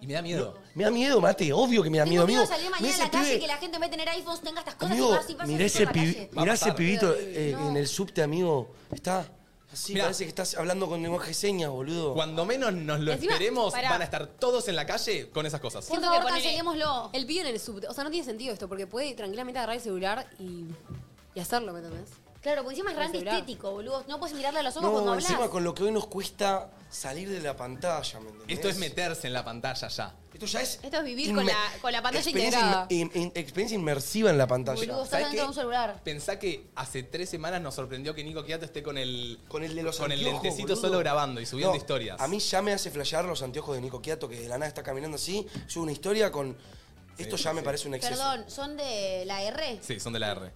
A: Y me da miedo.
D: Me da miedo, Mate. Obvio que me da
C: Tengo
D: miedo,
C: miedo
D: amigo.
C: de salir
D: Mirá
C: mañana a
D: ese
C: la calle
D: pibe-
C: que la gente va a tener iPhones, tenga estas cosas y
D: Amigo,
C: vas y vas y
D: mirá
C: vas a
D: ese,
C: la
D: pibi-
C: calle.
A: Va a
D: mirá ese
A: pasar.
D: pibito
C: Pero,
D: eh,
C: no.
D: en el subte, amigo. Está así,
A: Mirá.
D: parece que estás hablando con lenguaje de señas, boludo.
A: Cuando menos nos lo
B: Encima,
A: esperemos,
B: pará.
A: van a estar todos en la calle con esas cosas.
C: Por
B: Siento
C: favor,
B: que ponele-
C: cancelémoslo.
B: El pibe en el subte. O sea, no tiene sentido esto porque puede tranquilamente agarrar el celular y, y hacerlo, ¿me entendés?
C: Claro, porque encima es
B: Con
C: grande
B: celular.
C: estético, boludo. No puedes mirarle a los ojos cuando
D: No,
C: hablas.
D: encima con lo que hoy nos cuesta salir de la pantalla, ¿me entendés?
A: Esto es meterse en la pantalla ya.
D: Esto ya es.
B: Esto es vivir con
D: inme-
B: la- con la pantalla
D: experiencia
B: integrada.
D: inme- in- in- experiencia inmersiva en la pantalla.
C: Boludo, estás
A: ¿Sabés
C: dentro de
A: qué?
C: un celular.
A: Pensá que hace tres semanas nos sorprendió que Nico Quiato esté con el,
D: Con el de los
A: con el
D: anteojos,
A: lentecito
D: boludo.
A: solo grabando y subiendo
D: No,
A: historias.
D: A mí ya me hace flashear los anteojos de Nico Quiato, que de la nada está caminando así, sube una historia con. Esto ya me parece un exceso.
C: Perdón, ¿son de la R?
A: Sí, son de la R.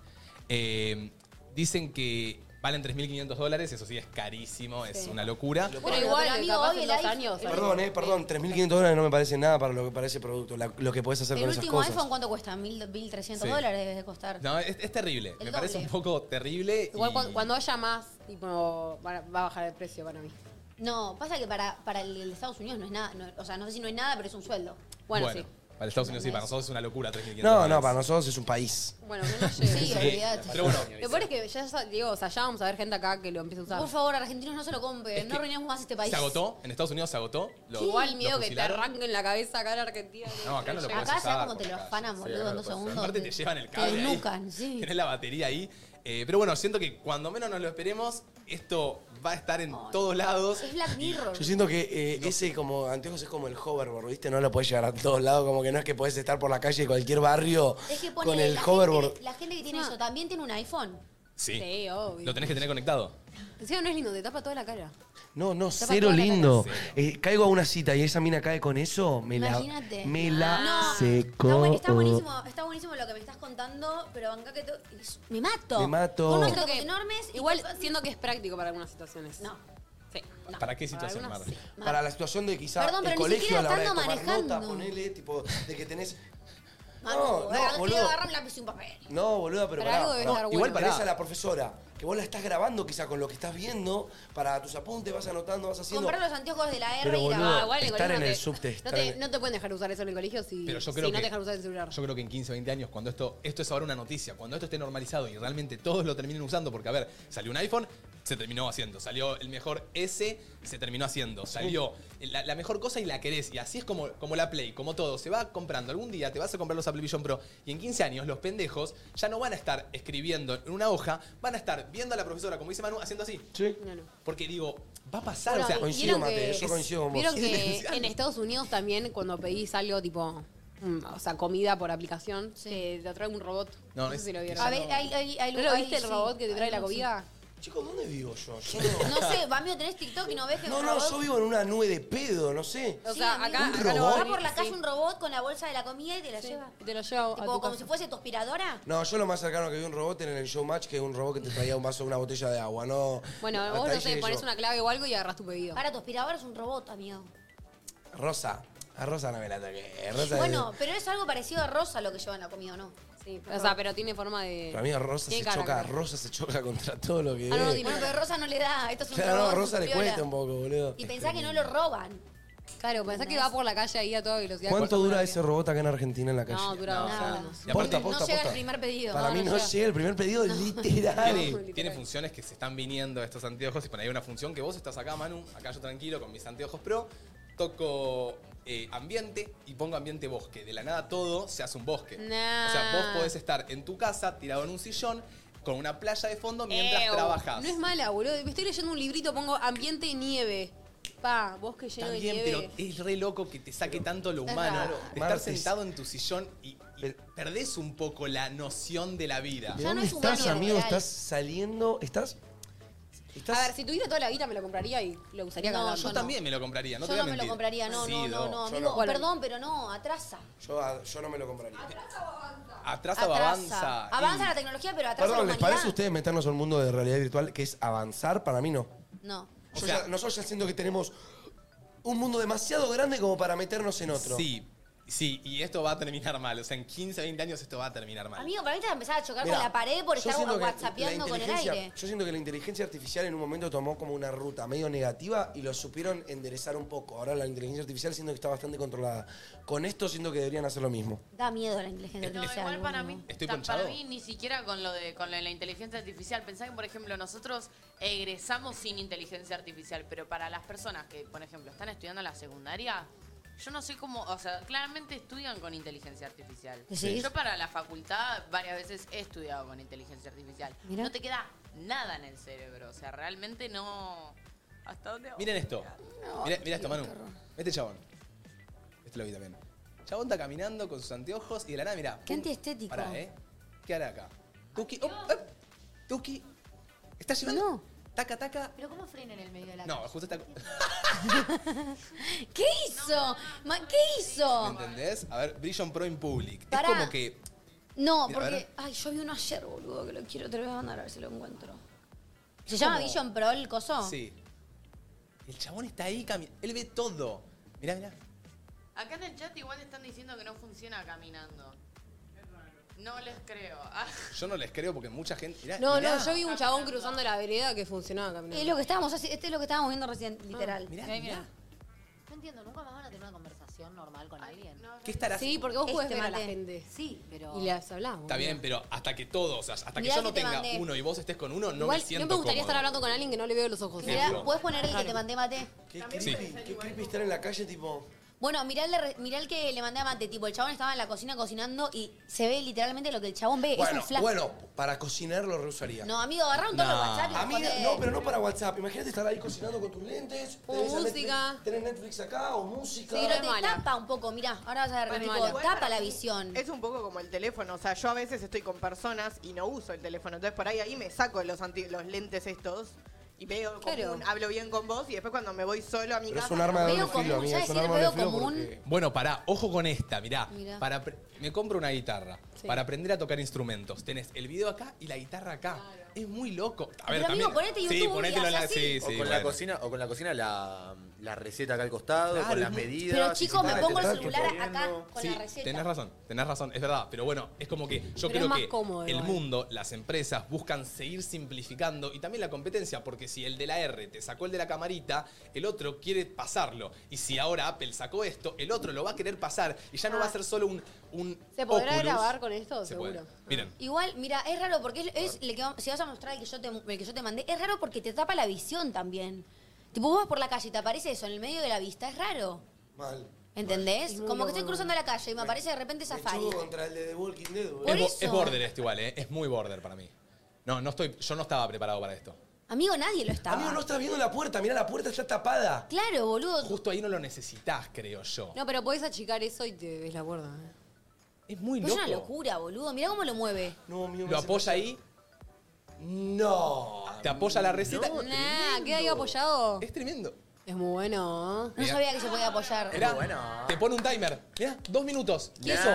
A: Eh, dicen que valen 3.500 dólares, eso sí es carísimo, es una locura.
B: Pero
C: Pero
B: igual,
C: amigo,
B: capaz
C: hoy
B: en
C: el
B: dos
C: iPhone-
B: años.
C: el-
D: Perdón, eh, perdón. 3.500 dólares no me parece nada para lo que parece producto, la- lo que podés hacer
C: El
D: con esas
C: último
D: cosas.
C: iPhone, ¿cuánto cuesta? ¿Mil- ¿1.300
A: Sí.
C: dólares debe de costar?
A: No, es, es terrible. Me
C: El
A: parece
C: doble.
A: un poco terrible.
B: Igual
A: y-
B: cu- cuando, haya más, tipo, va, va a bajar el precio para mí.
C: No, pasa que para, para el de Estados Unidos no es nada. no- o sea, no sé si no es nada, pero es un sueldo.
B: Bueno,
A: Bueno,
B: sí.
A: para Estados Unidos sí, para nosotros es una locura 3.500
D: No, no,
A: dólares.
D: para nosotros es un país.
B: Bueno, que no llegue.
C: Sí, olvídate.
A: Pero bueno,
B: Lo peor es que ya, ya- digo, o sea, ya vamos a ver gente acá que lo empieza a usar.
C: Por favor, argentinos no se lo compren.
A: Es que
C: no reunimos más este país.
A: se agotó. En Estados Unidos se agotó. Lo-
B: Igual
A: lo
B: miedo que te
A: fusilaron.
B: arranquen la cabeza acá en Argentina.
A: No, acá no lo puedes
C: Acá
A: usar
C: sea como te
A: por
C: lo
A: acá,
C: afanan,
A: sí.
C: boludo, en dos segundos.
A: Aparte te llevan el cable.
C: Te
A: ahí. [LAUGHS]
C: desnucan, sí.
A: Tenés la batería ahí. Eh, pero bueno, siento que cuando menos nos lo esperemos, esto va a estar en todos lados.
C: Oh, Es Black Mirror.
D: Yo siento que eh, ese como anteojos es como el hoverboard, ¿viste? No lo podés llevar a todos lados, como que no es que podés estar por la calle de cualquier barrio
C: Es que ponele,
D: con el
C: la
D: hoverboard.
C: Gente, la gente que tiene
B: Ah.
C: eso también tiene un iPhone.
A: Sí.
B: Sí, obvio.
A: Lo tenés que tener conectado.
B: Encima no es lindo, te tapa toda la cara.
D: No, no,
B: Tapa
D: cero
B: toda la
D: lindo. Eh, caigo a una cita y esa mina cae con eso, me
C: Imagínate.
D: la, me la
C: No.
D: seco.
C: Está, bu- está buenísimo, está buenísimo lo que me estás contando, pero banca que to- me mato.
D: Me mato.
C: Con unos
D: Siento
C: tacos enormes y
B: Igual
C: con-
B: siento que es práctico para algunas situaciones. No. Sí.
D: ¿Para qué situación,
B: algunas
D: Mar? Para la situación de quizá
B: Perdón,
D: el
B: pero ni
D: colegio
B: siquiera
D: a la hora de
B: estando
D: tomar
B: manejando.
D: nota, ponele, tipo, de que tenés...
C: Manu,
D: No,
C: agarra-
D: no,
C: sí,
D: boludo.
C: Ah, agarra un lápiz y un papel.
D: No, boluda, pero
C: Para
D: pará.
C: algo debe
D: No,
C: estar
D: Igual
C: bueno.
D: tenés
C: Pará.
D: a la profesora, que vos la estás grabando quizá con lo que estás viendo, para tus apuntes vas anotando, vas haciendo...
C: Comprar los anteojos de la R
D: Pero,
C: y la
D: boludo,
C: Ah, igual el
D: estar
C: colegio
D: en
C: no
D: el
C: te-
D: subte,
B: No
D: estar
B: te,
D: en-
B: no te pueden dejar usar eso en el colegio si,
A: Pero yo
B: si
A: creo
B: no
A: que-
B: te dejan usar el celular.
A: Yo creo que en 15 o 20 años, cuando esto, esto es ahora una noticia, cuando esto esté normalizado y realmente todos lo terminen usando, porque a ver, salió un iPhone, se terminó haciendo. Salió el mejor S, se terminó haciendo. Salió la, la mejor cosa y la querés. Y así es como, como la Play, como todo. Se va comprando. Algún día te vas a comprar los Apple Vision Pro y en 15 años los pendejos ya no van a estar escribiendo en una hoja, van a estar viendo a la profesora, como dice Manu, haciendo así.
D: Sí.
A: Porque digo, va a pasar.
B: Bueno,
A: o sea,
B: Coincido, vieron que- Mate,
D: yo coincido con vos.
B: Vieron
D: [LAUGHS] Sí,
B: que
D: esencial.
B: en Estados Unidos también cuando pedís algo tipo, mm, o sea, comida por aplicación, eh, te, te trae un robot.
D: No,
B: No,
D: es-
B: sé si lo vieron.
C: A ver, hay, hay, hay-
B: ¿No lo
C: hay-
B: viste el
C: sí,
B: robot que te trae la
C: algo, sí.
B: comida?
D: Chicos, ¿dónde vivo yo?
C: [LAUGHS]
D: Yo
C: No sé, Bambio, tenés TikTok y no ves que
D: No,
C: un
D: no,
C: robot-
D: yo vivo en una nube de pedo, no sé.
B: O sea,
C: amigo.
B: acá-
D: ¿Un acá no va a robot?
C: Va por la
B: venir,
C: calle
B: sí.
C: un robot con la bolsa de la comida y te la lleva.
B: Te lo lleva a
C: Tipo,
B: tu
C: como
B: casa.
C: si fuese tu aspiradora.
D: No, yo lo más cercano que vi un robot era en el showmatch, que es un robot que te traía un vaso, una botella de agua, no.
B: Bueno,
D: hasta
B: vos
D: ahí
B: no sé,
D: llegué
B: pones
D: yo.
B: una clave o algo y agarras tu pedido.
C: Ahora tu aspiradora es un robot, amigo.
D: Rosa. A Rosa no me la toqué. Rosa
C: Bueno, pero es algo parecido a Rosa lo que llevan la comida, ¿o no?
B: Sí, o sea, pero tiene forma de...
D: Para mí Rosa se
B: Tiene cara,
D: choca,
B: cara.
D: Rosa se choca contra todo lo que
B: Ah, no,
D: ve.
B: tiene-
C: Bueno, pero Rosa no le da, esto es un
D: Claro, no,
C: robot.
D: a Rosa le
C: piola.
D: cuesta un poco, boludo.
C: Y pensá que no lo roban.
B: Claro, pensás que va por la calle ahí a toda velocidad.
D: ¿Cuánto dura ese robot acá en Argentina en la calle?
B: No, dura dos segundos.
D: Y aparte- Posta, posta,
C: no llega
D: posta.
C: el primer pedido.
D: Para mí no llega el primer pedido, literal.
A: Tiene, tiene funciones que se están viniendo estos anteojos y por ahí hay una función que vos estás acá, Manu, acá yo tranquilo con mis anteojos pro, toco eh, ambiente y pongo ambiente bosque. De la nada todo se hace un bosque.
B: Nah.
A: O sea, vos podés estar en tu casa tirado en un sillón con una playa de fondo mientras
B: Eo.
A: trabajas.
B: No es mala, boludo. Me estoy leyendo un librito, pongo ambiente y nieve. Pa, bosque lleno
A: También,
B: de
A: pero
B: nieve.
A: es re loco que te saque tanto lo
B: Es
A: humano.
B: raro.
A: de estar
D: Martes.
A: sentado en tu sillón y, y perdés un poco la noción de la vida.
D: ¿De dónde estás, amigo? ¿Estás saliendo? ¿Estás? ¿Estás?
B: A ver, si tuviera toda la guita me lo compraría y lo usaría cada
A: No,
B: tanto,
A: yo también me lo compraría, no
C: Yo
A: te voy a
C: no me lo
A: mentir.
C: compraría, no,
A: Sí,
C: no, no,
A: Do.
C: no,
A: Yo
C: amigo,
A: no.
C: perdón, pero no, atrasa.
D: Yo, ah, yo no me lo compraría.
A: Atrasa o avanza.
C: Avanza la tecnología, pero atrasa
D: Perdón,
C: la humanidad.
D: ¿les parece a ustedes meternos al mundo de realidad virtual que es avanzar? Para mí no.
C: No.
D: Yo ya- nosotros ya siento que tenemos un mundo demasiado grande como para meternos en otro.
A: Sí, sí, y esto va a terminar mal. O sea, en 15, 20 años esto va a terminar mal.
C: Amigo, para mí te vas a empezar a chocar
D: Mirá,
C: con la pared por
D: yo
C: estar
D: siento que
C: whatsappeando
D: la
C: con el
D: inteligencia-
C: aire.
D: Yo siento que la inteligencia artificial en un momento tomó como una ruta medio negativa y lo supieron enderezar un poco. Ahora la inteligencia artificial siento que está bastante controlada. Con esto siento que deberían hacer lo mismo.
C: Da miedo la inteligencia [LAUGHS]
H: No,
C: artificial.
H: igual para
C: boludo.
H: mí,
D: Estoy
H: ta-
D: ponchado.
H: para mí ni siquiera con lo de con lo de la inteligencia artificial. Pensá que, por ejemplo, nosotros egresamos sin inteligencia artificial, pero para las personas que, por ejemplo, están estudiando la secundaria, yo no sé cómo, o sea, claramente estudian con inteligencia artificial.
C: Sí.
H: Yo para la facultad varias veces he estudiado con inteligencia artificial.
C: Mirá.
H: No te queda nada en el cerebro, o sea, realmente no... ¿Hasta dónde vamos?
A: Miren esto. Mirá, mirá esto, Manu. Este chabón. Este lo vi también. Chabón está caminando con sus anteojos y de la nada, mirá.
C: Qué antiestético.
A: Pará, ¿eh? ¿Qué hará acá? Tuki. op, op. Tuki. ¿Está llevando? Taca, taca.
C: Pero ¿cómo frena en el medio de la
A: No, justo está. [LAUGHS]
C: ¿Qué hizo? Ma- ¿Qué hizo?
A: ¿Entendés? A ver, Brilliant Pro in Public.
C: Pará.
A: Es como que.
C: No,
A: Mira, a
C: porque.
A: ver.
C: Ay, yo vi uno ayer, boludo, que lo quiero, te lo voy a mandar a ver si lo encuentro. ¿Se
A: Es
C: llama
A: como-
C: Vision Pro el coso?
A: Sí. El chabón está ahí caminando. Él ve todo. Mirá, mirá.
H: Acá en el chat igual están diciendo que no funciona caminando. No les creo. Ah.
A: Yo no les creo porque mucha gente. Mirá,
B: No,
A: mirá.
B: no, yo vi un chabón cruzando la vereda que funcionaba caminando.
C: Es lo que estábamos haci- este es lo que estábamos viendo recién,
H: Ah.
C: literal.
B: mirá, Ahí, mirá. mirá.
K: No entiendo, nunca más van a tener una conversación normal con alguien.
A: ¿Qué estará
B: Sí, porque vos podés
K: Este
B: ver a la
K: mate.
B: gente.
K: Sí, pero.
B: Y las hablamos.
A: Está bien, pero hasta que todos, o sea, hasta que
B: Mirá
A: yo
B: que
A: no
B: te
A: tenga
B: mandé.
A: uno y vos estés con uno, no
B: Igual,
A: me siento
B: no me gustaría
A: cómodo.
B: estar hablando con alguien que no le veo los ojos.
A: Mirá, Ejemplo.
C: ¿Puedes poner el que
B: Claro.
C: te mandé mate?
D: Qué,
A: Sí.
D: creepy, qué creepy estar en la calle tipo...
C: Bueno, mirá el, de re- mirá el que le mandé a Mate, tipo, el chabón estaba en la cocina cocinando y se ve literalmente lo que el chabón ve. es
D: Bueno,
C: un flash.
D: bueno, para cocinar lo reusaría.
C: No, amigo, agarrá un tono de WhatsApp y
D: Amiga,
C: respondé.
D: no, pero no para WhatsApp. Imagínate estar ahí cocinando con tus lentes.
C: O
D: tenés a
C: música.
D: Netflix- Tenés Netflix acá o
C: Sí,
D: música.
C: pero te tapa un poco, mirá, ahora vas a ver, tipo, tapa la visión.
G: Es un poco como el teléfono, o sea, yo a veces estoy con personas y no uso el teléfono, entonces por ahí ahí me saco los, anti- los lentes estos y veo como
C: Claro.
G: un- hablo bien con vos y después cuando me voy solo a mi
A: Pero es
G: casa...
A: un arma de
G: Veo
A: doble filo,
G: común,
A: amiga,
G: ya
A: es un
G: decir
A: arma de
G: veo
A: doble filo
G: común,
A: Bueno, pará, ojo con esta, mirá.
G: Mirá.
A: Para pre- me compro una guitarra
C: Sí.
A: para aprender a tocar instrumentos. Tenés el video acá y la guitarra acá. Es muy loco. A ver,
C: Pero,
A: también.
C: amigo, ponete
A: sí,
C: YouTube y
A: ponételo en la.
C: haz así.
A: Sí,
I: o
A: sí,
I: con la
A: bueno.
I: cocina, o con la cocina la, la receta acá al costado,
A: Claro,
I: con las
A: es muy-
I: medidas.
C: Pero
I: si
C: chicos,
I: se
C: me
I: está
C: pongo el
I: metiendo.
C: celular acá con la receta.
A: Tenés razón, tenés razón, es verdad. Pero bueno, es como que yo
C: Pero
A: creo
C: es más
A: que
C: cómodo,
A: el
C: igual.
A: mundo, las empresas, buscan seguir simplificando y también la competencia, porque si el de la R te sacó el de la camarita, el otro quiere pasarlo. Y si ahora Apple sacó esto, el otro lo va a querer pasar y ya no
C: Ah.
A: va a ser solo un. un
B: ¿Se podrá
A: Oculus.
B: grabar con esto?
A: Se
B: Seguro.
A: puede. Miren.
C: Igual, mira, es raro porque es, es el que va- si vas a mostrar el que, yo te, el que yo te mandé, es raro porque te tapa la visión también. Tipo, vos vas por la calle y te aparece eso en el medio de la vista, es raro.
D: Mal.
C: ¿Entendés?
D: Es muy
C: Como que
D: loco,
C: estoy cruzando la calle y me aparece de repente Safari.
D: Chugo contra el de The Walking Dead, boludo.
C: Por
A: Es, bo-
C: eso.
A: es border esto igual, ¿eh? es muy border para mí. No, no estoy, yo no estaba preparado para esto.
C: Amigo, nadie lo estaba.
D: Amigo, no estás viendo la puerta. Mira, la puerta está tapada.
C: Claro, boludo.
A: Justo ahí no lo necesitas, creo yo.
B: No, pero podés achicar eso y te ves la ¿eh? cuerda.
A: Es muy
C: Pero Pues Es una
A: loco.
C: locura, boludo. Mirá cómo lo mueve.
D: No, amigo,
A: Lo apoya ahí.
D: No.
A: Te apoya la receta.
B: Nah, queda ahí apoyado.
A: Es tremendo.
B: Es muy bueno.
C: No sabía que se podía apoyar.
A: Mirá, Te pone un timer. Mirá, dos minutos. ¿Qué eso?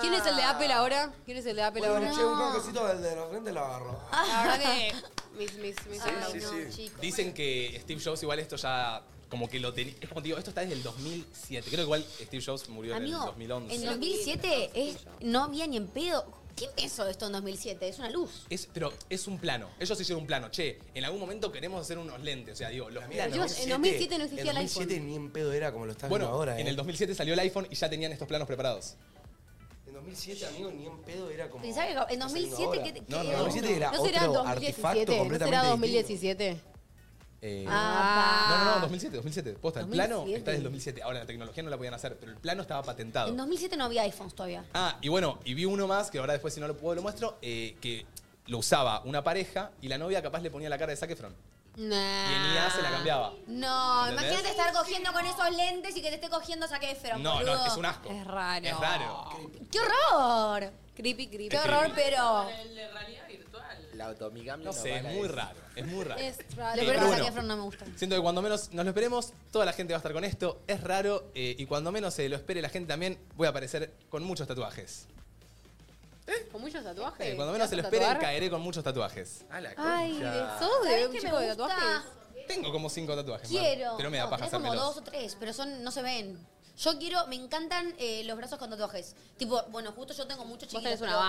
B: ¿Quién es el de Apple ahora? ¿Quién es el de Apple
D: Bueno,
B: ahora?
D: che, un cosito del de la frente lo agarro.
B: La [LAUGHS] verdad que. Mis, mis, mis.
C: Ay,
A: sí,
C: Ah, no,
A: sí.
C: chico.
A: Dicen que Steve Jobs igual esto ya como que lo tenía. Es como te digo, esto está desde el 2007. Creo que igual Steve Jobs murió en el
C: Amigo,
A: 2011.
C: en 2007 es, no había ni en pedo. ¿Quién pensó esto en 2007? Es una luz.
A: Es- pero es un plano. Ellos hicieron un plano. Che, en algún momento queremos hacer unos lentes. O sea, digo, los
D: Mira,
A: planos.
B: en 2007 no existía
D: en
B: el
D: 2007 ni en pedo era como lo estás
A: Bueno,
D: viendo ahora,
A: en
D: ¿eh?
A: el 2007 salió el iPhone y ya tenían estos planos preparados.
D: En 2007, amigo, ni en pedo era como...
C: Pensaba que en 2007 que, que
D: No, no,
C: era
D: 2007 era
B: ¿No será
D: otro
B: 2017?
D: artefacto
B: ¿No será
D: completamente
B: 2017?
A: Eh,
B: Ah,
A: no, no, no, 2007, 2007. Posta, el plano
C: 2007.
A: está desde el 2007. Ahora la tecnología no la podían hacer, pero el plano estaba patentado.
C: En 2007 no había iPhones todavía.
A: Ah, y bueno, y vi uno más, que ahora después si no lo puedo lo muestro, eh, que lo usaba una pareja y la novia capaz le ponía la cara de Zac Efron.
B: Nah.
A: Y en IA se la
C: Ah.
A: cambiaba.
C: No,
A: ¿Entendés?
C: imagínate estar cogiendo con esos lentes y que te esté cogiendo saque de ferón.
A: No,
C: boludo.
A: no, es un asco.
B: Es raro.
A: Es raro.
C: ¡Qué horror!
B: Creepy, creepy.
C: ¡Qué horror, pero!
H: El de realidad virtual.
I: La automigamia
A: No sé, es muy raro, es muy raro.
B: Es
C: Lo
B: raro.
A: Sí,
C: peor es
A: pero
C: que
A: bueno.
C: saque Efron no me gusta.
A: Siento que cuando menos nos lo esperemos, toda la gente va a estar con esto. Es raro eh, y cuando menos se lo espere la gente también, voy a aparecer con muchos tatuajes.
B: ¿Con muchos tatuajes?
A: Eh, cuando menos se lo esperen,
B: esperan
A: caeré con muchos tatuajes.
I: Ah, la
B: Ay,
I: concha.
B: ¿sos de
C: ¿Sabés
B: un
C: qué
B: chico
C: me
B: de
C: gusta?
B: tatuajes?
A: Tengo como cinco tatuajes, man,
C: Quiero.
A: pero me da
C: No,
A: paja
C: tenés como
A: hacérmelos.
C: dos o tres, pero son, no se ven. Yo quiero, me encantan eh, los brazos con tatuajes. Tipo, bueno, justo yo tengo muchos
B: Vos
C: chiquitos.
B: tenés una
C: pero-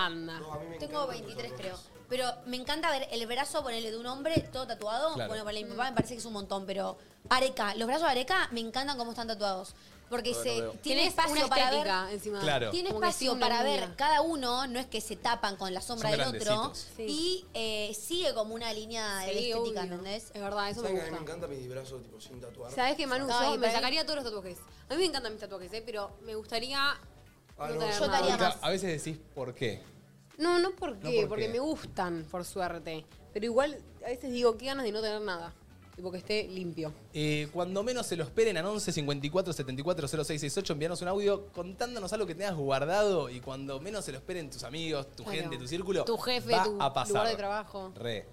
B: banda.
C: Tengo 23, creo. Pero me encanta ver el brazo, ponele, de un hombre todo tatuado.
A: Claro.
C: Bueno, para mi papá me parece que es un montón, pero Areca, los brazos de Areca me encantan cómo están tatuados. Porque
I: Bueno,
C: se
I: veo.
C: tiene
B: Tenés
C: espacio
B: una
C: para ver.
B: estética encima.
A: Claro.
C: Tiene
B: Como que
C: espacio
B: sigue una
C: para
B: línea.
C: ver cada uno, no es que se tapan con la sombra
A: Son
C: del otro.
A: grandecitos.
C: Y eh, sigue como una línea
B: Sí,
C: de estética,
B: obvio.
C: ¿entendés?
B: Es verdad, eso me
D: ¿Saben que a mí me
B: gusta.
D: encanta mi brazo tipo sin tatuar?
B: ¿Sabes qué, Manu?
C: Ay,
B: Yo me
C: para-
B: sacaría todos los tatuajes. A mí me encantan mis tatuajes, ¿eh? pero me gustaría.
D: Ah,
B: no
D: no,
B: tener
C: yo te
B: nada.
C: haría
A: Ahorita,
C: más.
A: a veces decís por qué.
B: No, no por
A: No,
B: qué,
A: ¿por
B: porque
A: qué?
B: me gustan, por suerte. Pero igual, a veces digo, qué ganas de no tener nada. Tipo que esté limpio.
A: Eh, cuando menos se lo esperen al 11 54 74 06 68, envíanos un audio contándonos algo que tengas guardado y cuando menos se lo esperen tus amigos, tu
B: Claro.
A: gente, tu círculo,
B: Tu jefe,
A: va
B: tu
A: a pasar.
B: lugar de trabajo.
A: Re.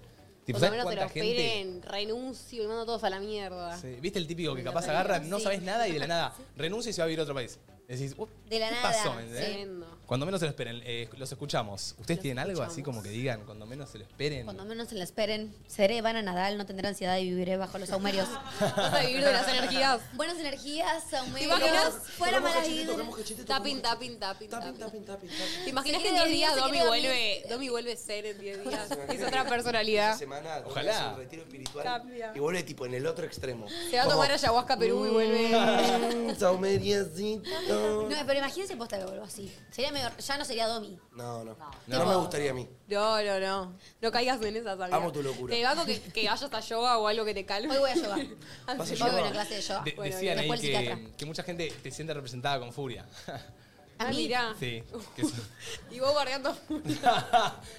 A: Tipo,
B: Por lo
A: ¿sabes
B: menos te
A: cuánta
B: lo
A: gente?
B: esperen, renuncio y mando a todos a la mierda.
A: Sí, ¿Viste el típico que capaz agarra, no sabes nada y
B: [LAUGHS]
A: de la nada renuncia y se va a vivir a otro país? Decís, "Uh,
C: De la
A: ¿qué
C: nada,
A: pasó? ¿Me entendés?
B: Tremendo.
A: Cuando menos se lo esperen, eh, los escuchamos. ¿Ustedes
B: Los
A: tienen algo así
B: escuchamos.
A: como que digan, cuando menos se lo esperen?
C: Cuando menos se la esperen, seré Ivana Nadal, no tendré ansiedad y viviré bajo
A: [LAUGHS]
C: los aumerios.
B: Vas a vivir de las energías.
C: Buenas energías,
B: ¿Te
C: aumerios.
B: imaginas?
C: Fuera mala vibra.
D: Tocamos cachetito,
B: Tapin,
D: tocamos
B: tapin, tapin,
D: Tapin,
B: tapin.
D: tapin, tapin, tapin.
B: ¿Te imaginas
C: Se
B: que en
C: queda
B: 10 días
C: dormido, se
B: Domi
C: queda
B: vuelve, Domi vuelve ser
A: [LAUGHS]
B: en 10 días? Es otra
D: Esa
B: personalidad.
D: semana, Domi
A: Ojalá.
D: hace un retiro espiritual
B: Cambia.
D: y vuelve tipo en el otro extremo.
B: Se va a tomar ayahuasca a Perú y vuelve.
D: Mm. Saumeriacito.
C: No, pero imagínense posta que vuelvo así. Sería medio- ya no sería Domi.
D: No, no. No,
C: Tipo-
D: me gustaría a mí.
B: No, no, no. No caigas en esas amiga.
D: Amo tu locura.
B: Te banco que, que vayas a yoga o algo que te calme. Hoy [LAUGHS]
C: voy a
A: [LAUGHS]
C: yoga.
D: ¿Vas a
B: Hoy
D: yoga?
B: voy a una
C: clase de yoga.
B: De-
C: Bueno,
A: Decían ahí
C: después el
A: que, eh,
C: psiquiatra.
A: que mucha gente te siente representada con furia.
B: Ah, mira.
A: [LAUGHS] Sí. que eso-
B: Y vos guardando.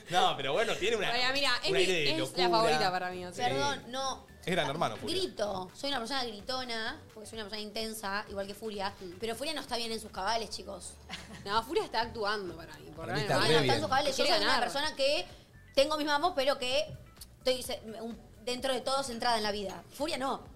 A: no, pero bueno, tiene una.
B: Bueno, mira, es,
A: un
B: mi-
A: aire de
B: es
A: locura.
B: la favorita para mí. o sea.
C: Perdón, no.
A: Es gran hermano, Furia.
C: Grito. Soy una persona gritona, porque soy una persona intensa, igual que Furia. Pero Furia no está bien en sus cabales, chicos.
B: No, Furia está actuando para mí. Por
A: Para
B: lo
A: mí
B: menos.
A: está
B: Ah,
A: re bien.
B: no, en
C: Yo
B: sus
C: soy
B: cabales. Quiere
C: una
B: ganar.
C: persona que tengo mis mamos, pero que estoy se- un- dentro de todo centrada en la vida. Furia no.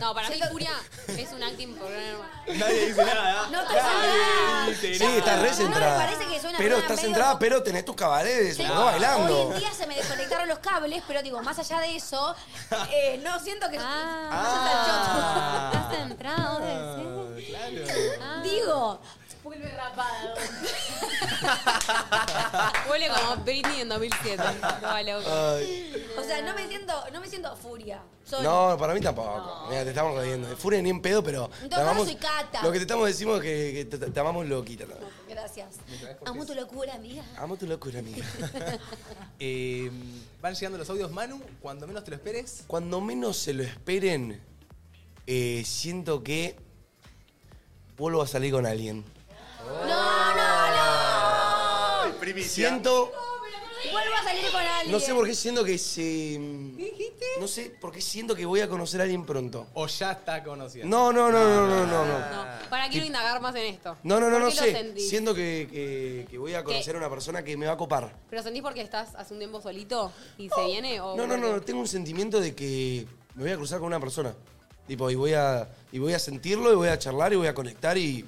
B: No, para mí Furia es un acting [LAUGHS] por gran hermano.
A: Nadie dice nada.
C: No
B: estoy
A: Nadie dice
D: Sí, estás re centrada.
C: parece que suena
D: pero
C: una
D: estás
C: medio-
D: centrada, pero tenés tus cabarets,
C: Tengo-
D: ¿no?
C: Hoy
D: Bailando.
C: en día se me desconectaron los cables, pero digo, más allá de eso, eh, no siento que.
A: Ah.
C: Estás centrado,
D: Ah.
A: Claro.
C: [LAUGHS] Digo,
B: Vuelve rapada. [LAUGHS] Vuelve como Britney en 2007. Toda loca.
D: Ay.
C: o sea, no me siento, no me siento furia. Soy-
D: No, para mí tampoco. Mira, te estamos riendo. De Furia ni en pedo, pero.
C: En
D: te
C: todo caso,
D: amamos-
C: soy Cata.
D: Lo que te estamos diciendo es que, que te, te amamos loquita. ¿no?
C: Gracias. Amo tu locura, amiga.
D: Amo tu locura, amiga.
B: [LAUGHS]
D: Em,
A: Eh, van llegando los audios, Manu, cuando menos te lo esperes.
D: Cuando menos se lo esperen, eh, siento que vuelvo a salir con alguien.
I: Ay, primicia.
D: Siento,
C: Vuelvo a salir con alguien.
D: no sé por qué siento que se...
C: eh. dijiste?
D: No sé por qué siento que voy a conocer a alguien pronto.
A: O ya está conocido.
D: No, no, no, no, no, no, no.
B: Para quiero indagar más en esto.
D: No, no, no,
B: ¿Por
D: no
B: qué lo
D: sé.
B: sentís?
D: Siento que, que- que voy a conocer a una persona que me va a copar.
B: ¿Pero sentís porque estás hace un tiempo solito y se viene?
C: Oh,
B: O
D: No, no, no, tengo un sentimiento de que me voy a cruzar con una persona. Tipo, y voy a, y voy a sentirlo, y voy a charlar, y voy a conectar, y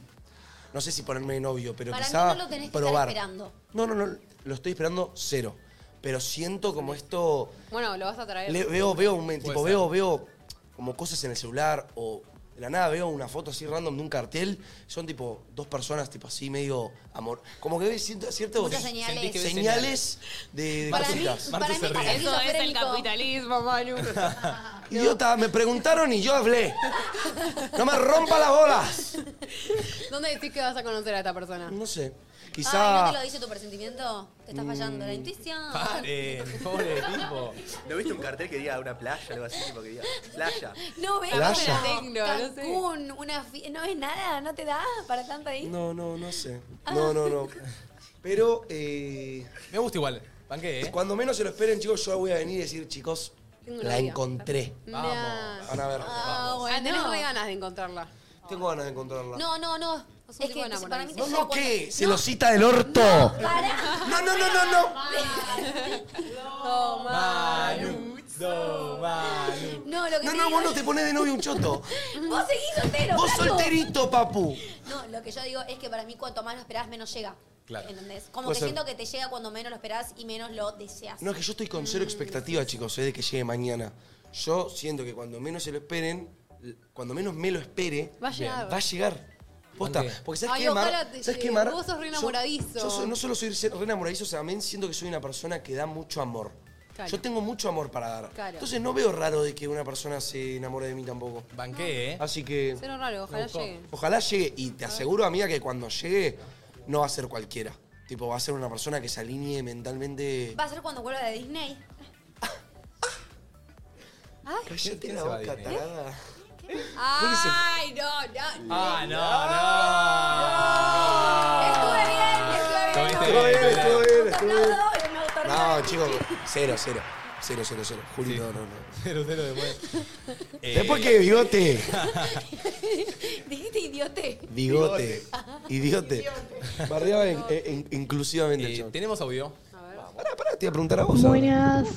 D: no sé si ponerme de novio, pero
C: Para mí
D: quizá
C: no lo tenés que
D: probar.
C: estar esperando.
D: No, no, no, lo estoy esperando cero. Pero siento como esto,
B: Bueno, lo vas a traer.
D: le- veo, veo, un, tipo,
A: ser.
D: veo, veo como cosas en el celular, o de la nada veo una foto así random de un cartel, son tipo dos personas, tipo así, medio amor. Como que ves ciento- ciertos
C: Muchas señales. Sentís que ves
D: señales de, de
C: Para mí-
D: cositas.
C: para mí está
B: Eso es el
C: esquizofrénico.
B: capitalismo, Manu.
D: Idiota, me preguntaron y yo hablé. No me rompa las bolas.
B: [LAUGHS] ¿Dónde decís que vas a conocer a esta persona?
D: No sé.
C: Ay,
D: Quizá. Mm.
C: ¿no te lo dice tu presentimiento? Te estás fallando la intuición.
A: Paren, pobre tipo.
I: ¿No viste un cartel que diga una playa? Algo así, tipo que diga playa.
C: [LAUGHS] No veo
D: Playa.
B: Tecno, no sé.
C: Cancún, una fi- no es nada, no te da para tanta ahí.
D: No, no, no sé. No, no, no. Pero eh,
A: Me gusta igual. Banqué, ¿eh?
D: cuando menos se lo esperen, chicos, yo voy a venir y decir, chicos,
B: Tengo una
D: la
B: amiga.
D: encontré.
B: Nah.
D: Van a ver.
C: Ah,
B: Ah, tenés
C: bueno.
B: re ganas de encontrarla.
D: Tengo ganas de encontrarla.
C: No, no, no. Es,
B: un
C: que
B: tipo enamoradizo.
C: para mí te
D: No,
C: llega
D: no,
C: cuando-
D: ¿qué? Se lo cita del orto.
C: Para.
D: No, no, no, no, no.
A: Manu, do, Manu.
C: No, lo que
D: No,
C: te
D: no,
C: digo
D: vos no te pones de novio un choto.
C: es- Vos seguís soltero.
D: Vos
C: flaco.
D: solterito, papu.
C: No, lo que yo digo es que para mí cuanto más lo esperás, menos llega.
A: Claro.
C: ¿Entendés? Como
D: Puede
C: que
D: ser.
C: siento que te llega cuando menos lo esperás y menos lo deseas.
D: No, es que yo estoy con cero expectativa, chicos, eh, de que llegue mañana. Yo siento que cuando menos se lo esperen, l- cuando menos me lo espere,
B: Va a llegar.
D: va a llegar. Posta.
A: Banqué.
D: Porque ¿sabes
B: Ay,
D: qué, Mar?
B: ojalá te
D: ¿Sabes qué,
B: llegue.
D: Mar?
B: Vos sos re
D: Yo-
B: enamoradizo.
D: Yo, so- no solo soy re re enamoradizo, o sea, también siento que soy una persona que da mucho amor.
B: Claro.
D: Yo tengo mucho amor para dar.
B: Claro.
D: Entonces no veo raro de que una persona se enamore de mí tampoco.
A: Banqué, ¿eh?
D: Así que
B: Cero raro, ojalá llegue.
D: ojalá llegue. Y te aseguro, amiga, que cuando llegue no va a ser cualquiera. Tipo, va a ser una persona que se alinee mentalmente.
C: Va a ser cuando vuelva de Disney.
D: Cállate
A: ¿Quién
D: la
A: se va a
D: boca,
A: Disney?
D: tarada.
B: Ay, no, no, no.
A: Ah, no,
C: Estuve bien, estuve bien.
A: Estuviste bien,
D: estuvo bien, estuvo Ah. bien.
C: Aplaudo y me autorregalo.
D: No, chicos, cero, cero. Cero, cero, cero. Juli, no, no, no.
A: no. Cero, cero después. Eh.
D: ¿Sabes por
A: [LAUGHS]
D: qué? Bigote.
C: Dijiste idiote.
D: Bigote. Idiote. Barriaba en- en- inclusivamente el
A: Eh,
D: chabón.
A: tenemos audio.
D: Pará, pará, te iba a preguntar a vos. ahora.
L: Buenas.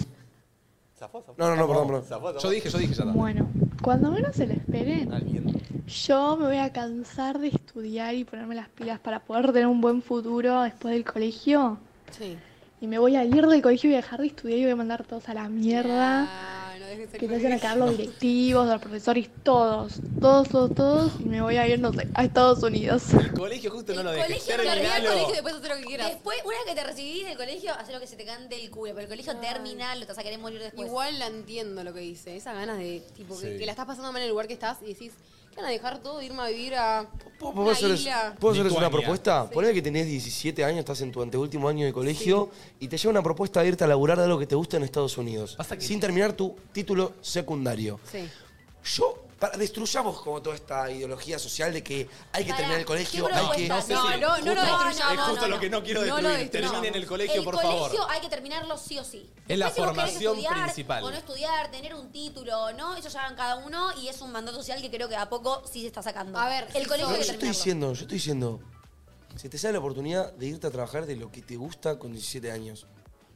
I: Zafó, zafó.
D: No, no, no, perdón, perdón.
I: Zafó, zafó.
A: Yo dije, yo dije ya está.
L: Bueno, cuando menos se lo esperen,
A: Alguien.
L: yo me voy a cansar de estudiar y ponerme las pilas para poder tener un buen futuro después del colegio.
B: Sí.
L: Y me voy a ir del colegio y voy a dejar de estudiar y voy a mandar todos a la mierda.
B: Ah, no dejes el
L: Que te vayan a quedar los directivos, los profesores, todos. Todos, todos, todos. Y me voy a ir, no sé, a Estados Unidos.
A: El colegio justo no lo
C: El
A: dejé.
C: colegio no lo dejé, el
A: Terminalo.
B: colegio y después hacer lo que quieras.
C: Después, una vez que te recibís del colegio, haz lo que se te cante el culo. Pero el colegio terminal, lo te vas a querer morir después.
B: Igual la entiendo lo que dice. Esas ganas de, tipo, que,
A: Sí.
B: que la estás pasando mal en el lugar que estás y decís, van a dejar todo e irme a vivir a
D: ¿Puedo
B: una
D: hacerles,
B: isla?
D: puedo hacerles una
A: Lituania.
D: propuesta? Ponele que tenés 17 años, estás en tu anteúltimo año de colegio y te llega una propuesta de irte a laburar de algo que te gusta en Estados Unidos. sin terminar tu título secundario.
B: Sí.
D: Yo, para, destruyamos como toda esta ideología social de que hay que terminar el colegio,
B: ¿qué
D: hay que...
B: propuestas? No,
D: Sí, sí.
B: no, no lo
D: Justo-
B: destruyamos,
A: Es justo lo que no quiero destruir. Terminen el colegio,
C: el
A: por
C: colegio
A: favor.
C: hay que terminarlo sí o sí.
A: Es la
C: Después, si vos querés
A: formación
C: estudiar
A: principal.
C: O no estudiar, tener un título, ¿no? Eso ya van cada uno y es un mandato social que creo que a poco sí se está sacando. A ver, el colegio
D: No,
C: hay
D: yo
C: que
D: estoy
C: terminarlo.
D: diciendo, yo estoy diciendo, si te sale la oportunidad de irte a trabajar de lo que te gusta con 17 años,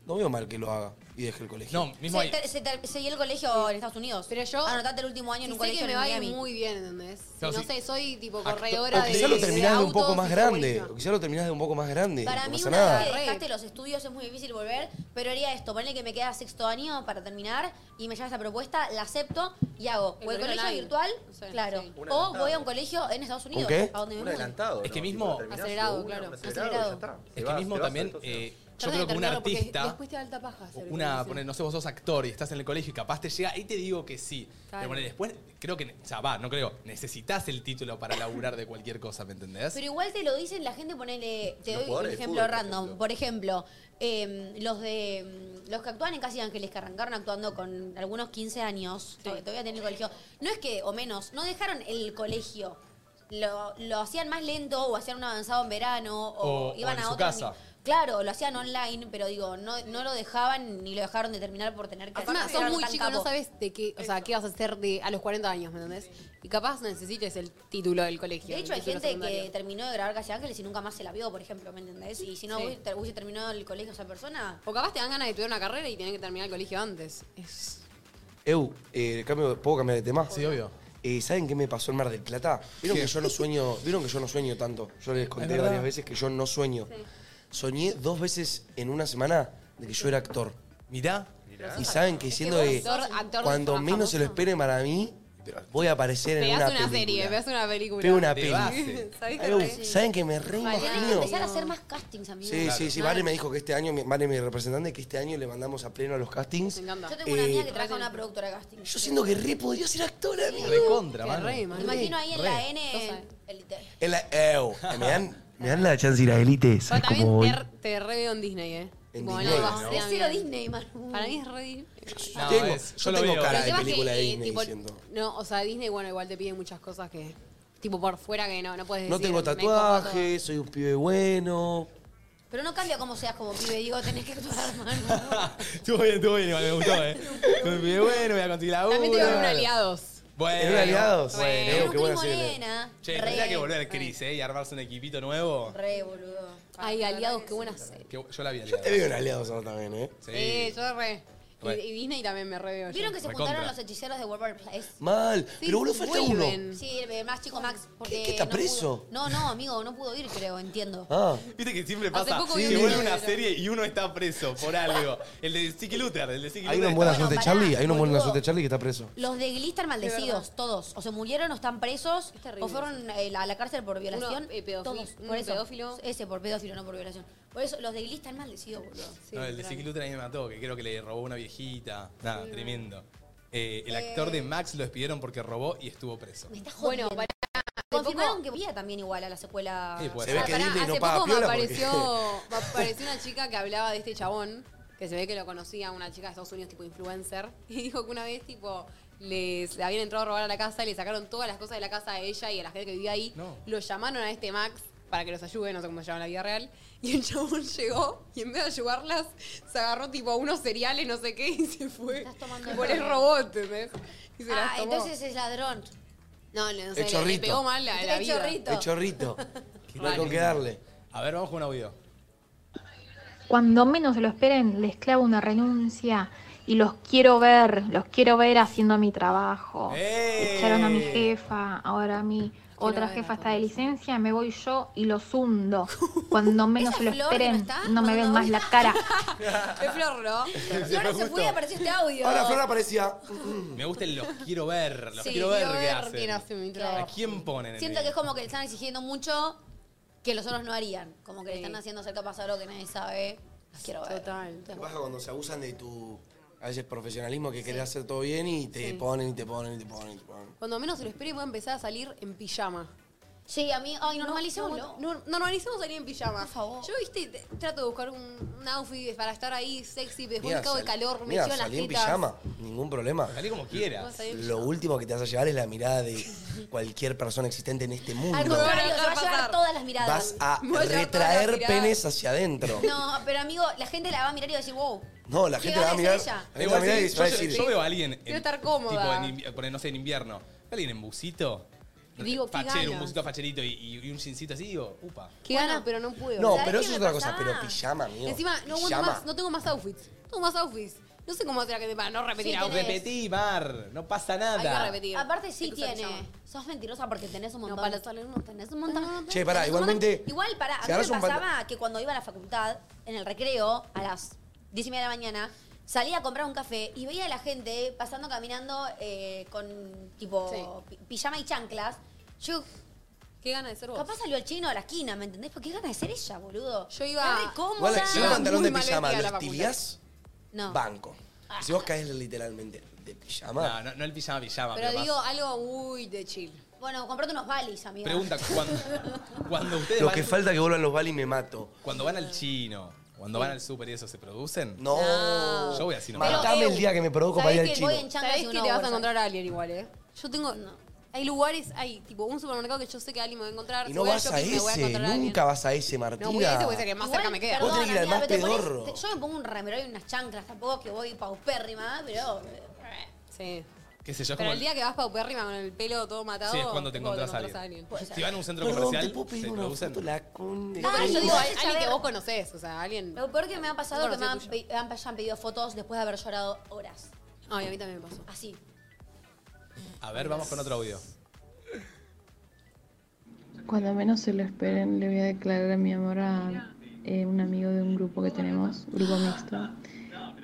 D: no veo mal que lo haga y deje el colegio.
A: No,
C: Se, ter- se ter- se dio el colegio en Estados Unidos. Pero yo. Anotate el último año en
B: Si
C: un
B: sé
C: colegio
B: que me
C: en
B: va a
C: Miami.
B: ir muy bien, ¿entendés? Si
D: Claro,
B: no
D: sí.
B: sé, soy tipo
D: O
B: corredora de
D: quizá lo terminás de un
B: autos
D: poco
B: y
D: más
B: soy
D: grande.
B: buenísima.
D: O quizá lo terminás de un poco más grande.
C: Para
D: no
C: mí,
D: pasa
C: una
D: nada.
C: vez que dejaste los estudios es muy difícil volver, pero haría esto, ponle que me queda sexto año para terminar y me llega esta propuesta, la acepto y hago o el
B: colegio
C: colegio
B: online.
C: virtual,
B: Sí,
C: claro,
B: sí.
I: Un
C: o
I: adelantado.
C: voy a un colegio en Estados Unidos,
A: qué?
C: a donde me
I: Un
C: mude.
I: aterrizado,
A: Es que
I: ¿no?
A: mismo-
I: Tipo, terminás
B: Acelerado,
I: de una,
B: claro.
I: un acelerado, y ya
B: Acelerado.
I: está. Te
A: Es que
I: vas,
A: mismo
I: te vas,
A: también,
I: entonces.
A: eh, yo creo
B: Tardan en
A: que un
B: terminarlo porque
A: artista,
B: Después te da alta paja. hacer
A: una,
B: cosas.
A: poner, no sé, vos sos actor y estás en el colegio y capaz te llega, ahí te digo que sí.
B: Claro.
A: Pero poner, después, creo que, o sea, va, no creo, necesitas el título para laburar de cualquier cosa, ¿me entendés?
C: Pero igual te lo dicen la gente, ponele, te
A: Los
C: doy un
A: jugadores de
C: ejemplo
A: fútbol, por
C: random.
A: ejemplo.
C: Por ejemplo, eh, los de mm, los que actúan en Casi Ángeles, que arrancaron actuando con algunos 15 años, to- todavía tenían el colegio, no es que, o menos, no dejaron el colegio. Lo, lo hacían más lento o hacían un avanzado en verano o,
A: O-
C: iban
A: o en
C: a
A: su
C: otro
A: casa.
C: ni- Claro, lo hacían online, pero digo, no, no lo dejaban ni lo dejaron de terminar por tener que
B: Encima,
C: hacer
B: sos muy
C: tan
B: chico, no
C: capo.
B: sabes de qué, o sea, qué vas a hacer de, a los 40 años, ¿me entendés? Y capaz necesites el título del colegio.
C: De hecho,
B: el
C: hay
B: título
C: gente que
B: secundario.
C: terminó de grabar Casi Ángeles y nunca más se la vio, por ejemplo, ¿me entendés? Y si no
B: Sí.
C: hubiese hubiese terminado el colegio esa persona,
B: O capaz te dan ganas de estudiar una carrera y tienen que terminar el colegio antes. Es...
D: Eu, eh, cambio- ¿puedo cambiar de tema?
A: Sí, obvio.
D: Eh, ¿Saben qué me pasó en Mar del Plata? Vieron que yo no sueño, vieron que yo no sueño tanto. Yo les conté
A: verdad.
D: varias veces que yo no sueño. Soñé dos veces en una semana de que yo era actor.
A: Mirá.
D: Y saben que siendo
B: vos
D: de
B: sos actor
D: cuando
B: famoso.
D: menos se lo esperen para mí, voy a aparecer en
B: Pegás
D: una,
B: una,
D: película.
B: serie, pegás una película.
D: Pego una
B: De
D: peli.
B: base. [LAUGHS] ¿Sabés que
D: Eu,
B: re-
D: ¿Saben que me re
C: Vale, Tienen que
D: imagino?
C: empezar a hacer más castings, amigo.
D: Sí, sí, sí. Vale me dijo que este año, mi- Vale, mi representante, que este año le mandamos a pleno a los castings.
C: Yo tengo una amiga
D: Eh,
C: que trabaja en una productora de casting.
D: Yo siento que re podría ser actora, amigo.
A: Recontra, mano.
C: Me imagino ahí en
A: Re.
C: la N. el-
D: En la- Ew, que me dan, me dan la chance de ir a Elite. ¿sabes
B: Pero también
D: cómo voy?
B: te, re- te re veo en Disney, ¿eh?
D: En
B: Como
D: Disney,
B: algo
D: ¿no?
B: así,
D: Es
B: amigo.
C: cero Disney, Manu.
B: Para mí es re Disney.
D: Yo
A: No,
D: tengo,
A: es-
D: yo
A: yo lo
D: tengo
A: veo.
D: cara
B: El
D: de
B: tema es
D: película de
B: eh,
D: Disney
B: tipo,
D: diciendo.
B: No, o sea, Disney, bueno, igual te pide muchas cosas que. Tipo, por fuera que no, no puedes
D: No
B: decir.
D: tengo
B: me copa todo.
D: tatuajes, soy un pibe bueno.
C: Pero no cambia como seas como pibe, digo, tenés que actuar, Manu.
A: [LAUGHS] Estuvo bien, estuvo bien, igual me gustó, ¿eh? Bien, bueno, voy a conseguir la
B: También te voy a ver un
A: una.
B: aliados.
A: Bueno,
D: ¿En un aliados?
A: Bueno,
D: Bueno, qué buena
C: Primo
D: serie.
C: nena.
A: Che,
C: Re,
A: tendría que volver al Cris, ¿eh? Y armarse un equipito nuevo.
C: Re, boludo.
B: Ay, aliados, qué buena serie.
A: Que yo la vi
D: Yo
A: aliados.
D: te veo en aliados ahora también, ¿eh?
A: Sí.
B: Eh, yo re. Y,
A: Re.
B: y Disney también me re veo. yo.
C: ¿Vieron que se
A: Recontra.
C: juntaron los hechiceros de Warner Place?
D: Mal. Pero boludo, falta uno.
B: vuelven.
C: Sí, el más chico Max. Porque
D: qué está
C: no
D: preso?
C: pudo. No, no, amigo, no pudo ir, creo, entiendo.
D: Ah.
A: Viste que siempre
B: Hace
A: pasa
B: poco vi
A: que
B: un
A: vuelve
B: video,
A: una
B: pero-
A: serie y uno está preso por algo. El de Sticky Luther, el de Sticky
D: Hay
A: Luther.
D: una buena
A: está-
D: suerte de
C: pará,
D: Charlie, hay una buena
C: boludo.
D: suerte de Charlie que está preso.
C: Los de Glee están maldecidos, todos. O se murieron, o están presos,
B: terrible
C: o fueron eh, la- a la cárcel por violación.
B: eh, pedófilo-
C: todos,
B: un
C: por eso.
B: pedófilo.
C: Ese, por pedófilo, no por violación. Por eso, los de Glee están maldecidos, boludo.
A: No, el de Sticky Luther a mí me mató, que creo que le robó una viejita. Nada, tremendo. Eh, el actor de Max lo despidieron porque robó y estuvo preso.
C: Me está
B: Bueno,
C: jodiendo.
B: para.
C: Confirmaron que volvía también igual a la secuela.
A: Sí, puede
D: Se ve
A: ser.
D: que
B: Pará,
D: Disney no
B: hace
D: paga
B: poco me
D: piola
B: apareció, [LAUGHS]
D: [LAUGHS] porque-
B: me apareció una chica que hablaba de este chabón, que se ve que lo conocía, una chica de Estados Unidos, tipo influencer, [LAUGHS] y dijo que una vez, tipo, les le habían entrado a robar a la casa y le sacaron todas las cosas de la casa a ella y a la gente que vivía ahí.
A: No.
B: Lo llamaron a este Max para que los ayude, no sé cómo se llama en la vida real, y el [LAUGHS] chabón llegó y en vez de ayudarlas, se agarró, tipo, unos cereales, no sé qué, y se fue.
C: Estás tomando
B: Tipo, el
C: el-
B: robot, ¿entendés? Y se las
C: Ah,
B: tomó.
C: entonces es ladrón.
B: No, no,
D: El
B: sé, le- le,
D: chorrito.
B: pegó mal la, la
C: El
B: vida.
C: chorrito.
D: El chorrito. No hay
A: Mal.
D: con qué darle.
A: A ver, vamos con un audio.
L: Cuando menos se lo esperen, les clavo una renuncia y los quiero ver, los quiero ver haciendo mi trabajo.
A: ¡Eh!
L: Echaron a mi jefa, ahora a mí. Otra jefa está de licencia, me voy yo y los
C: [LAUGHS]
L: hundo. Cuando menos
C: ¿Esa
L: se lo
C: flor que no
L: esperen,
C: está?
L: no me
C: Cuando
L: ven más
C: voy-
L: la
C: [LAUGHS]
L: cara.
B: Es flor,
D: [LAUGHS]
B: ¿no?
C: Y ahora se fue y apareció este audio.
D: Ahora mm, Flor aparecía.
A: Me gustan los quiero ver, los
B: Sí,
A: quiero ver
B: quiero
A: qué
B: ver
A: hacen.
B: quién hace mi
A: ¿A
B: trabajo.
A: quién ponen en
C: Siento
A: el
C: que es como que le están exigiendo mucho que los otros no harían. Como que le
B: Sí.
D: mm,
C: están haciendo hacer capaz algo que nadie sabe. Quiero ver.
B: Total.
D: ¿Qué pasa cuando se abusan de tu a veces profesionalismo que querés hacer todo bien y te
B: Sí.
D: ponen y te ponen y te ponen y te ponen.
B: Cuando menos se lo espere, voy a empezar a salir en pijama.
C: Sí, a mí, ay,
B: No,
C: normalicémoslo.
B: no, no, normalicemos salir en pijama. Por favor. Yo, viste, te- trato de buscar un, un outfit para estar ahí sexy, pero después
D: Mira,
B: me cago de
D: sal-
B: calor, me
D: mira,
B: llevan las
D: salí en
B: tetas.
D: pijama, ningún problema.
A: Salí como
B: quieras. Vos salí en
D: Lo último que te vas a llevar es la mirada de
B: [LAUGHS]
D: cualquier persona existente en este
C: Al
D: mundo.
C: contrario, se va a llevar todas las
D: Vas
C: miradas.
D: a
C: Me voy a llevar todas las
D: retraer
C: miradas.
D: penes hacia adentro.
C: No, pero amigo, la gente la va a mirar y va a decir, wow.
D: No, la gente
C: ¿Qué
D: va a
C: gana
D: mirar.
C: es ella?
D: la gente va a mirar y
A: yo,
D: va a
A: yo-
D: decir.
A: yo veo a alguien. en-
B: Quiero estar cómoda.
A: Tipo, en invi- poner, no sé, en invierno. Alguien en busito.
B: Y digo, qué
A: fachero, un
B: ganas.
A: busito facherito y, y- y un chincito así, digo, upa.
B: Qué ganas, pero no puedo.
D: No,
B: ¿Sabés
D: pero
B: qué
D: eso es
B: me
D: otra cosa,
B: pasa?
D: pero pijama, amigo.
B: Encima, no aguanto
D: Pijama.
B: más, no tengo más outfits. No tengo más outfits. No sé cómo hacer la que para no repetir
C: Sí,
B: outfits.
C: tenés.
A: Repetí, Mar, no pasa nada.
B: Hay que repetir.
C: Aparte sí
B: Hay que usar
C: tiene.
B: pijama.
C: Sos mentirosa porque tenés un montón.
B: No, para salir no tenés un montón.
D: Che, pará,
C: Tenés un montón.
D: igualmente,
C: Igual, pará, a
D: si
C: mí me
D: agarras un pant-
C: pasaba que cuando iba a la facultad, en el recreo, a las 10 y media de la mañana, salía a comprar un café y veía a la gente pasando, caminando eh, con tipo pi- pijama y chanclas. Yo.
B: Qué gana de ser vos.
C: Capaz salió el chino a la esquina, ¿me entendés? Porque qué gana de ser ella, boludo.
B: Yo iba-
C: Está re cómoda.
D: Igual, si un pantalón de
B: muy mal
D: pijama
B: vestida la
D: lo
B: facultad. Ah.
D: estilás,
C: No.
D: banco. Y Si vos caes literalmente de pijama.
A: No, no, no el pijama, pijama.
B: Pero
A: capaz.
B: digo algo, uy, de chill.
C: Bueno, comprate unos balis, amigo.
A: Pregunta, ¿cuándo, cuando ustedes
D: Lo
A: van-
D: que falta que vuelvan los bali me mato.
A: Cuando van al chino, cuando van al súper y eso, ¿se producen?
D: No.
A: Yo voy así nomás.
D: Matame el día que me provoco para ir al
B: que
D: chino.
B: Sabés
C: y
B: que
C: una
B: te vas a
C: bolsa.
B: encontrar a alguien igual, ¿eh? Yo tengo. Hay lugares, hay tipo un supermercado que yo sé que alguien me va a encontrar.
D: Y
B: si
D: no
B: voy al
D: vas a
B: shopping, me voy
D: ese,
B: encontrar alguien.
D: nunca vas a ese,
B: No voy a
D: Martina.
B: ese, voy a ese que más cerca me queda.
D: Vos tenés que ir al
C: amiga,
D: más
C: pero te pones-
D: pedorro.
C: te- yo me pongo un remero y unas chanclas, tampoco que voy paupérrima, pero. eh,
B: Sí.
A: ¿Qué sé yo? es
B: Pero
A: como
B: el día que vas paupérrima con el pelo todo matado.
A: Sí, es cuando te
B: tipo,
A: encontrás a alguien.
B: Puede ser.
A: Si van a un centro
D: Perdón,
A: comercial,
D: ¿te puedo pedir
A: se
D: una
A: producen.
D: foto? La conde.
B: No, pero Ah, yo
C: Ay,
B: digo,
C: no.
B: hay- alguien que
C: Saber-
B: vos conocés, o sea, alguien.
C: Lo peor que me ha pasado es que me han,
B: Conocido
C: pe- han- hayan pedido fotos después de haber llorado horas.
B: Ay, a mí también me pasó.
C: Así.
A: A ver, vamos con otro audio.
M: Cuando menos se lo esperen, le voy a declarar mi amor a eh, un amigo de un grupo que tenemos, grupo mixto,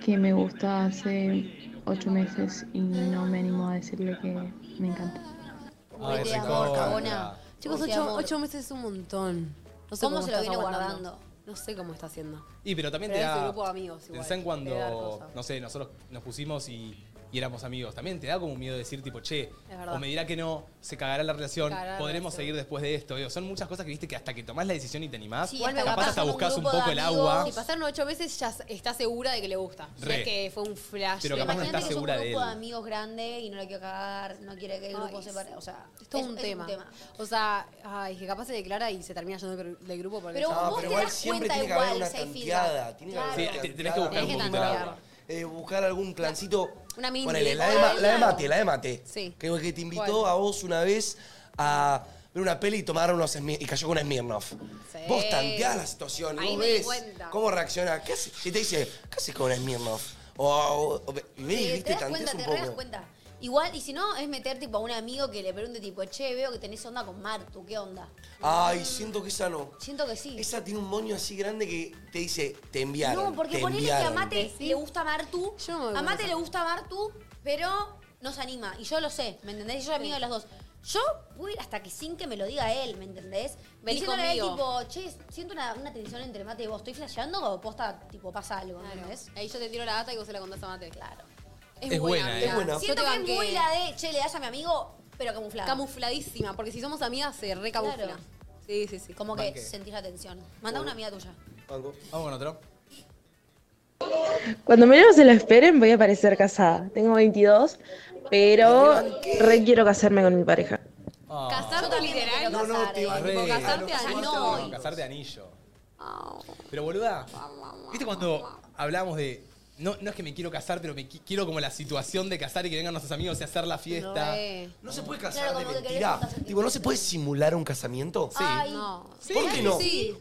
M: que me gusta hace ocho meses y no me animo a decirle que me encanta.
B: Ay,
C: Te amor,
B: recontra.
C: cabona.
B: Chicos,
C: Te
B: ocho,
C: amor.
B: ocho meses es un montón. No sé
C: ¿Cómo
B: cómo,
C: se lo
B: estás
C: viene
B: aguantando.
C: guardando?
B: No sé cómo está haciendo.
A: Y pero también
B: Pero
A: te
B: es
A: da.
B: el grupo de amigos igual,
A: pensá en
B: te da cosa.
A: cuando, no sé, nosotros nos pusimos y, y éramos amigos. También te da como un miedo de decir, tipo, che,
B: verdad.
A: o me dirá que no, se cagará la relación,
B: Cagará la
A: podremos
B: relación.
A: seguir después de esto. Digo, son muchas cosas que viste que hasta que tomás la decisión y te animás,
B: Sí,
A: capaz,
B: hasta capaz
A: hasta
B: con un
A: buscás un,
B: grupo de
A: poco el
B: amigos,
A: agua.
B: Si pasaron ocho veces, ya s- está segura de que le gusta. Si
A: Re.
B: es que fue un flash.
A: Pero capaz no
C: Imagínate
A: estás
C: que es un
A: segura
C: grupo
A: de él.
C: de amigos grande y no la quiero cagar, no quiere que el grupo
B: Ay,
C: se pare. O sea,
B: Es todo un, tema. O sea, ay, que capaz se declara y se termina yendo del gru- del grupo. Porque
C: Pero
B: ya-
C: vos
D: No, pero igual siempre tiene que haber una tanteada. Tiene que haber
B: Claro.
D: una
A: Sí, te- tenés que buscar
D: tanteada,
A: un poquito
D: una
A: de
D: tanteada. Eh, buscar algún plancito.
B: Una mini.
D: Ponele, la de, ma- la de mate, la de mate.
B: Sí.
D: Que, que te invitó
B: ¿Cuál?
D: a vos una vez a ver una peli y tomar unos Smirnoff. Y cayó con una Smirnoff. Vos tanteás la situación.
B: Ahí
D: vos
B: me di
D: ves
B: cuenta.
D: cómo reaccionás. ¿Qué haces? Y te dice, ¿qué haces con una Smirnoff? O, o, o- y ves,
C: Sí,
D: viste,
C: te das cuenta,
D: tanteás
C: te
D: un
C: re das
D: poco.
C: cuenta. Igual, y si no, es meter tipo a un amigo que le pregunte tipo, che, veo que tenés onda con Martu, ¿qué onda?
D: Ay, siento que esa no.
C: Siento que sí.
D: Esa tiene un moño así grande que te dice, te enviaron.
C: No, porque
D: te
C: ponele que a
D: enviaron.
C: Mate
B: Sí.
C: le gusta Martu.
B: voy
C: a
B: con
C: Mate
B: esa.
C: le gusta Martu, pero no se anima. Y yo lo sé, ¿me entendés? Y yo soy amigo de los dos. Yo puedo ir hasta que sin que me lo diga él, ¿me entendés?
B: Vení
C: Diciéndole a él
B: conmigo.
C: tipo, che, siento una, una tensión entre Mate y vos. ¿Estoy flasheando o posta, tipo, pasa algo, ¿me entendés?
B: Ahí yo te tiro la data y vos se la contás a Mate. Claro.
A: Es buena, ¿eh?
B: amiga.
A: Es buena.
B: Yo
C: Siento
B: te
C: que es
B: banqué.
C: muy la de, che, le das a mi amigo, pero camuflada.
B: Camufladísima, porque si somos amigas se recamufla.
C: Claro.
B: Sí, sí, sí.
C: Como que
A: Banqué.
C: sentís la tensión. Manda una amiga tuya.
A: Vamos con otro.
N: Cuando menos se lo esperen, voy a parecer casada. Tengo 22, pero re quiero casarme con mi pareja.
B: Casarte literal.
D: No,
A: Ah,
D: no, te
B: casar,
D: barré.
B: ¿eh? Tipo, casarte
D: No,
B: a
D: no,
B: no.
D: no.
A: Casarte anillo.
B: Oh.
A: Pero boluda, ¿viste cuando hablamos de. No, no es que me quiero casar, pero me qui- quiero como la situación de casar y que vengan nuestros amigos y hacer la fiesta.
D: No se puede
C: Claro,
D: casar de
C: como que querés
D: mentira.
C: un casamiento.
D: Tipo, ¿no se puede simular un casamiento?
C: Ay,
D: ¿Por qué no?
C: Ah, Sí.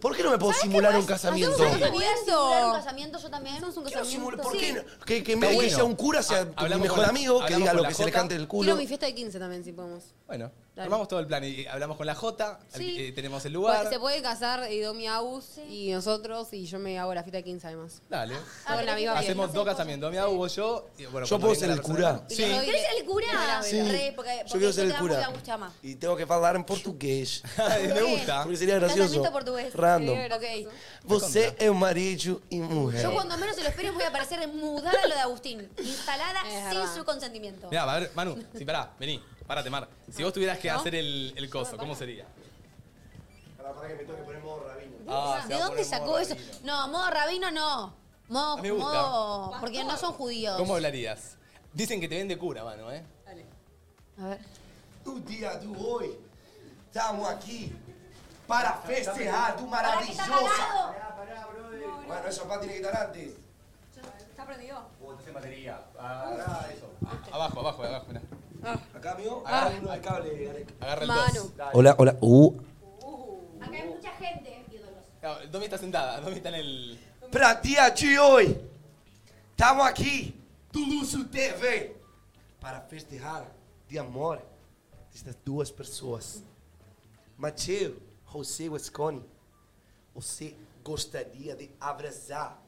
D: ¿Por qué no me puedo simular un casamiento?
C: ¿Hacemos un casamiento? un casamiento yo también? ¿Hacemos
B: un
D: Quiero simular-
C: casamiento?
D: ¿Por qué
C: Sí.
D: no? Que, que mi
A: Está
D: abuelo
A: bueno.
D: sea un cura, sea
A: Ha-
D: tu
A: hablamos
D: mejor
A: con la-
D: amigo, que
A: hablamos
D: diga
A: con
D: lo
A: la
D: que se le
A: Jota.
D: cante el
B: Quiero
D: culo.
B: mi fiesta de 15 también, si podemos.
A: Bueno.
B: Dale.
A: Armamos todo el plan y hablamos con la J,
B: Sí. Pues,
A: eh, tenemos el lugar.
B: Se puede casar eh, Domi Agus y nosotros y yo me hago la fiesta de 15 además.
A: Dale.
B: Ah, con la misma
A: Hacemos
B: piel.
A: dos casamientos. Mi abu, vos, yo. y bueno,
O: Yo
A: cuando
O: puedo
A: venga
O: ser
A: la
O: el
A: persona-
O: cura.
A: Sí.
C: ¿Querés ser el cura?
O: Sí.
D: Mm.
C: Re, porque,
O: Yo
C: porque
O: quiero ser
C: te
O: el
C: da mucha
O: cura.
C: angustia más.
O: Y tengo que hablar en
C: [LAUGHS]
O: portugués.
A: [LAUGHS] Me gusta.
O: Porque sería gracioso.
C: Casamiento portugués.
O: Random.
C: Ok.
O: Você es marido y mujer.
C: Yo cuando menos se lo esperes voy a aparecer mudada a lo de Agustín. Instalada sin su consentimiento.
A: Mirá, a ver, Manu, sí, pará, vení, párate, Mar. Si vos tuvieras que hacer el, el coso, ¿cómo sería?
O: Para, que me toque poner modo rabino.
A: Ah, se
C: ¿De
A: va a
C: dónde
A: poner modo
C: sacó eso? No, modo rabino no. Modo,
A: A mí me gusta.
C: modo- porque no son judíos.
A: ¿Cómo hablarías? Dicen que te vende cura, Manu, ¿eh?
C: A ver.
D: O dia de hoje, estamos aqui para festejar do maravilhoso. Bueno, eso papá tiene que estar antes.
C: ¿Está prendido?
D: Oh, estás en batería. Ah, eso.
A: Abajo, abajo, abajo, mirá.
D: Acá, amigo,
A: Ah.
D: agarra uno del cable, Alec.
A: Agarra el
D: Manu.
A: dos.
O: Hola, hola. Uh.
C: Acá hay mucha gente.
A: No, Domi está sentada, Domi está en el...
D: Pra dia de hoje, estamos aqui, Tuluço TV, para festejar de amor destas duas pessoas. Mateu, José Wescone, você gostaria de abraçar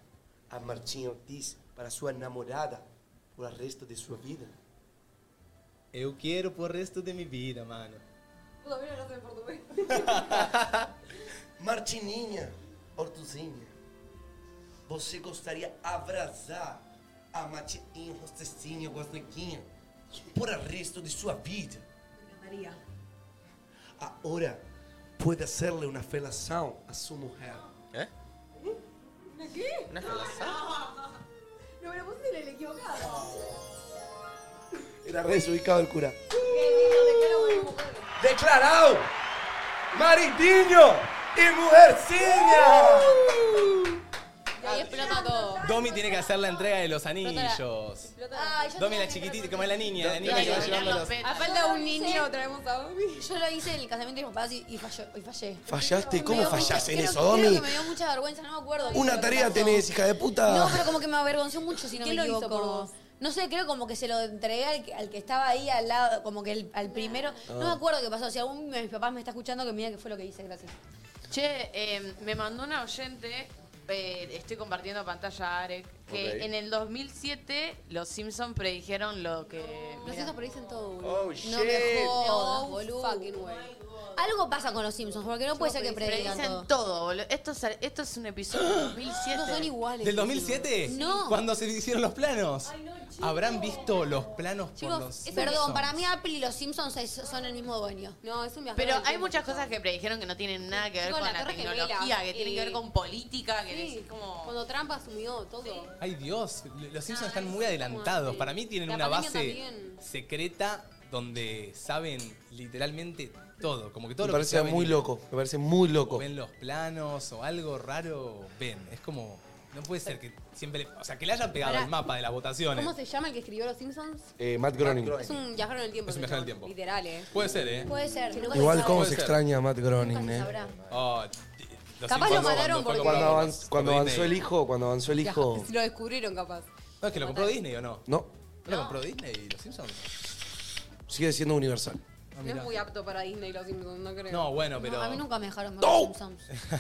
D: a Martinha Ortiz para sua namorada por o resto de sua vida?
A: Eu quiero por resto de mi vida, mano.
D: Martininha Ortuzinha, você gostaria de abraçar a Matinha Rostecinha Guasnequinha por o resto de sua vida?
C: María.
D: Agora pode hacerle uma felação a sua mulher.
I: ¿Eh?
P: É?
B: ¿Qué?
P: ¿Una felación?
B: No, me lo puse en el equivocado.
O: Era re desubicado el cura.
D: Declarado maridinho e mulherzinha!
B: Y ahí explota todo.
A: Domi tiene que hacer la entrega de los anillos.
C: Ay, yo
A: Domi
C: tenía
A: la
C: que-
A: chiquitita, como es la niña, la niña
C: Ay,
A: que va
C: yo
A: llevando los...
C: tenía-
B: A falta de un
C: Yo lo hice-
B: niño, traemos a Domi.
C: Yo lo hice en el casamiento de mis papás y, y falló- y fallé.
O: ¿Fallaste?
C: Me
O: ¿Cómo
C: dio
O: fallaste en
C: mucha-
O: eso,
C: creo- creo
O: Domi?
C: que me dio mucha vergüenza, no me acuerdo. bien lo
O: Una
C: que
O: tarea
C: pasó.
O: tenés, hija de
C: No,
O: puta.
C: pero como que me avergonzó mucho, si no me
B: ¿Quién lo hizo
C: equivoco.
B: por vos?
C: No sé, creo como que se lo entregué al, que- al que estaba ahí al lado, como que el- al primero. No
H: Ah.
C: me acuerdo qué pasó. Si algún de mis papás me está escuchando, que mira qué fue lo que hice, gracias.
H: Che, eh, me mandó una oyente, eh, estoy compartiendo pantalla a Arek, que
P: Ok.
H: en el 2007 los Simpsons predijeron lo que...
B: Los
H: mirá.
B: Simpsons predicen todo,
P: Oh,
B: boludo.
P: shit. me
C: jodas,
B: No, fucking way.
C: Algo pasa con los Simpsons, porque no puede ser que predigan
H: Predicen
C: todo.
H: todo, boludo. Esto es, esto es un episodio del 2007.
C: No son iguales.
A: ¿Del 2007?
C: No.
A: Cuando se hicieron los planos. ¿Habrán visto los planos por los
C: Chicos, Eh, perdón,
A: Simpsons?
C: para mí Apple y los Simpsons es- son el mismo dueño.
B: No, es un viaje.
H: Pero hay muchas cosas que predijeron que no tienen nada que ver
B: Sí,
H: con
B: con
H: la,
B: la Torre Gemela,
H: tecnología, que tienen
B: eh,
H: que ver con política, que decís como...
B: Cuando Trump asumió todo.
A: Ay Dios, los Simpsons están muy adelantados. Para mí tienen
B: La
A: una
B: pandemia
A: base
B: también.
A: secreta donde saben literalmente todo. Como que todo
O: Me
A: lo que
O: parece
A: se va a
O: muy
A: venir.
O: loco. Me parece muy
A: O
O: loco.
A: ven los planos o algo raro, ven. Es como, no puede ser que siempre, o sea, que le hayan pegado
B: Pará.
A: el mapa de las votaciones.
B: ¿Cómo se llama el que escribió Los Simpsons?
O: Eh, Matt Groening.
B: Es un viajero en el tiempo.
A: Es un viajero en
B: ese
A: el
B: chabón,
A: tiempo.
B: Literal, eh.
A: Puede ser, ¿eh?
C: Puede ser. nunca
O: Igual
C: sabe.
O: cómo
A: Puede
O: se
A: ser.
O: extraña a Matt Groening, eh.
C: Sabrá.
A: Oh, t- los
B: Capaz
A: Simpsons
B: lo mataron
A: cuando fue
B: porque-
A: comprado
O: Cuando,
A: por-
O: avanz- cuando
A: por
O: avanzó el
A: Disney.
O: hijo, cuando avanzó el
B: [LAUGHS]
O: hijo.
B: Lo descubrieron capaz.
A: No, es que lo compró Disney o no.
O: No,
A: ¿No lo compró Disney y los Simpsons?
O: sigue siendo universal.
B: No es muy apto para Disney Los Simpsons, no creo.
A: No, bueno, pero.
C: No, a mí nunca me dejaron ver
O: [LAUGHS]
C: los Simpsons.
H: No,
C: Es el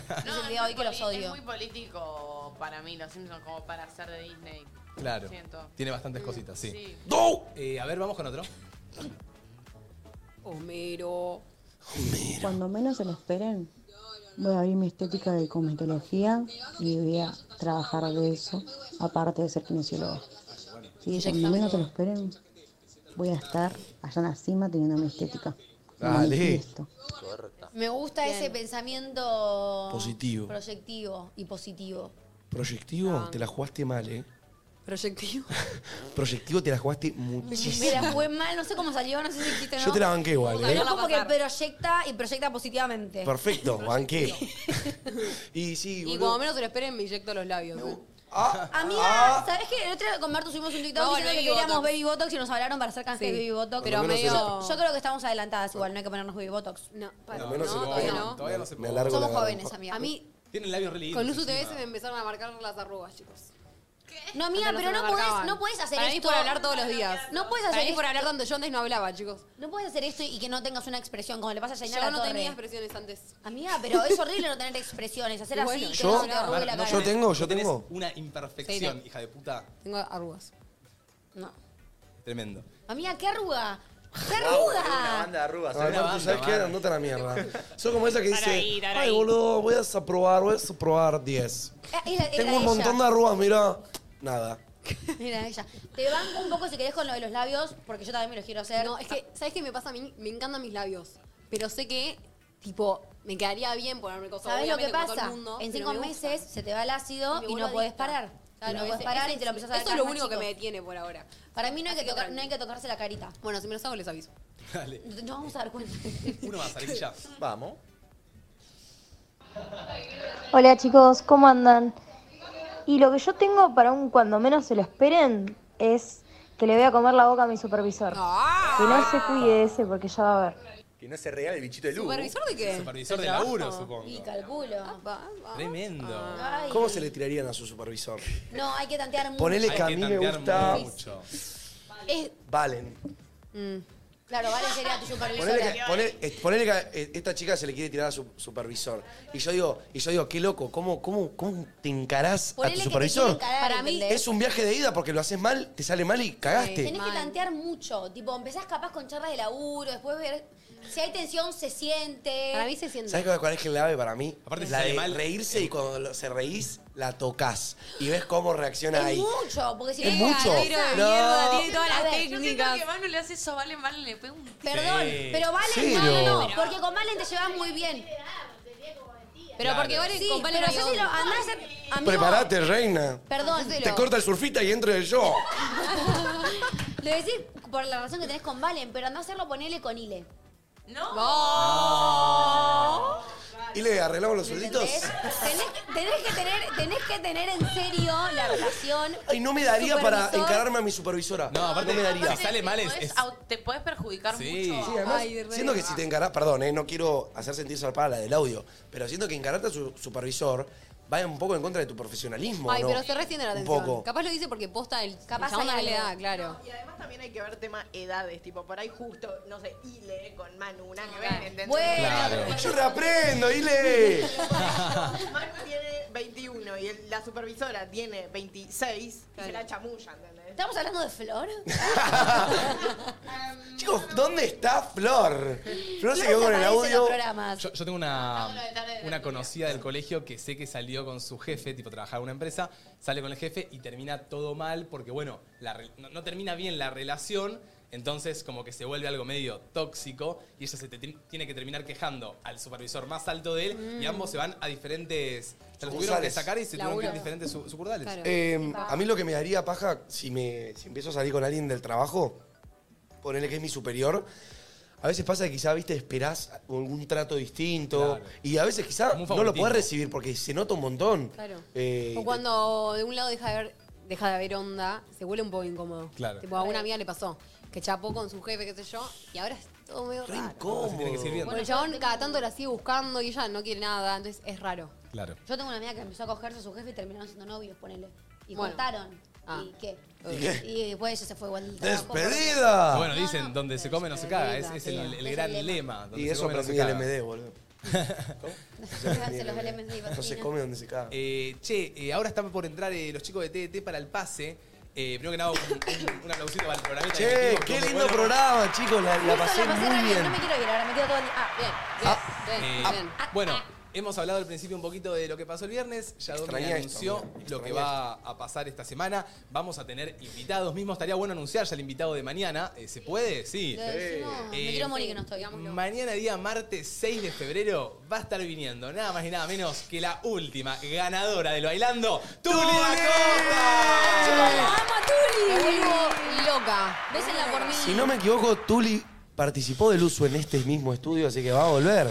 H: es
C: día de hoy que
H: muy
C: los
H: poli-
C: odio.
H: Es muy político para mí los Simpsons como para ser de Disney.
A: Claro.
H: Siento.
A: Tiene bastantes cositas, sí.
H: sí.
A: Eh, a ver, vamos con otro.
B: Homero.
I: Cuando menos se lo esperen, voy a abrir mi estética de cosmetología y voy a trabajar de eso, aparte de ser kinesióloga. Sí, cuando menos se lo esperen, voy a estar allá en la cima teniendo mi estética. Lo
D: Ah,
O: Dale.
I: manifiesto.
C: Me gusta ese pensamiento
O: Positivo.
C: proyectivo y positivo.
O: Proyectivo,
C: Ah.
O: te la jugaste mal, eh. [LAUGHS]
B: Proyectivo.
O: Proyectivo, te la jugaste
C: Mira,
O: muchísimo.
C: fue mal, no sé cómo salió, no sé si existe o no.
O: Yo te la banqué igual,
C: Pero
O: eh.
C: es como que proyecta y proyecta positivamente. [LAUGHS]
O: Perfecto, banqué.
D: [LAUGHS]
O: y sí,
B: Y
O: boludo.
B: cuando menos se lo esperen, me inyecto los labios. eh.
C: Amiga, ¿sabes qué? El otro día con Martu subimos un TikTok
B: No,
C: diciendo
B: no,
C: que
B: Baby
C: queríamos
B: Botox.
C: Baby Botox y nos hablaron para hacer canje
B: Sí.
C: de Baby
O: Pero
C: Botox.
O: Por lo menos medio-
C: Yo, yo creo que estamos adelantadas igual, no hay que ponernos Baby Botox.
B: No, para.
O: Al menos
B: no,
O: se lo
B: todavía
O: pone.
B: no.
A: Todavía no se
O: Me
A: puede.
O: largo
C: Somos
O: la garganta.
C: jóvenes, amiga.
B: A mí,
A: Tienen labios re lindos.
B: con Uso TV
A: encima.
B: se me empezaron a marcar las arrugas, chicos.
C: No, amiga,
B: Antes
C: pero
B: se me
C: no podés-
B: marcaban.
C: no podés hacer
B: Para
C: esto.
B: Mí por hablar todos los días.
C: No podés
B: Para
C: hacer
B: mí por
C: esto.
B: hablar tanto. Yo antes no hablaba, chicos.
C: No puedes hacer esto y que no tengas una expresión, como le pasa a Jaina
B: Yo
C: la
B: no
C: Torre.
B: tenía expresiones antes.
C: Amiga, pero es horrible no tener expresiones, hacer
B: Y
C: así,
B: bueno,
C: que
D: yo-
C: no se te arrugue
D: Mar-
C: la
D: no,
C: cara.
D: yo tengo, yo
A: Tenés
D: tengo.
A: una imperfección, hija de puta.
B: Tengo arrugas.
C: No.
A: Tremendo. [LAUGHS]
C: Amiga, qué arruga. ¡Qué
I: Wow,
C: arruga!
I: tengo una banda de arrugas.
D: Ah,
I: eh.
D: Martu, ¿sabes qué? Andate a la mierda. Soy como esa que dice,
I: Araí,
D: ay, boludo, voy a probar, voy a probar 10.
C: Eh, era- era
D: Tengo un
C: ella.
D: montón de arrugas, mira. Nada.
C: Mira ella. Te banco un poco si querés con lo de los labios, porque yo también me los quiero hacer.
B: No, es que,
O: Ah.
B: ¿sabes qué me pasa a mí? Me encantan mis labios. Pero sé que, tipo, me quedaría bien ponerme cosas.
C: ¿Sabes lo que
B: obviamente, como todo
C: pasa?
B: el mundo, pero
C: en cinco
B: me gusta.
C: meses se te va el ácido
B: me
C: y
B: vuelvo
C: no podés
B: adicta.
C: parar.
B: Claro,
C: no podés
B: Ah, ese-
C: parar
B: ese-
C: y te lo empezás a
B: Eso
C: sacar
B: es lo
C: más
B: único que me
C: chico.
B: detiene por ahora.
C: Para mí no hay, que
B: Así
C: tocar-
B: tranqui.
C: no hay que tocarse la carita.
B: Bueno, si me los hago les aviso.
A: Dale.
C: No no vamos a dar cuenta.
A: Uno más, Arenilla.
I: Vamos.
Q: Hola chicos, ¿cómo andan? Y lo que yo tengo para un cuando menos se lo esperen es que le voy a comer la boca a mi supervisor.
B: Ah.
Q: Que no se cuide ese porque ya va a ver.
I: Que no se regale el bichito de luz.
C: ¿Supervisor de
B: Eh,
C: qué?
A: Supervisor de laburo, supongo.
C: Y Ah. calculo.
A: Tremendo.
C: Ay.
D: Ah. ¿Cómo se le tirarían a su supervisor?
C: No, hay que tantear mucho.
D: Ponele que a
A: Hay que
D: mí me
A: tantear
D: gusta.
A: mucho.
C: Es-
D: Valen.
C: claro, vale, sería tu supervisora.
D: Ponele que, poné- eh, ponele que a- eh, esta chica se le quiere tirar a su supervisor. Y yo digo, y yo digo, qué loco, ¿cómo, cómo, cómo te encarás a
C: Ponele
D: tu
C: que te
D: supervisor?
C: quiere encarar,
D: Para mí
C: ¿entendés?
D: es un viaje de ida porque lo haces mal, te sale mal y cagaste.
C: Tenés que tantear mucho. Tipo, empezás capaz con charlas de laburo, después ver si hay tensión, se siente. Para mí
B: se siente.
D: ¿Sabes cuál- cuál es que es clave para mí?
A: Aparte, si
D: la
A: sale
D: de
A: mal-
D: reírse y cuando lo- se reís, la tocas. Y ves cómo reacciona
C: es
D: ahí.
C: mucho, porque si
D: Es
C: no-
D: mucho.
C: Tiro de
D: No.
C: mierda, tiene todas
H: A
C: las
H: ver, yo siento
C: técnicas.
H: que Manu le hace eso a Valen, Valen le pega un tiro.
C: Perdón,
H: Sí.
C: pero Valen
H: Sí,
C: no, no, no,
H: pero-
C: porque con Valen te llevas muy bien.
B: Pero Claro. porque Valen-
C: Sí,
B: con Valen no
C: pero
B: hay
C: hacéselo,
B: onda.
C: andá a ser amigo.
D: Prepárate, reina.
C: Perdón.
D: Te corta el surfita y entro en el yo.
C: Lo decís por la razón que tenés con Valen, pero andá a hacerlo ponele con Ile.
H: No.
D: ¿Y le arreglamos los suelditos?
C: ¿Entendés? Tenés, que- tenés que tener, tenés que tener en serio la relación.
D: Ay, no me daría para
C: supervisor.
D: encararme a mi supervisora. No,
A: aparte,
D: me daría.
A: si sale mal es-
H: Podés
A: es
H: au- Te puedes perjudicar
D: Sí.
H: mucho.
D: Sí, además, siento que si te encarás, perdón, eh, no quiero hacer sentir zarpada la del audio, pero siento que encararte a su supervisor va un poco en contra de tu profesionalismo.
B: Ay,
D: ¿no?
B: pero se retiene la
D: Un
B: atención.
D: poco.
B: Capaz lo dice porque posta el
G: Capaz
B: Capaz chabón
G: hay
B: no le
G: algo.
B: da, claro.
G: Y además también hay que ver tema edades, tipo, por ahí justo, no sé, Ile con Manu, nada que ver, ¿entendés?
D: Claro.
C: pues,
D: Yo
B: [LAUGHS]
D: reaprendo, dile.
G: Manu tiene 21 y el- la supervisora tiene 26 y se la chamulla, ¿entendés?
C: ¿Estamos hablando de Flor?
D: Chicos, ¿dónde está Flor? Flor
C: Flor
D: se quedó con el
C: desaparece en los
D: audio.
C: programas.
A: Yo, yo tengo una, una conocida del colegio que sé que salió con su jefe, tipo trabajaba en una empresa, sale con el jefe y termina todo mal porque, bueno, la re- no, no termina bien la relación, entonces como que se vuelve algo medio tóxico y ella se te- tiene que terminar quejando al supervisor más alto de él y ambos se van a diferentes... Se los tuvieron que
D: Sucursales.
A: sacar y se tuvieron que ir a
D: Laburo.
A: diferentes su- sucursales.
D: Eh, a mí lo que me daría paja si, me, si empiezo a salir con alguien del trabajo, ponerle que es mi superior. A veces pasa que quizá, viste, esperás algún trato distinto. Y a veces quizá no lo
A: favoritismo.
D: podés recibir porque se nota un montón.
B: Claro.
D: Eh,
B: O cuando de un lado deja de haber, deja de haber onda, se vuelve un poco incómodo.
D: Claro.
B: Tipo, a una amiga le pasó, que chapó con su jefe, qué sé yo, y ahora es todo medio raro.
A: Se tiene que seguir viendo.
B: Bueno, el chabón cada tanto la sigue buscando y ella no quiere nada, entonces es raro.
A: Claro.
C: Yo tengo una amiga que empezó a cogerse a su jefe y terminaron siendo novios, ponele. Y
B: Bueno.
C: cortaron.
B: Ah.
C: ¿Y qué?
A: ¿Y qué?
C: Y después ella se fue igual. del trabajo.
D: ¡Despedida!
A: Bueno, dicen, donde se come no se caga, es, es el,
D: sí.
A: el
D: Es el
A: gran
D: lema.
A: lema. donde
D: Y
A: se
D: eso
A: come no
D: aprendí
A: se
D: el
A: caga.
D: MD,
A: [LAUGHS]
D: boludo.
C: Se los LMD y
D: No se
C: vagina.
D: come donde se caga.
A: Eh, che, eh, ahora están por entrar eh, los chicos de TDT para el pase. Eh, primero que nada, un, un- un aplausito para el programa.
D: Che, qué lindo programa, chicos. La, la pasé muy bien.
C: No me quiero ir, ahora me quedo todo. el- Ah, bien.
A: Eh, bueno, hemos hablado al principio un poquito de lo que pasó el viernes. Ya Domi
D: Extrañé
A: anunció
D: esto, mira,
A: lo que
D: extrañé
A: va a pasar esta semana. Vamos a tener invitados mismo. Estaría bueno anunciar ya el invitado de mañana. Eh, ¿Se puede? Sí.
C: Lo decimos.
B: Ah,
A: Eh,
C: me quiero morir que no estoy.
A: Mañana día martes 6 de febrero va a estar viniendo nada más y nada menos que la última ganadora del bailando, Tuli da Costa.
B: Me vuelvo loca. Bésenla por mí.
D: Si no me equivoco, Tuli participó del uso en este mismo estudio, así que va a volver.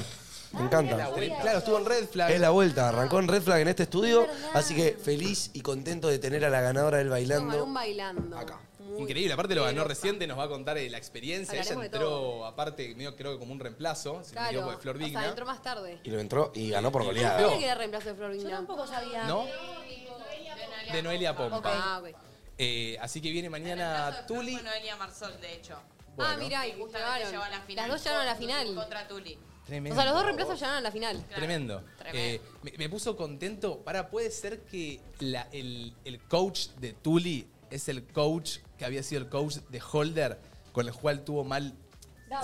A: Ah,
D: Me encanta.
A: Claro, estuvo en Red Flag.
D: Es la vuelta, arrancó en Red Flag en este estudio, así que feliz y contento de tener a la ganadora del
B: Tomar
D: bailando.
B: un bailando.
A: Increíble, aparte lo ganó reciente, nos va a contar eh, la experiencia.
B: Hablaremos
A: Ella
B: de
A: entró, aparte, medio creo que como un reemplazo, si no me
B: Claro.
A: equivoco, de pues, Flor
B: O sea,
A: Digna.
B: entró más tarde.
D: Y lo entró y ganó por
B: Yo
D: goleada.
B: sabía que era reemplazo de Flor Vigna. Yo tampoco
C: sabía.
A: ¿No? de Noelia Pompa.
B: Ok. Ah, ok.
A: Eh, así que viene mañana Tuli.
H: Bueno, Elia Marzón, de hecho.
B: ah, mirá, y
H: Justamente
B: llegaron.
H: llegó a la final.
B: Las dos llegaron a la final.
H: Contra Tuli.
B: O
A: Tremendo.
B: sea, los dos reemplazos llegaron a la final.
A: Tremendo. Eh, me, me puso contento. Para, puede ser que la- el, el coach de Tuli es el coach que había sido el coach de Holder, con el cual tuvo mal.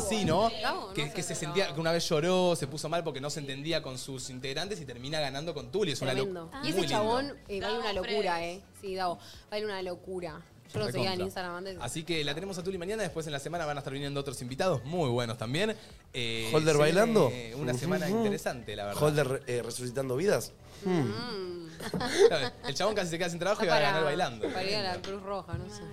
A: Sí, ¿no?
B: Davo,
A: que
B: no
A: que se sentía, que una vez lloró, se puso mal porque no se entendía con sus integrantes y termina ganando con Tuli. Es una
B: Tremendo.
A: locura.
B: Y Ah, ese chabón eh, baila una locura, ¿eh? Sí, Davo, baila una locura. Yo lo seguía en
A: Recontra.
B: Instagram antes.
A: Así que la tenemos a Tuli mañana, después en la semana van a estar viniendo otros invitados muy buenos también. Eh,
D: ¿Holder
A: se
D: bailando?
A: viene Una semana
D: Ujú.
A: interesante, la verdad.
D: Holder eh, resucitando vidas. Mm.
A: El chabón casi se queda sin trabajo y va a
B: Para-
A: ganar bailando.
B: Para ir a la Cruz Roja, no sé.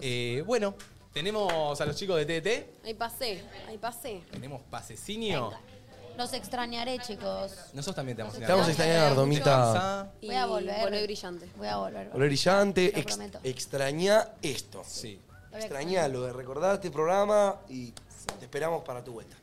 A: Eh, bueno, tenemos a los chicos de TDT,
B: Ahí pasé, ahí pasé.
A: tenemos Pasecinio.
C: Los extrañaré, chicos.
A: Nosotros también te vamos a
D: Te vamos a extrañar, Domita.
C: Voy a volver.
B: volvé brillante.
C: Voy a volver.
D: Olor brillante.
C: Lo
D: ex-
C: prometo.
D: extraña esto.
A: Sí.
C: voy a
D: Extrañalo, de recordar este programa y te esperamos para tu vuelta.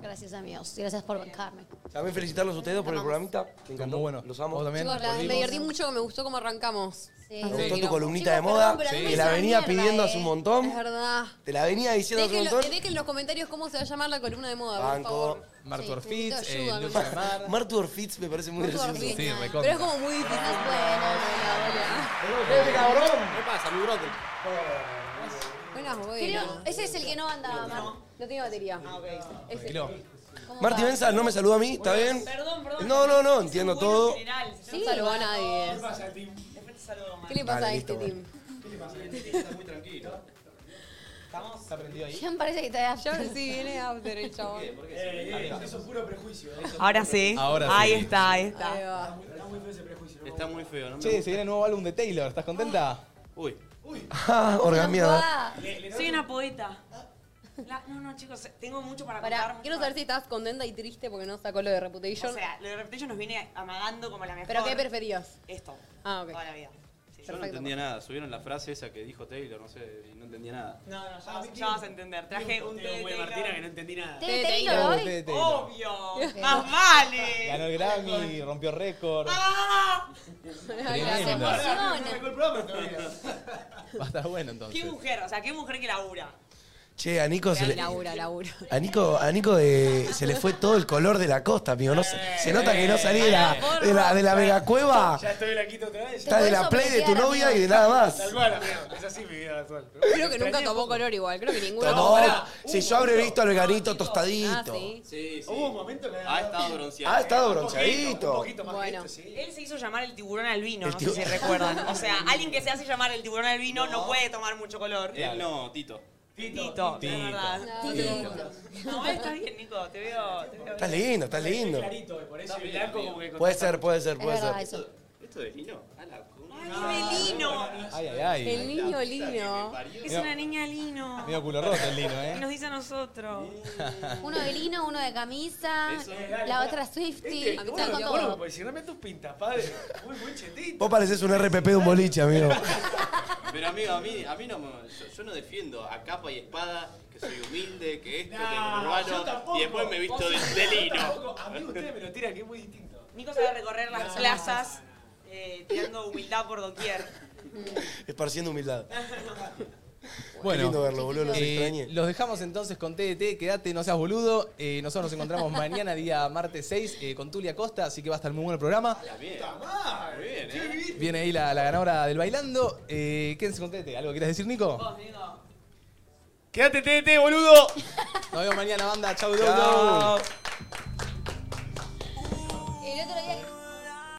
C: Gracias, amigos. Gracias por bancarme.
D: También felicitarlos a ustedes por el programita. Me encantó. Los amo.
B: Chicos, la- me divertí mucho, me gustó cómo arrancamos.
D: Me gustó tu columnita de moda. Te la venía pidiendo
A: eh.
D: hace un
B: Es
D: montón.
B: verdad.
D: Te la venía diciendo hace un
B: Déjenlo-
D: montón.
B: Dejen en los comentarios cómo se va a llamar la columna de moda, por favor.
D: Banco.
A: Martu
B: Sí, Ortiz, necesito eh, ayuda, Lucho me parece.
D: Mar- Martu Ortiz me parece muy
B: Martu
D: gracioso.
B: Ortiz.
A: Sí, recontra.
B: Pero es como muy difícil.
D: ¡Este cabrón!
R: ¿Qué pasa, mi brother?
B: Buenas, buenas.
C: Creo- ese es el que no andaba, Mar.
B: No tiene batería. Ah, ok.
D: Tranquilo. Marti Benza no me saluda a mí, ¿está bien?
B: Perdón, perdón.
D: No, no, no, entiendo todo.
B: Sí, no saludó a nadie. ¿Qué le pasa
D: Vale,
B: a
D: listo,
B: este
D: bueno.
B: team?
R: Está muy tranquilo. ¿Estamos? ¿Está prendido ahí?
C: Me parece que está de
B: Yo sí, viene after el chabón.
R: Eso es puro prejuicio.
S: Ahora sí.
A: Ahora sí.
S: Ahí está, ahí está.
R: Está muy feo ese prejuicio. Está muy feo, ¿no? me
A: Che, se viene el nuevo álbum de Taylor, ¿estás contenta?
R: Uy.
D: Ah, orgameada.
E: Soy una poeta. La- no, no, chicos, tengo mucho para contar.
B: Pará,
E: mucho
B: quiero
E: para-
B: saber si estás contenta y triste porque no sacó lo de Reputation.
E: O sea, lo de Reputation nos viene amagando como la mejor.
B: ¿Pero qué preferías?
E: Esto.
B: Ah, ok.
E: Toda la vida. Sí.
I: Yo no entendía nada, subieron la frase esa que dijo Taylor, no sé, y no entendía nada.
E: No, no,
I: Ah,
E: ya, vas- ya vas a entender. Traje un té de Taylor.
I: Martina que no entendí nada.
E: ¿Té de Taylor
A: Oh,
E: hoy?
A: té de Taylor.
E: Obvio. Más vale.
A: Ganó el Grammy, rompió récord.
E: ¡Ah!
A: Tremendo.
E: emociona.
A: Va a estar bueno
E: Qué
A: entonces.
E: mujer, o sea, qué mujer que labura.
D: Che, a Nico se le.
B: Laura, Laura.
D: [LAUGHS] A Nico, a Nico de- se le fue todo el color de la costa, amigo. No se, se nota que no salí de la, de la, de la megacueva.
I: Ya estoy la quito otra vez.
D: Está de la play de tu novia y de nada más.
I: Tal cual, amigo. Es así mi vida actual.
B: Creo que nunca tomó color igual, creo que ninguno
D: No,
B: tomó color. Ah,
D: si yo habré visto al veganito tostadito.
I: Sí, sí. Hubo un momento que. Ha estado bronceado.
D: Ha estado
I: Un
D: Ah, bronceadito.
I: poquito, Un poquito más
E: Bueno.
I: que esto, sí.
E: Él se hizo llamar el tiburón albino,
D: El
E: no sé
D: tibu-
E: si recuerdan. O sea, alguien que se hace llamar el tiburón albino no,
I: No.
E: puede tomar mucho color.
I: Él no, Tito.
E: Tito,
I: Tito.
E: es verdad.
I: Tito.
E: No, estás bien, Nico, te veo. Te veo
D: Estás
E: bien.
D: lindo, estás lindo.
I: Por eso el blanco como que.
D: Puede ser, puede ser, puede ser.
I: ¿Esto, esto de lino? A la
E: Lino.
A: Ay, ay, ay.
B: El niño lino.
E: Es una niña lino.
A: Medio culo roto el lino,
E: Y
A: ¿eh?
E: nos dice a nosotros.
C: Uno de lino, uno de camisa, la otra Swifty.
I: Este,
C: Están
I: bueno,
C: con
I: te
C: todo.
I: acuerdo, porque si realmente un pintapadre, muy buen chetito.
D: Vos pareces un RPP de un boliche,
I: [LAUGHS]
D: amigo.
I: Pero amigo, a mí, a mí no, me- yo, yo no defiendo a capa y espada, que soy humilde, que esto,
E: No,
I: que
E: yo
I: es urbano,
E: tampoco.
I: y después me he visto de,
E: Vos-
I: de
E: yo
I: lino.
E: tampoco.
I: A mí ustedes me lo tiran, que es muy distinto.
E: Nico sabe recorrer las
I: No.
E: plazas eh, tirando humildad por doquier.
D: Esparciendo humildad.
A: Bueno,
D: Qué lindo verlo, boludo, los
A: eh,
D: extrañé.
A: los dejamos entonces con TDT, quédate, no seas boludo. Eh, nosotros nos encontramos
D: [LAUGHS]
A: mañana, día martes 6, eh, con Tulia Costa, así que va a estar muy bueno el programa.
I: Bien. Muy bien, ¿eh?
A: Viene ahí la, la ganadora del bailando. Eh, quédense con TDT. ¿Algo quieras decir, Nico?
I: Quédate, TT, boludo.
A: Nos vemos mañana, banda. Chau, chau, chau.
I: Chau.
C: El otro día que